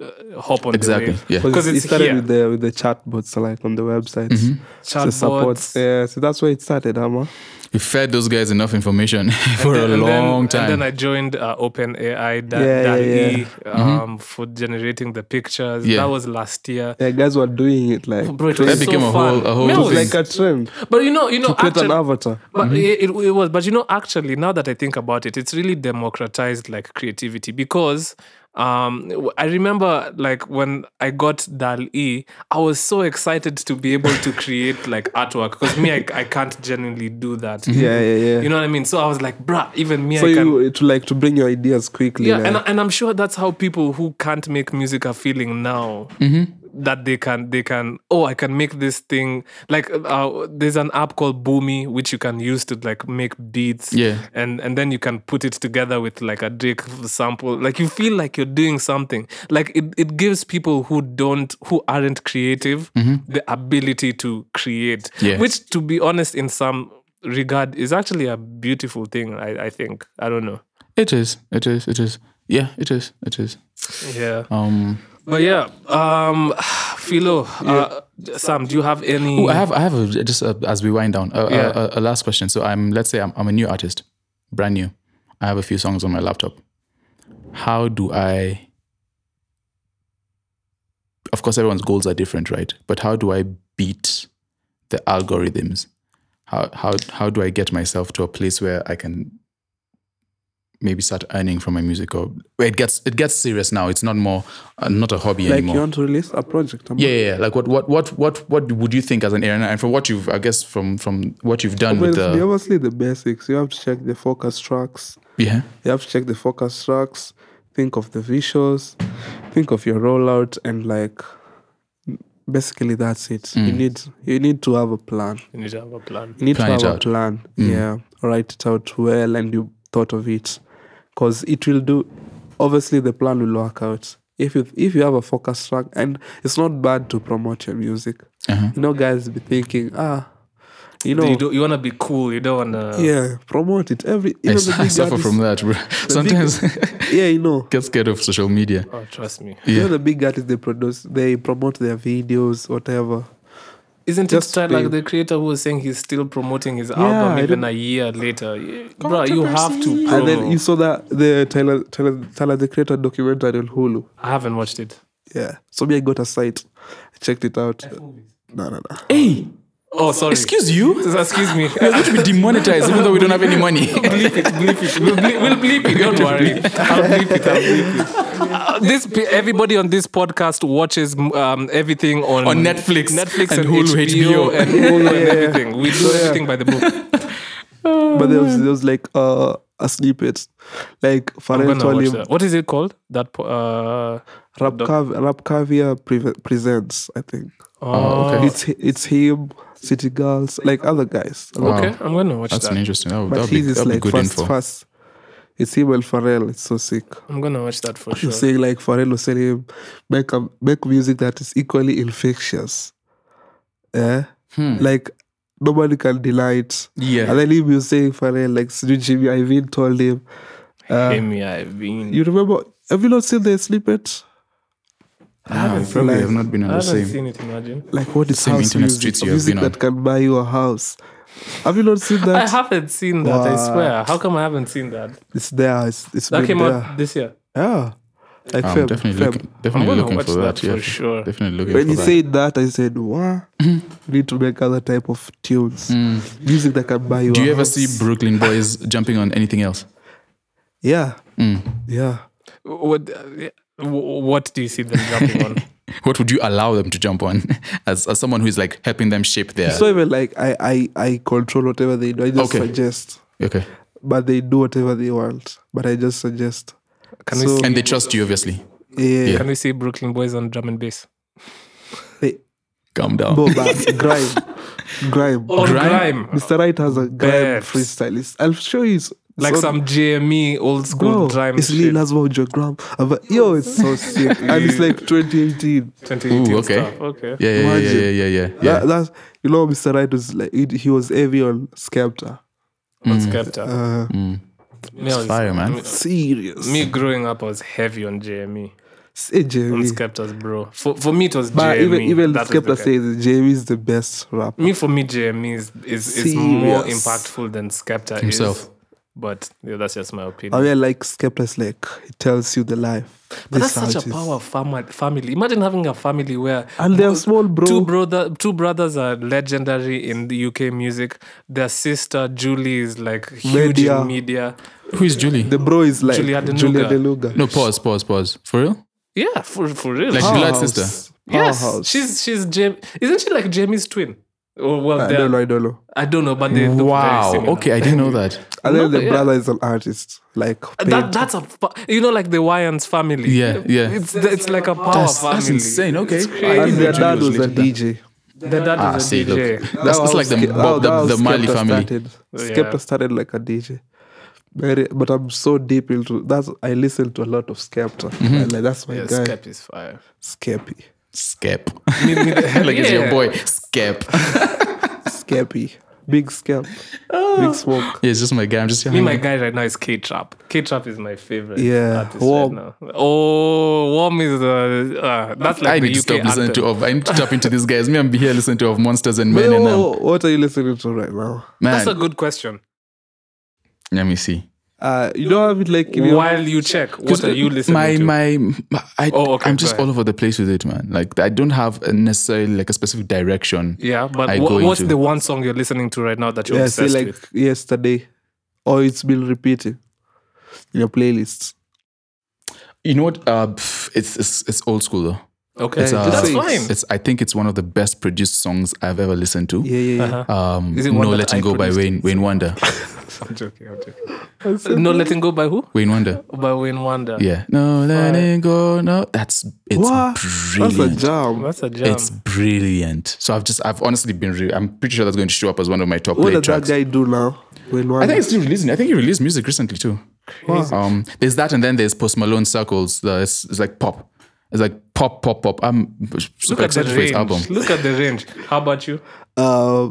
Speaker 2: uh, hop on
Speaker 1: exactly,
Speaker 2: the wave.
Speaker 1: yeah.
Speaker 2: because
Speaker 3: Because it
Speaker 2: it's
Speaker 3: started
Speaker 2: here. Mm-hmm.
Speaker 3: with the with the chatbots like on the websites. The support.
Speaker 2: Chatbots.
Speaker 3: Yeah, so that's where it started, Amma.
Speaker 1: We fed those guys enough information for
Speaker 2: And
Speaker 1: a
Speaker 2: then- and then-
Speaker 1: long time.
Speaker 2: And then I joined uh, OpenAI, da-
Speaker 3: Yeah, yeah,
Speaker 2: DALL-E,
Speaker 3: yeah.
Speaker 2: Um, for generating the pictures.
Speaker 1: Mm-hmm. Yeah.
Speaker 2: That was last year.
Speaker 3: Yeah, guys were doing it like
Speaker 2: Bro, it
Speaker 3: it
Speaker 2: was
Speaker 1: That
Speaker 2: so
Speaker 1: became a
Speaker 2: fun.
Speaker 1: whole- a whole
Speaker 2: Me, I
Speaker 1: thing.
Speaker 3: was
Speaker 2: was
Speaker 3: like a trend.
Speaker 2: But you know, you know,
Speaker 3: Create an
Speaker 2: actually,
Speaker 3: Mm-hmm. avatar.
Speaker 2: but it, it, it was. But you know, actually, now that I think about it, it's really democratized like creativity because um w- I remember like when I got Dal E, I was so excited to be able to create like artwork because me, I, I can't genuinely do that.
Speaker 3: Yeah, yeah, yeah.
Speaker 2: You know what I mean? So I was like, bruh, even me,
Speaker 3: so
Speaker 2: I can.
Speaker 3: you to like to bring your ideas quickly.
Speaker 2: yeah,
Speaker 3: like,
Speaker 2: and, and I'm sure that's how people who can't make music are feeling now
Speaker 1: Mm-hmm.
Speaker 2: that they can they can oh I can make this thing like uh, there's an app called Boomy which you can use to like make beats
Speaker 1: Yeah.
Speaker 2: and and then you can put it together with like a Drake sample like you feel like you're doing something like it, it gives people who don't who aren't creative the ability to create
Speaker 1: Mm-hmm. Yeah.
Speaker 2: which to be honest in some regard is actually a beautiful thing I, I think I don't know
Speaker 1: It is. It is. It is. Yeah, it is. It is.
Speaker 2: yeah
Speaker 1: Um,
Speaker 2: But yeah, um, Philo, uh, Sam, do you have any?
Speaker 1: ooh, I have. I have a, just a, as we wind down. A, a-
Speaker 2: Yeah.
Speaker 1: a, a last question. So I'm. Let's say I'm, I'm a new artist, brand new. I have a few songs on my laptop. How do I? Of course, everyone's goals are different, right? But how do I beat the algorithms? How how how do I get myself to a place where I can maybe start earning from my music? Or it gets it gets serious now. It's not more uh, not a hobby
Speaker 3: like
Speaker 1: anymore.
Speaker 3: you want to release a project. Amma.
Speaker 1: Yeah, yeah, yeah. Like what, what, what, what, what would you think as an area? And from what you've, I guess, from from what you've done with
Speaker 3: Obviously,
Speaker 1: the
Speaker 3: obviously the basics. You have to check the focus tracks.
Speaker 1: yeah,
Speaker 3: You have to check the focus tracks. Think of the visuals. Think of your rollout and like basically that's it.
Speaker 2: Mm.
Speaker 3: You need you need to have a plan.
Speaker 2: You need to have a plan.
Speaker 3: You need
Speaker 1: Plan
Speaker 3: to
Speaker 1: it
Speaker 3: have a
Speaker 1: out. Mm.
Speaker 3: plan. Yeah. Write it out well and you thought of it. Because it will do obviously the plan will work out. If you if you have a focus track and it's not bad to promote your music.
Speaker 1: Uh-huh.
Speaker 3: You know guys be thinking, ah, you know
Speaker 2: You don't, you wanna be cool. You don't wanna.
Speaker 3: yeah, promote it. Every
Speaker 1: I,
Speaker 3: even
Speaker 1: s-
Speaker 3: the
Speaker 1: I
Speaker 3: big
Speaker 1: uh, suffer
Speaker 3: artists,
Speaker 1: from that. Bro. Sometimes
Speaker 3: Yeah, you know.
Speaker 1: get scared of social media.
Speaker 2: Oh, trust me.
Speaker 1: Yeah.
Speaker 3: You know the big artists they produce they promote their videos, whatever.
Speaker 2: Isn't
Speaker 3: Just
Speaker 2: it style
Speaker 3: be-
Speaker 2: like the creator who was saying he's still promoting his
Speaker 3: I
Speaker 2: album even
Speaker 3: don't-
Speaker 2: a year later? Yeah, Bro, you have to promo.
Speaker 3: And then you saw that the Tyler Tyler, Tyler the creator documentary on Hulu.
Speaker 2: I haven't watched it.
Speaker 3: Yeah. So me I got a site. I checked it out. No, no, no.
Speaker 1: Hey,
Speaker 2: Oh, sorry.
Speaker 1: excuse you.
Speaker 2: Excuse me.
Speaker 1: We're going to be demonetized, even though we don't have any money.
Speaker 2: bleep it, bleep it. We'll bleep, we'll bleep it. Don't worry. I'll bleep it. I'll bleep it. Uh, this pe- everybody on this podcast watches um, everything on,
Speaker 1: On Netflix
Speaker 2: Netflix
Speaker 1: and
Speaker 2: and,
Speaker 1: Hulu, HBO.
Speaker 2: HBO, and Hulu and
Speaker 3: Yeah.
Speaker 2: everything. We do
Speaker 3: So, yeah.
Speaker 2: everything by the book.
Speaker 3: But there was there was like uh a snippet. Like
Speaker 2: I'm
Speaker 3: Pharrell
Speaker 2: gonna watch
Speaker 3: Tolly
Speaker 2: that. What is it called? That po- uh,
Speaker 3: Rap Cav- Rap Caviar pre- presents, I think.
Speaker 2: oh,
Speaker 1: okay.
Speaker 2: okay.
Speaker 3: It's it's him, City Girls, like other guys.
Speaker 1: Wow.
Speaker 2: I'm gonna watch
Speaker 1: That's
Speaker 2: that.
Speaker 1: an interesting. That would,
Speaker 3: But
Speaker 1: that'd be,
Speaker 3: his is
Speaker 1: that'd be
Speaker 3: like
Speaker 1: good
Speaker 3: fast
Speaker 1: info.
Speaker 3: fast. It's him and Pharrell, it's so sick.
Speaker 2: I'm gonna watch that for
Speaker 3: You're
Speaker 2: sure.
Speaker 3: saying like Pharrell was telling him, make, a, make music that is equally infectious. Yeah?
Speaker 2: Hmm.
Speaker 3: Like, nobody can deny it.
Speaker 1: Yeah.
Speaker 3: And then he was saying Pharrell, like, Sinu Jimmy Iovine told him,
Speaker 2: Amy, I've been.
Speaker 3: You remember? Have you not seen the snippet?
Speaker 1: Ah, probably have not been on
Speaker 2: I
Speaker 1: the
Speaker 2: haven't
Speaker 1: same.
Speaker 2: seen it. Imagine.
Speaker 3: Like what is
Speaker 1: Same
Speaker 3: house
Speaker 1: internet
Speaker 3: music?
Speaker 1: streets you have
Speaker 3: music
Speaker 1: been
Speaker 3: that can buy you a house. Have you not seen
Speaker 2: I
Speaker 3: that?
Speaker 2: haven't seen that. I swear. How come I haven't seen that?
Speaker 3: it's there. It's, it's
Speaker 2: That came
Speaker 3: been there.
Speaker 2: out this year.
Speaker 3: Yeah. Like
Speaker 1: I'm
Speaker 3: fam,
Speaker 1: definitely
Speaker 3: fam.
Speaker 1: looking, definitely
Speaker 2: gonna
Speaker 1: looking
Speaker 2: watch
Speaker 1: for that.
Speaker 2: that for
Speaker 1: yeah,
Speaker 2: sure.
Speaker 1: definitely looking
Speaker 3: When
Speaker 1: for
Speaker 3: you
Speaker 1: that.
Speaker 3: said that, I said, "What? We need to make other type of tunes, music that can buy you."
Speaker 1: Hmm. Do
Speaker 3: a
Speaker 1: you ever
Speaker 3: house.
Speaker 1: see Brooklyn boys jumping on anything else? Hmm.
Speaker 3: Yeah, yeah.
Speaker 2: What? uh, yeah. Wh- What do you see them jumping on?
Speaker 1: What would you allow them to jump on as, as someone who is like helping them shape their
Speaker 3: It's not even like I, I, I control whatever they do. I just
Speaker 1: Okay.
Speaker 3: suggest,
Speaker 1: okay?
Speaker 3: but they do whatever they want. But I just suggest.
Speaker 2: Can
Speaker 3: So-
Speaker 2: we see,
Speaker 1: And they trust you, obviously.
Speaker 3: Yeah,
Speaker 1: Yeah.
Speaker 2: can we see Brooklyn Boys on drum and bass?
Speaker 3: they,
Speaker 1: Calm down.
Speaker 3: no, but grime, grime.
Speaker 2: Or
Speaker 1: Grime?
Speaker 2: grime?
Speaker 3: Mr. Right has a grime
Speaker 2: Bet.
Speaker 3: freestylist. I'll show you. It's,
Speaker 2: Like
Speaker 3: it's on-
Speaker 2: some JME old
Speaker 3: Bro,
Speaker 2: school grime
Speaker 3: it's Lil
Speaker 2: shit.
Speaker 3: Nas Wawjo Grime. I'm like, Yo, it's so sick, and it's like 2018.
Speaker 2: 2018
Speaker 1: Ooh, okay.
Speaker 2: stuff. Okay.
Speaker 1: yeah, yeah, yeah, yeah,
Speaker 3: Imagine.
Speaker 1: yeah, yeah, yeah.
Speaker 3: That, that's you know, Mr. Right was like he, he was heavy on Skepta.
Speaker 2: On Skepta.
Speaker 3: Uh,
Speaker 2: Me, I was-
Speaker 1: Mm. Fire, man.
Speaker 2: me-
Speaker 3: serious.
Speaker 2: Mm. Me growing up, I was heavy on JME.
Speaker 3: Say
Speaker 2: On
Speaker 3: Jamie.
Speaker 2: Skepta's bro. For for me, it was
Speaker 3: But
Speaker 2: JME.
Speaker 3: even even
Speaker 2: That Mm. was the
Speaker 3: Skepta
Speaker 2: guy.
Speaker 3: says Jamie is the best rapper.
Speaker 2: Me for me, JME is is, is more
Speaker 3: Serious.
Speaker 2: impactful than Skepta is.
Speaker 1: Himself.
Speaker 2: But yeah, that's just my
Speaker 3: I
Speaker 2: opinion.
Speaker 3: mean, like Skepta is like he tells you the life.
Speaker 2: But that's
Speaker 3: This how
Speaker 2: such a
Speaker 3: it is.
Speaker 2: power fama- family. Imagine having a family where
Speaker 3: And they're small, bro.
Speaker 2: Two brother, two brothers are legendary in the UK music. Their sister Julie is like huge
Speaker 3: Media.
Speaker 2: in media.
Speaker 1: Who is Julie?
Speaker 3: the bro is like Julia
Speaker 2: Julia
Speaker 3: Deluga.
Speaker 2: Deluga.
Speaker 1: no, pause, pause, pause. For real?
Speaker 2: Yeah, for for real.
Speaker 1: Like
Speaker 2: She-
Speaker 1: blood
Speaker 3: Powerhouse.
Speaker 1: sister.
Speaker 2: yes,
Speaker 3: Powerhouse.
Speaker 2: she's she's Jam- Isn't she like Jamie's twin? Oh well,
Speaker 3: I
Speaker 2: they're-
Speaker 3: don't know. I don't know.
Speaker 2: I don't know, but they look
Speaker 1: Wow.
Speaker 2: Very similar.
Speaker 1: Okay, I didn't know that.
Speaker 3: And then
Speaker 2: No,
Speaker 3: the
Speaker 2: yeah.
Speaker 3: brother is an artist. Like
Speaker 2: That,
Speaker 3: paint.
Speaker 2: that's a fa- you know like the Wyans family.
Speaker 1: Yeah, yeah.
Speaker 2: It's it's like a power
Speaker 1: That's,
Speaker 2: family.
Speaker 1: that's insane. Okay.
Speaker 2: crazy.
Speaker 3: and their dad was a
Speaker 1: related to that.
Speaker 3: DJ.
Speaker 2: The dad
Speaker 1: Ah,
Speaker 2: is a
Speaker 1: see, look.
Speaker 2: DJ.
Speaker 1: That's, that's
Speaker 3: how
Speaker 1: like the,
Speaker 3: Ske- how-
Speaker 1: Bob- the,
Speaker 3: how
Speaker 1: the, Mali
Speaker 3: Skepta
Speaker 1: family.
Speaker 3: Started.
Speaker 2: Yeah.
Speaker 3: Skepta started like a DJ. Very, but I'm so deep into that's I listen to a lot of Skepta.
Speaker 1: Mm-hmm.
Speaker 3: Like that's my
Speaker 2: Yeah,
Speaker 3: guy.
Speaker 2: Skep is fire.
Speaker 3: Skeppy.
Speaker 1: Skep. like it's your
Speaker 2: Yeah.
Speaker 1: boy. Skep.
Speaker 3: Skeppy. Big Skep.
Speaker 2: Ah.
Speaker 3: Big Smoke.
Speaker 1: Yeah, it's just my guy. I'm just
Speaker 2: Me, my guy right now is K Trap. K Trap is my favorite.
Speaker 3: Yeah,
Speaker 2: artist
Speaker 3: Warm.
Speaker 2: Right now. Oh, Warm is the uh, that's like
Speaker 1: I
Speaker 2: the
Speaker 1: need to
Speaker 2: UK
Speaker 1: stop listening
Speaker 2: anthem.
Speaker 1: to of I need to tap into these guys. Me, I'm here listening to of monsters and men,
Speaker 3: Wait,
Speaker 1: and um,
Speaker 3: wha- what are you listening to right now?
Speaker 2: That's a
Speaker 1: man.
Speaker 2: good question.
Speaker 1: Let me see.
Speaker 3: Uh, you don't have it like in your-
Speaker 2: While you check, what are you listening
Speaker 1: my,
Speaker 2: to?
Speaker 1: My my I,
Speaker 2: Oh, okay,
Speaker 1: I'm
Speaker 2: go
Speaker 1: just
Speaker 2: ahead.
Speaker 1: all over the place with it, man. Like I don't have a necessarily like a specific direction.
Speaker 2: yeah, but
Speaker 1: I
Speaker 2: wha-
Speaker 1: go
Speaker 2: what's
Speaker 1: into-
Speaker 2: the one song you're listening to right now that you're
Speaker 3: yeah, say
Speaker 2: obsessed
Speaker 3: like
Speaker 2: with?
Speaker 3: yesterday. Or it's been repeating in your playlist.
Speaker 1: You know what? Uh, pff, it's, it's it's old school though.
Speaker 2: Okay,
Speaker 1: It's, uh,
Speaker 2: that's
Speaker 3: it's-
Speaker 2: fine.
Speaker 1: It's I think it's one of the best produced songs I've ever listened to.
Speaker 3: Yeah, yeah, yeah.
Speaker 1: Um,
Speaker 2: Is it one
Speaker 1: no
Speaker 2: that
Speaker 1: letting
Speaker 2: I
Speaker 1: go by
Speaker 2: produced?
Speaker 1: Wayne Wayne Wonder.
Speaker 2: I'm joking. I'm joking. no letting go by who?
Speaker 1: Wayne Wonder.
Speaker 2: By Wayne Wonder.
Speaker 1: Yeah. No letting go. No, that's it's
Speaker 3: What?
Speaker 1: brilliant.
Speaker 3: That's a jam.
Speaker 2: that's a jam.
Speaker 1: It's brilliant. So I've just I've honestly been re- I'm pretty sure that's going to show up as one of my top
Speaker 3: What
Speaker 1: played
Speaker 3: did that
Speaker 1: tracks.
Speaker 3: guy do now? When one
Speaker 1: I think it's still releasing. I think he released music recently too. Um, there's that, and then there's Post Malone Circles. Uh, it's, it's like pop. It's like pop, pop, pop. I'm
Speaker 2: Look
Speaker 1: super
Speaker 2: at the
Speaker 1: excited for his
Speaker 2: range.
Speaker 1: album.
Speaker 2: Look at the range. How about you?
Speaker 3: uh,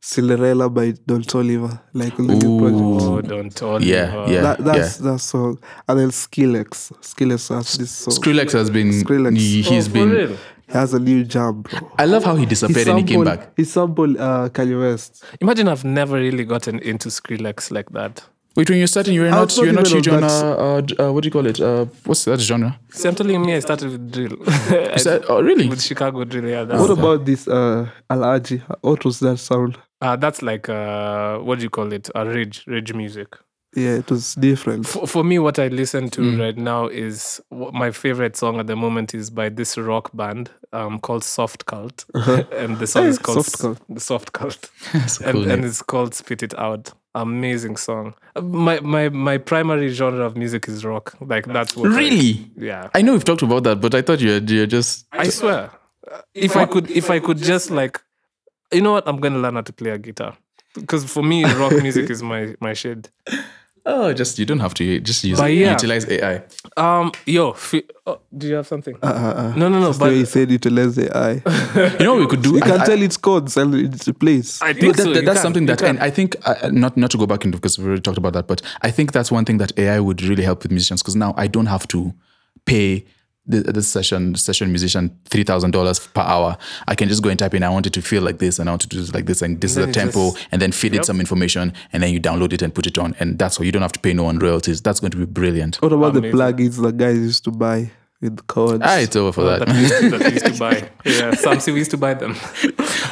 Speaker 3: Cinderella by Don Toliver, like on the new project.
Speaker 1: Ooh,
Speaker 2: Oh, don't tell
Speaker 1: Yeah,
Speaker 2: me. Uh,
Speaker 1: yeah.
Speaker 3: That, that's that song, and then Skrillex. Skrillex has this song.
Speaker 1: Skrillex has been.
Speaker 3: Skrillex.
Speaker 1: He,
Speaker 2: Oh,
Speaker 1: has
Speaker 2: for
Speaker 1: been.
Speaker 2: real?
Speaker 3: He has a new jam, bro.
Speaker 1: I love how he disappeared and he came back.
Speaker 3: He sampled uh, Kanye West.
Speaker 2: Imagine I've never really gotten into Skrillex like that.
Speaker 1: Wait, when you're starting, you're not,
Speaker 3: was not
Speaker 1: you're not
Speaker 3: even
Speaker 1: huge on
Speaker 3: on
Speaker 1: uh,
Speaker 3: that.
Speaker 1: uh, j- uh, what do you call it? Uh, what's that genre?
Speaker 2: See, I'm telling you, me, I started with drill. I-
Speaker 1: Is that, oh, really?
Speaker 2: with Chicago drill, yeah.
Speaker 1: Oh,
Speaker 3: What
Speaker 2: That's,
Speaker 3: about this uh, Alaji? What was that sound?
Speaker 2: uh, that's like uh, what do you call it? A rage, rage music.
Speaker 3: Yeah, it was different.
Speaker 2: For, for me, what I listen to
Speaker 3: Hmm.
Speaker 2: right now is what my favorite song at the moment is by this rock band um, called Soft Cult, and the song is
Speaker 3: Uh-huh. Hey,
Speaker 2: called
Speaker 3: Soft Cult.
Speaker 2: S- Soft Cult,
Speaker 1: That's a
Speaker 2: and,
Speaker 1: cool
Speaker 2: and
Speaker 1: name.
Speaker 2: it's called Spit It Out. Amazing song. Uh, My my my primary genre of music is rock. Like that's what I-
Speaker 1: Really?
Speaker 2: yeah.
Speaker 1: I know we've talked about that, but I thought you're you're just
Speaker 2: I swear. Uh, If I could, if I could just like, you know what? I'm gonna learn how to play a guitar because for me, rock music is my my shade.
Speaker 1: Oh, just you don't have to just use
Speaker 2: But
Speaker 1: it.
Speaker 2: yeah.
Speaker 1: Utilize AI.
Speaker 2: Um, yo, fi- oh, do you have something?
Speaker 3: Uh, uh, uh.
Speaker 2: No, no, no,
Speaker 3: Just
Speaker 2: but-
Speaker 3: the way he said utilize the eye.
Speaker 1: You know what we could do?
Speaker 3: you
Speaker 1: I-
Speaker 3: can
Speaker 1: I-
Speaker 3: tell its codes and its place.
Speaker 2: I
Speaker 1: No,
Speaker 2: think
Speaker 1: that,
Speaker 2: so.
Speaker 1: that-
Speaker 2: you
Speaker 1: that's
Speaker 2: can,
Speaker 1: something
Speaker 2: you
Speaker 1: that,
Speaker 2: can.
Speaker 1: and I think, uh, not not to go back into because we've already talked about that, but I think that's one thing that AI would really help with musicians because now I don't have to pay the, the session session musician three thousand dollars per hour. I can just go and type in I want it to feel like this and I want to do this like this and this
Speaker 2: And
Speaker 1: is the
Speaker 2: then it
Speaker 1: tempo
Speaker 2: just-
Speaker 1: and then feed it some information and then you download it and put it on and that's why you don't have to pay no one royalties. That's going to be brilliant.
Speaker 3: What about
Speaker 2: Amazing.
Speaker 3: the plugins the guys used to buy with codes?
Speaker 1: Ah, it's over for that.
Speaker 2: Oh, that we used to, that we used to buy. Yeah, Samsi, we used to buy them.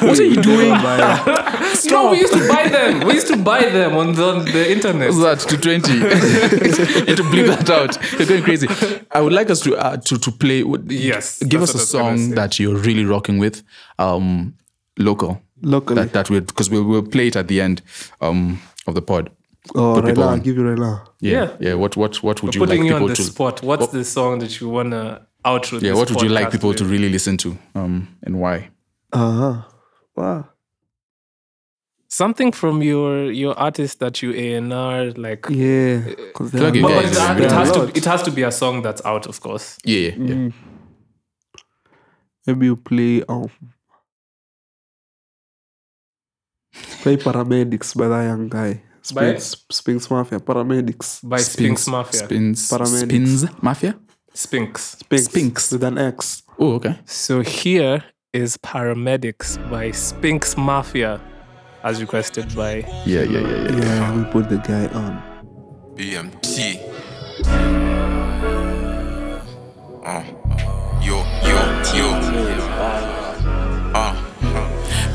Speaker 1: what are you doing?
Speaker 2: Oh No, we used to buy them. We used to buy them on the, on the internet.
Speaker 1: What's that? To 20. you have to bleep that out. You're going crazy. I would like us to uh, to, to play. would-
Speaker 2: Yes,
Speaker 1: Give
Speaker 2: that's
Speaker 1: us a
Speaker 2: what I was
Speaker 1: song
Speaker 2: gonna say.
Speaker 1: that you're really rocking with. Um, local.
Speaker 3: Locally.
Speaker 1: That, that we'll, because we'll, we'll play it at the end um, of the pod.
Speaker 3: oh,
Speaker 1: Put
Speaker 3: right
Speaker 1: people
Speaker 3: now, I'll
Speaker 1: on.
Speaker 3: give you right now.
Speaker 1: Yeah.
Speaker 2: Yeah.
Speaker 1: Yeah. What, what, what would you like
Speaker 2: Putting you on
Speaker 1: people to.
Speaker 2: the spot. What's the song that you wanna outro?
Speaker 1: Yeah.
Speaker 2: this
Speaker 1: What would you like
Speaker 2: podcast
Speaker 1: people
Speaker 2: with?
Speaker 1: to really listen to um, and why?
Speaker 3: Uh-huh. Wow.
Speaker 2: Something from your your artist that you A and R like.
Speaker 3: Yeah. 'Cause there
Speaker 1: Plug
Speaker 3: are
Speaker 1: it,
Speaker 2: But,
Speaker 1: guys,
Speaker 2: but it,
Speaker 1: yeah,
Speaker 2: ha-
Speaker 1: we
Speaker 2: it
Speaker 1: don't
Speaker 2: has
Speaker 1: have
Speaker 2: to
Speaker 3: lot.
Speaker 2: it has to be a song that's out, of course.
Speaker 1: Yeah. Yeah. yeah.
Speaker 3: Mm. Maybe you play um play paramedics by that young guy.
Speaker 2: By-
Speaker 3: Spins, Spinks Mafia, paramedics.
Speaker 2: By Spinks, Mafia.
Speaker 1: Spins,
Speaker 3: Paramedics.
Speaker 1: Spins Mafia?
Speaker 2: Spinks.
Speaker 3: Spinks,
Speaker 1: Spinks.
Speaker 3: with an X.
Speaker 1: Oh, okay.
Speaker 2: So here is Paramedics by Spinks Mafia, as requested by
Speaker 1: Yeah. Yeah. Yeah. yeah.
Speaker 3: Yeah, we put the guy on.
Speaker 4: BMT. Uh, yo, yo, yo. Uh, huh.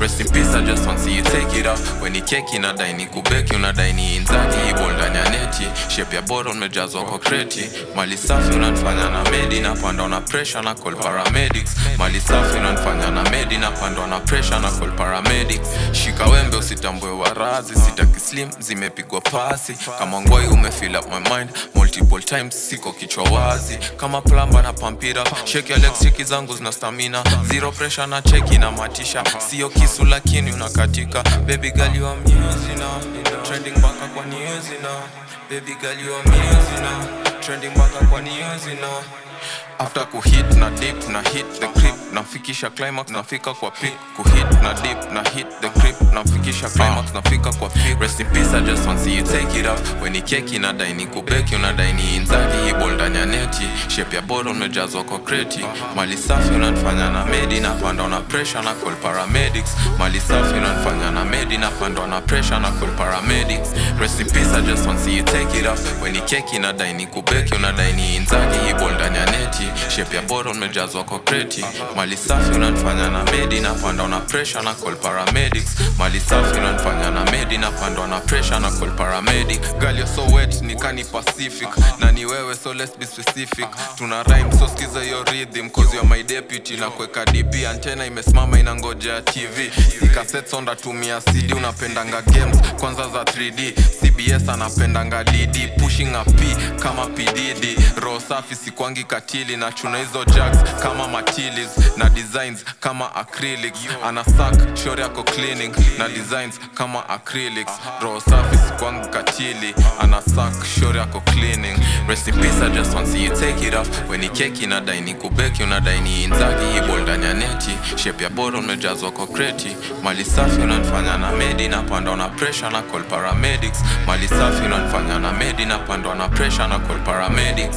Speaker 4: Rest in peace, I just want to see you take it off When ni keki na daini kubeki unadaini inzaki ibo ndani ya neti Shape ya bora umejazwa kwa kreti Mali safi unanifanya na medi napanda na pressure na call paramedics Mali safi unanifanya na medi napanda na pressure na call paramedics Shika wembe usitambue warazi sitaki slim zimepigwa pasi kama ngwai umefill up my mind multiple times siko kichwa wazi kama plamba na pampira sheki alex cheki zangu zina stamina zero pressure na cheki na matisha sio kisu lakini unakatika baby girl you are music now trending mpaka kwa niezi now baby girl you are music now trending mpaka kwa niezi now after kuhit na dip na hit the clip nafikisha climax nafika kwa peak kuhit na dip na hit the clip nafikisha climax nafika kwa peak rest in peace i just want to see you take it off when keki na daini kubeki una daini inzaki ibol ndani ya neti shape ya bora umejazwa kwa kreti mali safi unanifanya na medi napanda na pressure na call paramedics mali safi unanifanya na medi napanda na pressure na call paramedics rest in peace i just want to see you take it off when keki na daini kubeki una daini inzaki ibol ndani ya neti shape ya bora umejazwa kwa kreti mali safi unanifanya na medi napanda na pressure na call paramedics mali safi unanifanya na medi napanda na pressure na call paramedic girl you're so wet nikani pacific na ni wewe so let's be specific tuna rhyme so skiza your rhythm cause you're my deputy na kuweka dp antena imesimama inangoja tv sikasets ndatumia cd unapendanga games kwanza za 3d cbs anapendanga dd pushing a p kama pdd roho safi sikwangi katili na chuna hizo jacks kama matilis na designs kama acrylics ana sak shori yako cleaning na designs kama acrylics roho safi sikwangi katili ana sak shori yako cleaning rest in peace i just want to see you take it off when keki na daini kubeki una daini inzaki ibo ndani ya neti shape ya bora umejazwa kwa kreti mali safi unanifanya na medi napanda na pressure na call paramedics mali safi unanifanya na medi napanda na pressure na call paramedics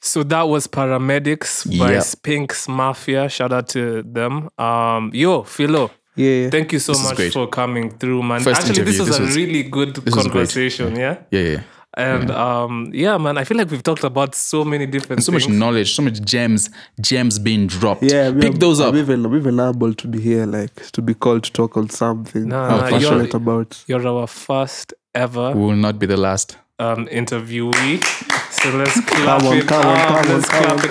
Speaker 2: So that was Paramedics by
Speaker 1: Yeah.
Speaker 2: Spinks Mafia. Shout out to them. Um, yo, Philo.
Speaker 3: Yeah, yeah.
Speaker 2: Thank you so
Speaker 1: This is
Speaker 2: much
Speaker 1: great.
Speaker 2: for coming through, man.
Speaker 1: First
Speaker 2: Actually, this
Speaker 1: interview.
Speaker 2: was
Speaker 1: This
Speaker 2: a
Speaker 1: was-
Speaker 2: really good
Speaker 1: was great.
Speaker 2: conversation, yeah.
Speaker 1: Yeah. yeah, yeah.
Speaker 2: And um, yeah, man, I feel like we've talked about so many different
Speaker 1: And so
Speaker 2: things.
Speaker 1: much knowledge, so much gems, gems being dropped.
Speaker 3: Yeah, we
Speaker 1: pick
Speaker 3: are-
Speaker 1: those up.
Speaker 3: I'm even, I'm even humble to be here, like to be called to talk on something
Speaker 2: Nah,
Speaker 1: nah, you're-
Speaker 3: I'm passionate about.
Speaker 2: You're our first ever
Speaker 1: We will not be the last.
Speaker 2: um, interviewee. So let's clap
Speaker 3: Come on,
Speaker 2: it
Speaker 3: come on,
Speaker 2: up.
Speaker 3: come on,
Speaker 2: let's
Speaker 3: come
Speaker 2: clap
Speaker 3: on,
Speaker 2: it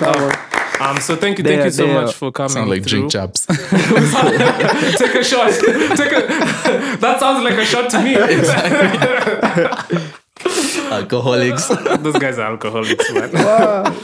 Speaker 2: up.
Speaker 3: come
Speaker 2: Um, so thank you, thank
Speaker 3: There,
Speaker 2: you so
Speaker 3: there.
Speaker 2: much for coming.
Speaker 1: Sound like
Speaker 2: through.
Speaker 1: drink chaps.
Speaker 2: Take a shot. Take a. that sounds like a shot to me.
Speaker 1: Alcoholics.
Speaker 2: Those guys are alcoholics, man.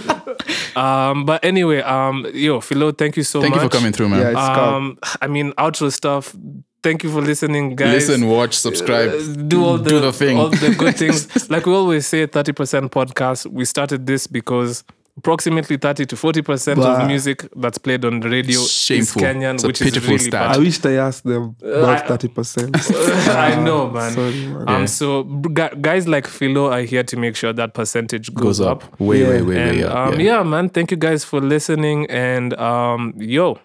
Speaker 2: um, but anyway, um, yo, Philo, thank you so
Speaker 1: Thank
Speaker 2: much.
Speaker 1: you for coming through, man.
Speaker 3: Yeah, it's calm.
Speaker 2: Um, I mean, outro stuff. Thank you for listening, guys.
Speaker 1: Listen, watch, subscribe.
Speaker 2: do all the,
Speaker 1: do the thing.
Speaker 2: all the good things. like we always say, thirty percent podcast. We started this because approximately thirty to forty percent
Speaker 3: Wow.
Speaker 2: of music that's played on the radio
Speaker 1: Shameful.
Speaker 2: is Kenyan,
Speaker 1: It's a
Speaker 2: which is
Speaker 1: pitiful
Speaker 2: really
Speaker 1: stat.
Speaker 3: I
Speaker 2: bad.
Speaker 3: wished I asked them about
Speaker 2: I-
Speaker 3: thirty percent.
Speaker 2: I know, man.
Speaker 3: Sorry, man.
Speaker 2: Um, so b- gu- guys like Philo are here to make sure that percentage goes,
Speaker 1: Goes up.
Speaker 2: up.
Speaker 1: Way,
Speaker 3: Yeah.
Speaker 1: way, way,
Speaker 2: And
Speaker 1: way up.
Speaker 2: um, yeah. man. Thank you guys for listening. And um, yo,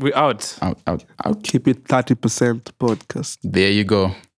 Speaker 2: we out.
Speaker 1: Out, out, out.
Speaker 3: Keep it thirty percent podcast.
Speaker 1: There you go.